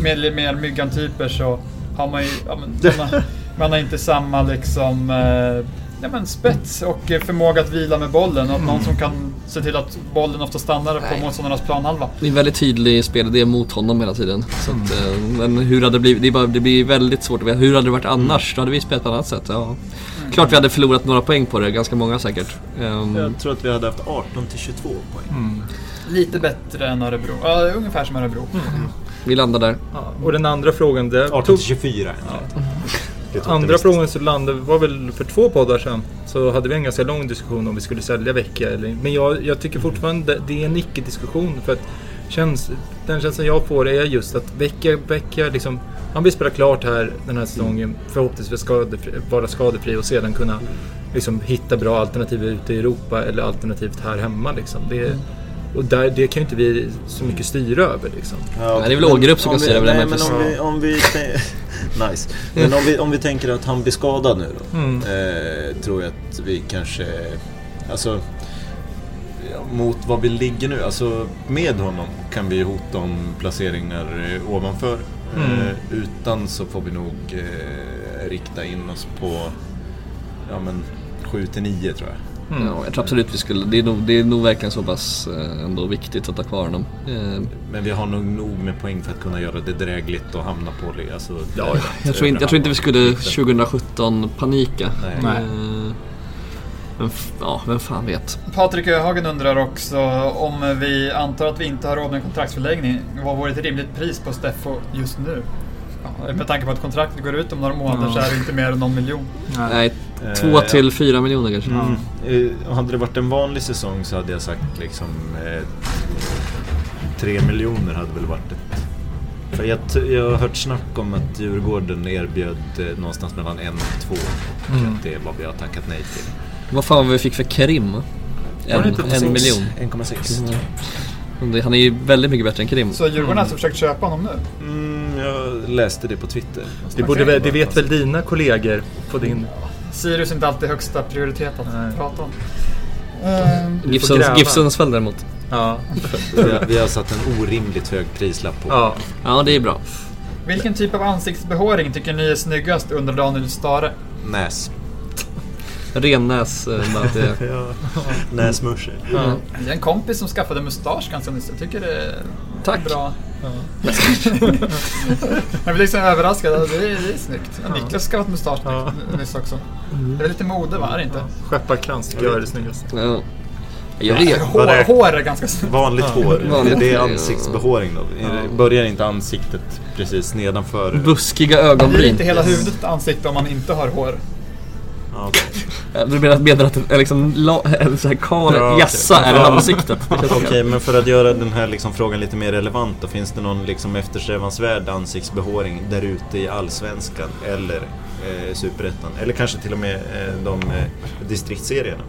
Speaker 4: med li- mer Myggan-typer så har man ju... Ja, men, man, har, man har inte samma liksom... Eh, ja, men spets och eh, förmåga att vila med bollen. Och någon som kan se till att bollen ofta stannar på motståndarnas planhalva.
Speaker 1: Det är en väldigt tydlig spelidé mot honom hela tiden. Så att, eh, men hur hade det blivit? Det, är bara, det blir väldigt svårt att veta. Hur hade det varit
Speaker 3: Mm.
Speaker 1: annars? Då hade vi spelat på ett annat sätt. Ja. Klart vi hade förlorat några poäng på det, ganska många säkert. Ehm,
Speaker 9: Jag tror att vi hade haft 18 till 22 poäng.
Speaker 4: Lite bättre än Örebro. Ja, ungefär som Örebro.
Speaker 1: Vi landar där.
Speaker 2: Ja, och den andra frågan, där
Speaker 7: 18
Speaker 2: tog,
Speaker 7: till 24.
Speaker 2: andra frågan så landade, var väl för två poddar sedan. Så hade vi en ganska lång diskussion om vi skulle sälja Vecchia eller inte. Men jag, jag tycker fortfarande det- det är en icke-diskussion. För att känns, den känslan jag får är just att Vecchia, Vecchia liksom, han vill spela klart här den här säsongen. Förhoppningsvis skadefri, vara skadefri och sedan kunna liksom, hitta bra alternativ ute i Europa eller alternativt här hemma. Liksom. Det, och där, det kan ju inte vi så mycket styra över. Liksom.
Speaker 1: Nej, det är väl Ågerup som kan styra över den
Speaker 9: Nej, men
Speaker 1: matchen.
Speaker 9: om vi... Om vi tän- nice. Men om vi, om vi tänker att han blir skadad nu då.
Speaker 2: Mm.
Speaker 3: eh, tror jag att vi kanske... Alltså, ja, mot vad vi ligger nu. Alltså, med honom kan vi hota om placeringar eh, ovanför.
Speaker 2: Mm.
Speaker 3: Eh, utan så får vi nog eh, rikta in oss på ja, men, 7 till 9 tror jag.
Speaker 1: Ja, jag tror absolut vi skulle. Det är nog, det är nog verkligen så pass eh, ändå viktigt att ha kvar honom. Ehm,
Speaker 3: Men vi har nog nog med poäng för att kunna göra det drägligt och hamna på... li- Alltså,
Speaker 1: jag, tror inte, jag tror inte vi skulle 2017 panika.
Speaker 3: Nej.
Speaker 1: Ehm, men f- ja, vem fan vet.
Speaker 4: Patrik Öhagen undrar också om vi antar att vi inte har råd med en kontraktsförlängning. Vad vore ett rimligt pris på Steffo just nu? Ja, med tanke på att kontraktet går ut om några månader så är det inte mer än någon miljon.
Speaker 1: Nej,
Speaker 3: Eh,
Speaker 1: två till fyra miljoner kanske.
Speaker 3: Mm. Eh, hade det varit en vanlig säsong så hade jag sagt liksom eh, tre miljoner hade väl varit ett. För jag, t- jag har hört snack om att Djurgården erbjöd eh, någonstans mellan en och två. Och
Speaker 1: Mm.
Speaker 3: att det är vad vi har tackat nej till.
Speaker 1: Vad fan var vi fick för Krim? En, en miljon.
Speaker 3: 1,6.
Speaker 1: Mm. Det- Han är ju väldigt mycket bättre än Krim.
Speaker 4: Så Djurgården har alltså försökt köpa honom nu?
Speaker 3: Mm, jag läste det på Twitter.
Speaker 2: Det, borde, väl- det vet väl dina kollegor på din...
Speaker 4: Sirius är inte alltid högsta prioritet att
Speaker 2: Nej.
Speaker 4: prata om. Ehm,
Speaker 2: får
Speaker 1: Gibsons,
Speaker 2: gräva.
Speaker 1: Gibsons fall däremot.
Speaker 2: Ja,
Speaker 3: Vi har, vi har satt en orimligt hög prislapp på.
Speaker 2: ja.
Speaker 1: Ja, det är bra.
Speaker 4: Vilken typ av ansiktsbehåring tycker ni är snyggast under Daniel Stare?
Speaker 3: Näs.
Speaker 1: Rennäs. eh, bara att det-
Speaker 9: Näsmusche.
Speaker 4: Det är en kompis som skaffade mustasch ganska nyss. Jag tycker det är
Speaker 1: Tack.
Speaker 4: bra. Jag blir liksom överraskad. Det är, det är snyggt. Ja, Niklas skaffat mustasch
Speaker 2: Ja.
Speaker 4: nyss också. Det är lite mode va? Är det inte?
Speaker 2: Skepparkrans tycker jag är det snyggaste.
Speaker 1: Ja. Jag vet.
Speaker 4: Hår,
Speaker 3: Vad är-
Speaker 4: hår är ganska snyggt.
Speaker 3: Vanligt hår.
Speaker 1: Vanligt.
Speaker 3: Det är ansiktsbehåring då. Börjar inte ansiktet precis nedanför?
Speaker 1: Buskiga
Speaker 4: Det är
Speaker 1: ögonbryn.
Speaker 4: inte hela huvudet ett ansikte om man inte har hår.
Speaker 3: Ja, okej.
Speaker 1: Ja, Eh, Du menar menar att en, liksom, la, en sån här karl,
Speaker 3: Ja, okej.
Speaker 1: jassa, är
Speaker 3: Ja.
Speaker 1: ansiktet? Det känns
Speaker 3: Okej,
Speaker 1: som-
Speaker 3: men för att göra den här liksom frågan lite mer relevant då, finns det någon liksom eftersträvansvärd ansiktsbehåring där ute i allsvenskan eller eh, superettan? Eller kanske till och med eh, de eh, distriktsserierna?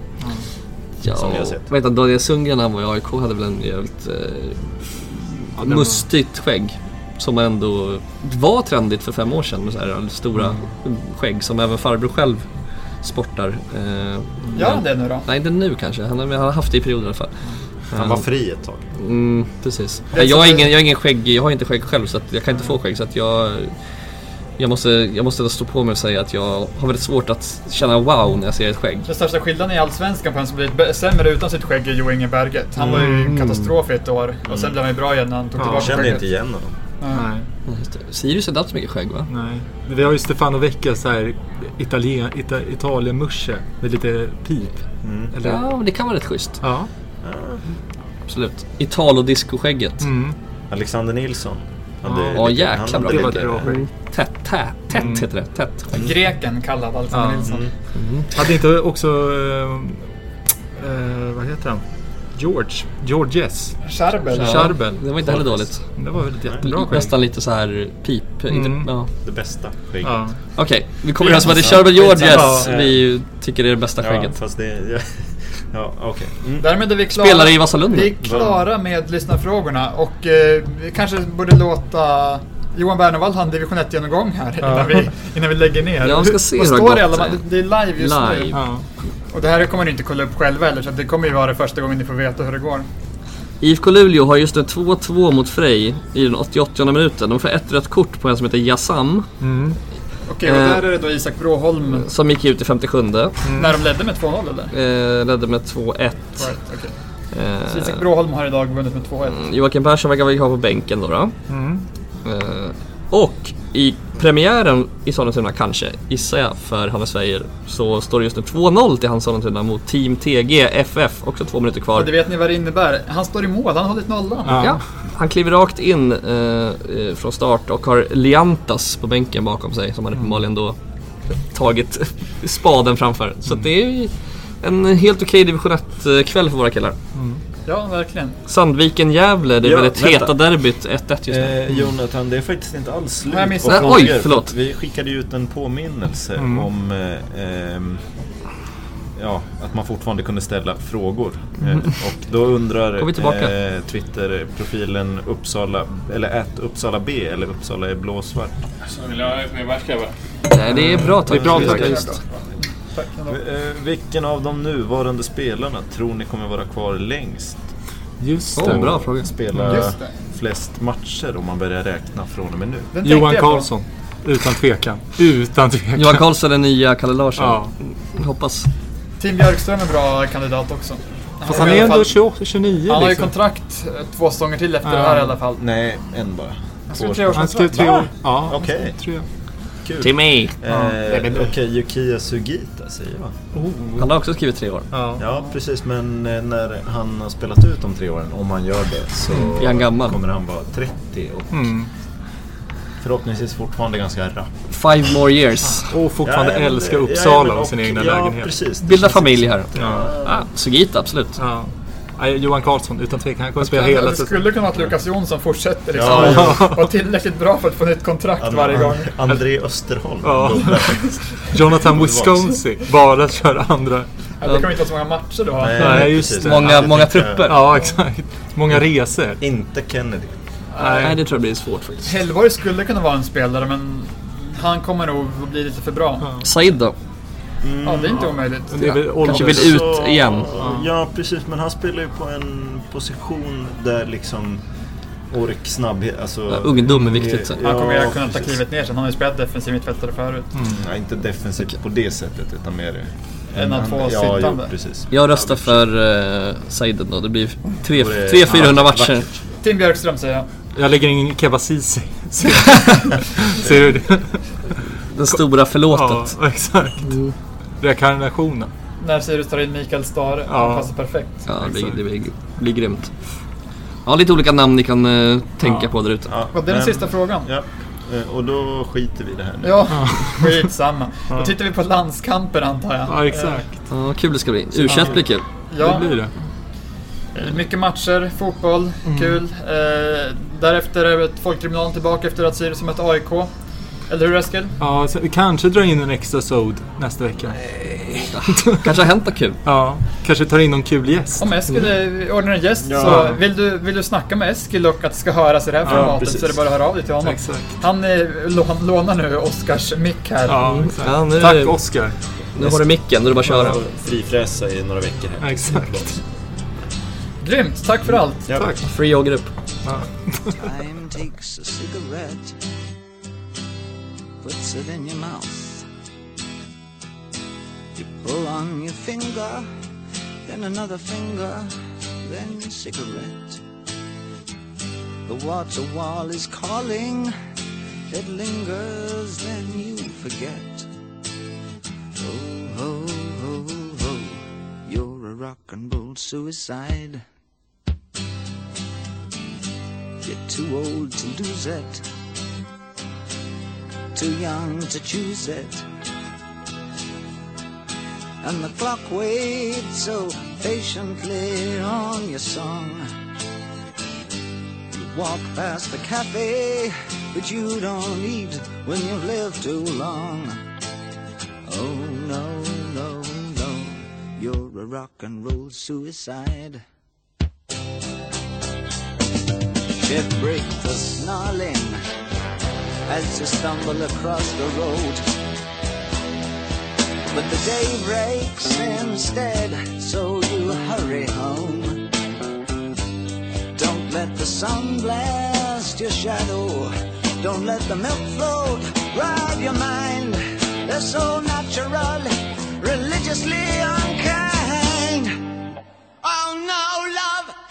Speaker 1: Ja,
Speaker 9: som jag har sett.
Speaker 1: och- vänta, Daniel Sundgren när han var i AIK hade väl en jävligt eh, mustigt skägg. Som ändå var trendigt för fem år sedan. Med så här, stora
Speaker 4: Mm.
Speaker 1: skägg som även farbror själv sportar. Eh,
Speaker 4: Gör han det nu då?
Speaker 1: Nej, inte nu kanske. Han har, han har haft det i perioder i alla fall.
Speaker 3: Han var fri ett tag.
Speaker 1: Mm, precis.
Speaker 4: Det är
Speaker 1: jag,
Speaker 4: så
Speaker 1: har
Speaker 4: det-
Speaker 1: ingen, jag, har ingen skägg, jag har inte skägg själv så att jag kan inte få skägg så att jag... Jag måste, jag måste stå på mig och säga att jag har väldigt svårt att känna wow när jag ser ett skägg.
Speaker 4: Den största skillnaden i Allsvenskan på en som blivit bä- sämre utan sitt skägg är Jo Inge Berget. Han var ju en katastrof i ett år och sen blev han ju bra igen när han tog
Speaker 3: Jag
Speaker 4: tillbaka
Speaker 3: kände
Speaker 4: skägget.
Speaker 3: inte igen honom.
Speaker 2: Nej,
Speaker 1: Ja, just det. Sirius hade inte haft så mycket skägg va?
Speaker 2: nej. Men vi har ju Stefano Vecchia så här Italien, Ita, Italien-musche med lite pip. Eller?
Speaker 1: Ja, men det kan vara rätt schysst.
Speaker 2: Ja.
Speaker 1: Absolut. Italo-disco-skägget.
Speaker 2: Mm.
Speaker 3: Alexander Nilsson.
Speaker 2: Ja,
Speaker 1: Ja,
Speaker 3: lite-
Speaker 1: jäkla bra.
Speaker 3: han hade
Speaker 2: Det var
Speaker 3: lite-
Speaker 2: ett bra skägg.
Speaker 1: Tätt, tätt, tätt heter det. Tätt skägg.
Speaker 4: Greken kallad alltså. Alexander
Speaker 2: Ja.
Speaker 4: Nilsson.
Speaker 2: Hade inte också... eh, eh, vad heter han? George. Georges.
Speaker 4: Charbel.
Speaker 1: Ja.
Speaker 2: Charbel.
Speaker 1: Det var inte heller dåligt.
Speaker 2: Det var väl ett jättebra skägg.
Speaker 1: Nästan lite så här pip.
Speaker 2: Mm.
Speaker 1: Inte, ja.
Speaker 3: Det bästa skägget.
Speaker 2: Ja.
Speaker 1: Okej, vi kommer överens om att alltså, det är Sherbel Georges
Speaker 2: Ja.
Speaker 1: vi tycker är det bästa
Speaker 3: Ja,
Speaker 1: skägget.
Speaker 3: fast det... Ja, ja okej. Mm.
Speaker 4: Därmed är vi klara.
Speaker 1: Spelare i Vasalund.
Speaker 4: Vi är klara med lyssnarfrågorna och eh, vi kanske borde låta Johan Bernevall ha en division 1-genomgång här innan, vi, innan vi lägger ner.
Speaker 1: Ja, vi ska se hur
Speaker 4: Vad
Speaker 1: det har
Speaker 4: står det i
Speaker 1: gått,
Speaker 4: alla
Speaker 1: eh,
Speaker 4: fall? Det är live just nu.
Speaker 1: live.
Speaker 2: Ja.
Speaker 4: Och det här kommer ni inte kolla upp själva heller, så att det kommer ju vara det första gången ni får veta hur det går.
Speaker 1: IFK Luleå har just nu 2-2 mot Frej i den 88 minuten. De får ett rött kort på en som heter Yassam,
Speaker 2: Mm.
Speaker 4: Okej, och
Speaker 1: Eh.
Speaker 4: där är det då Isak Bråholm
Speaker 1: som gick ut i 57.
Speaker 4: när de ledde med 2-0 eller?
Speaker 1: Eh, ledde med 2-1.
Speaker 4: Right, okej. Så
Speaker 1: Eh,
Speaker 4: Isak Bråholm har idag vunnit med 2-1.
Speaker 1: Joakim Persson verkar vi ha på bänken då. då.
Speaker 2: Mm.
Speaker 1: Eh, och i premiären i Sollentuna, kanske, gissar jag, för Hannes Sveijer så står det just nu 2-0 till hans Sollentuna mot Team TG FF. Också två minuter
Speaker 4: Och
Speaker 1: kvar.
Speaker 4: det vet ni vad det innebär. Han står i mål, han har hållit nollan.
Speaker 2: Ja.
Speaker 1: Ja, han kliver rakt in eh, eh, från start och har Liantas på bänken bakom sig som han
Speaker 2: Mm.
Speaker 1: uppenbarligen då tagit spaden framför. Så att det är ju en helt okej division 1-kväll för våra killar.
Speaker 4: Ja, verkligen.
Speaker 1: Sandviken-Gävle, det är
Speaker 3: Ja,
Speaker 1: väl det
Speaker 3: vänta.
Speaker 1: heta derbyt 1-1 just nu.
Speaker 3: Eh, Jonathan, det är faktiskt inte alls slut
Speaker 4: Nej, jag missade. Mm.
Speaker 3: på
Speaker 1: Nej, oj,
Speaker 3: frågor, för
Speaker 1: förlåt.
Speaker 3: att Vi skickade ju ut en påminnelse om eh, ehm, ja, att man fortfarande kunde ställa frågor.
Speaker 4: Mm.
Speaker 3: Eh, och då undrar
Speaker 1: Kom vi tillbaka.
Speaker 3: eh, Twitterprofilen Uppsala, eller att Uppsala B, eller Uppsala är blåsvart.
Speaker 10: Vill jag ha ett medverkan? va?
Speaker 1: Nej, det är bra tack.
Speaker 2: Det är bra,
Speaker 1: Vi
Speaker 2: tack.
Speaker 1: ska just-
Speaker 3: Eh, vilken av de nuvarande spelarna tror ni kommer vara kvar längst?
Speaker 2: Just
Speaker 1: Åh,
Speaker 2: det.
Speaker 1: bra fråga.
Speaker 3: Spela
Speaker 4: Mm. Just det.
Speaker 3: flest matcher om man börjar räkna från och med nu.
Speaker 4: Den tänkte
Speaker 2: Johan
Speaker 4: jag på.
Speaker 2: Karlsson. Utan tvekan. Utan tvekan.
Speaker 1: Johan Karlsson, den nya Kalle Larsson.
Speaker 2: Ja.
Speaker 1: Hoppas.
Speaker 4: Tim Björkström är en bra kandidat också.
Speaker 2: Fast
Speaker 4: har
Speaker 2: han
Speaker 4: i
Speaker 2: är
Speaker 4: alla
Speaker 2: ändå
Speaker 4: fall-
Speaker 2: 28, 29
Speaker 4: Han har ju
Speaker 2: liksom.
Speaker 4: kontrakt eh, två säsonger till efter
Speaker 2: Ja.
Speaker 4: det här i alla fall.
Speaker 3: Nej, en bara.
Speaker 4: ska
Speaker 3: Två
Speaker 4: tre år
Speaker 2: Han skrev tre
Speaker 3: Va?
Speaker 2: år. Ja,
Speaker 3: Okej.
Speaker 2: han skrev tre år.
Speaker 3: Kul.
Speaker 1: Timmy!
Speaker 3: Eh, Okej, Yukiya Sugita säger jag.
Speaker 1: Han har också skrivit tre år.
Speaker 2: Ja.
Speaker 3: Ja, precis. Men eh, när han har spelat ut de tre åren, om han gör det, så
Speaker 1: Mm. Är han gammal?
Speaker 3: kommer han vara 30 och
Speaker 2: Mm.
Speaker 3: förhoppningsvis fortfarande ganska rapp.
Speaker 1: Five more years.
Speaker 2: Och fortfarande
Speaker 3: Ja, men-
Speaker 2: älskar
Speaker 3: ja,
Speaker 2: Uppsala
Speaker 3: men-
Speaker 2: och sin egna
Speaker 3: ja,
Speaker 2: lägenhet.
Speaker 3: Precis, Det
Speaker 1: Bilda
Speaker 3: känns-
Speaker 1: familj här.
Speaker 2: Ja.
Speaker 1: Ah, Sugita, absolut.
Speaker 2: Ja. Nej, Johan Karlsson, utan tvekan. Han kommer spela hela
Speaker 4: Det
Speaker 2: säsongen.
Speaker 4: skulle kunna vara att Lukas Jonsson fortsätter liksom.
Speaker 3: Ja,
Speaker 4: Var tillräckligt bra för att få nytt kontrakt varje gång.
Speaker 3: André Österholm.
Speaker 2: Ja.
Speaker 3: Bubblar faktiskt.
Speaker 2: Jonathan Wisconsin. Bara kör andra.
Speaker 4: Ja, det kommer inte vara så många matcher då. Nej.
Speaker 2: Nej, just
Speaker 3: precis.
Speaker 2: det.
Speaker 1: Många,
Speaker 3: Han-
Speaker 1: många trupper.
Speaker 2: Ja, exakt. Många resor.
Speaker 3: Inte Kennedy.
Speaker 1: Nej,
Speaker 2: Nej.
Speaker 1: det tror jag blir svårt faktiskt.
Speaker 4: Hellborg skulle kunna vara en spelare, men han kommer nog att bli lite för bra.
Speaker 1: Said då?
Speaker 4: Ja, det är inte omöjligt.
Speaker 3: Mm.
Speaker 2: Det är väl
Speaker 1: Kanske
Speaker 2: ålders.
Speaker 1: vill ut igen.
Speaker 3: Ja, precis. Men han spelar ju på en position där liksom ork, snabbhet, alltså...
Speaker 1: Ja, ungdom är viktigt, så.
Speaker 4: Han kommer ju kunna ta
Speaker 3: precis. Mm.
Speaker 4: klivet ner sen. Han har ju spelat defensiv mittfältare förut.
Speaker 3: Nej, inte defensivt på det sättet utan mer...
Speaker 4: En av två
Speaker 3: ja,
Speaker 4: sittande.
Speaker 3: Jo, precis.
Speaker 1: Jag röstar för uh, Said då. Det blir tre-
Speaker 3: Vore-
Speaker 1: 300-400
Speaker 3: ja,
Speaker 1: matcher.
Speaker 3: vackert.
Speaker 4: Tim Björkström säger jag.
Speaker 2: Jag lägger in Kebasisi. Ser du det?
Speaker 1: Det stora
Speaker 2: Ja,
Speaker 1: förlåtet.
Speaker 2: exakt.
Speaker 1: mm.
Speaker 2: Rekarnationen.
Speaker 4: När Sirius tar in Mikael Stare. Han passar perfekt.
Speaker 1: Ja, det,
Speaker 2: exakt.
Speaker 1: blir, det blir, blir grymt. Ja, lite olika namn ni kan eh, tänka på där ute.
Speaker 3: Ja,
Speaker 4: Och det är den
Speaker 3: men-
Speaker 4: sista frågan.
Speaker 3: Ja, eh, och då skiter vi i det här nu.
Speaker 4: Ja, skitsamma. Då tittar vi på landskamper antar jag.
Speaker 2: Ja, exakt.
Speaker 1: Ja, kul det ska bli. u blir kul.
Speaker 4: Eh,
Speaker 2: Det
Speaker 4: Ja, Eh,
Speaker 2: blir det. Mm.
Speaker 4: mycket matcher, fotboll, kul. Eh, därefter är folktribunalen tillbaka efter att Sirius har mött AIK. Eller hur Eskil?
Speaker 2: Ja, så vi kanske drar in en extra sod nästa vecka.
Speaker 1: Kanske har hänt något kul.
Speaker 2: Ja, kanske tar in någon kul gäst.
Speaker 4: Om Eskil eh, ordnar en gäst så vill du, vill du snacka med Eskil och att det ska höras i det här formatet så är det bara att höra av dig till honom.
Speaker 2: Exakt.
Speaker 4: Han eh, lå- lånar nu Oscars mick här.
Speaker 2: Ja, exakt.
Speaker 1: Ja, nu,
Speaker 2: Tack Oscar.
Speaker 1: nu har du micken, nu är det bara att köra.
Speaker 7: Frifräsa i några veckor här.
Speaker 2: Exakt.
Speaker 4: Grymt, tack för allt.
Speaker 2: Tack.
Speaker 1: Free all group.
Speaker 11: Time takes a cigarette, puts it in your mouth. You pull on your finger, then another finger, then a cigarette. The water wall is calling, it lingers, then you forget. Oh, ho, ho, ho, you're a rock and roll suicide. You're too old to lose it, too young to choose it. And the clock waits so patiently on your song. You walk past the cafe, but you don't eat when you've lived too long. Oh no, no, no, you're a rock and roll suicide. It break the snarling as you stumble across the road. But the day breaks instead, so you hurry home. Don't let the sun blast your shadow. Don't let the milk float rob your mind. They're so natural, religiously unkind. Oh no, love, Oh, Oh,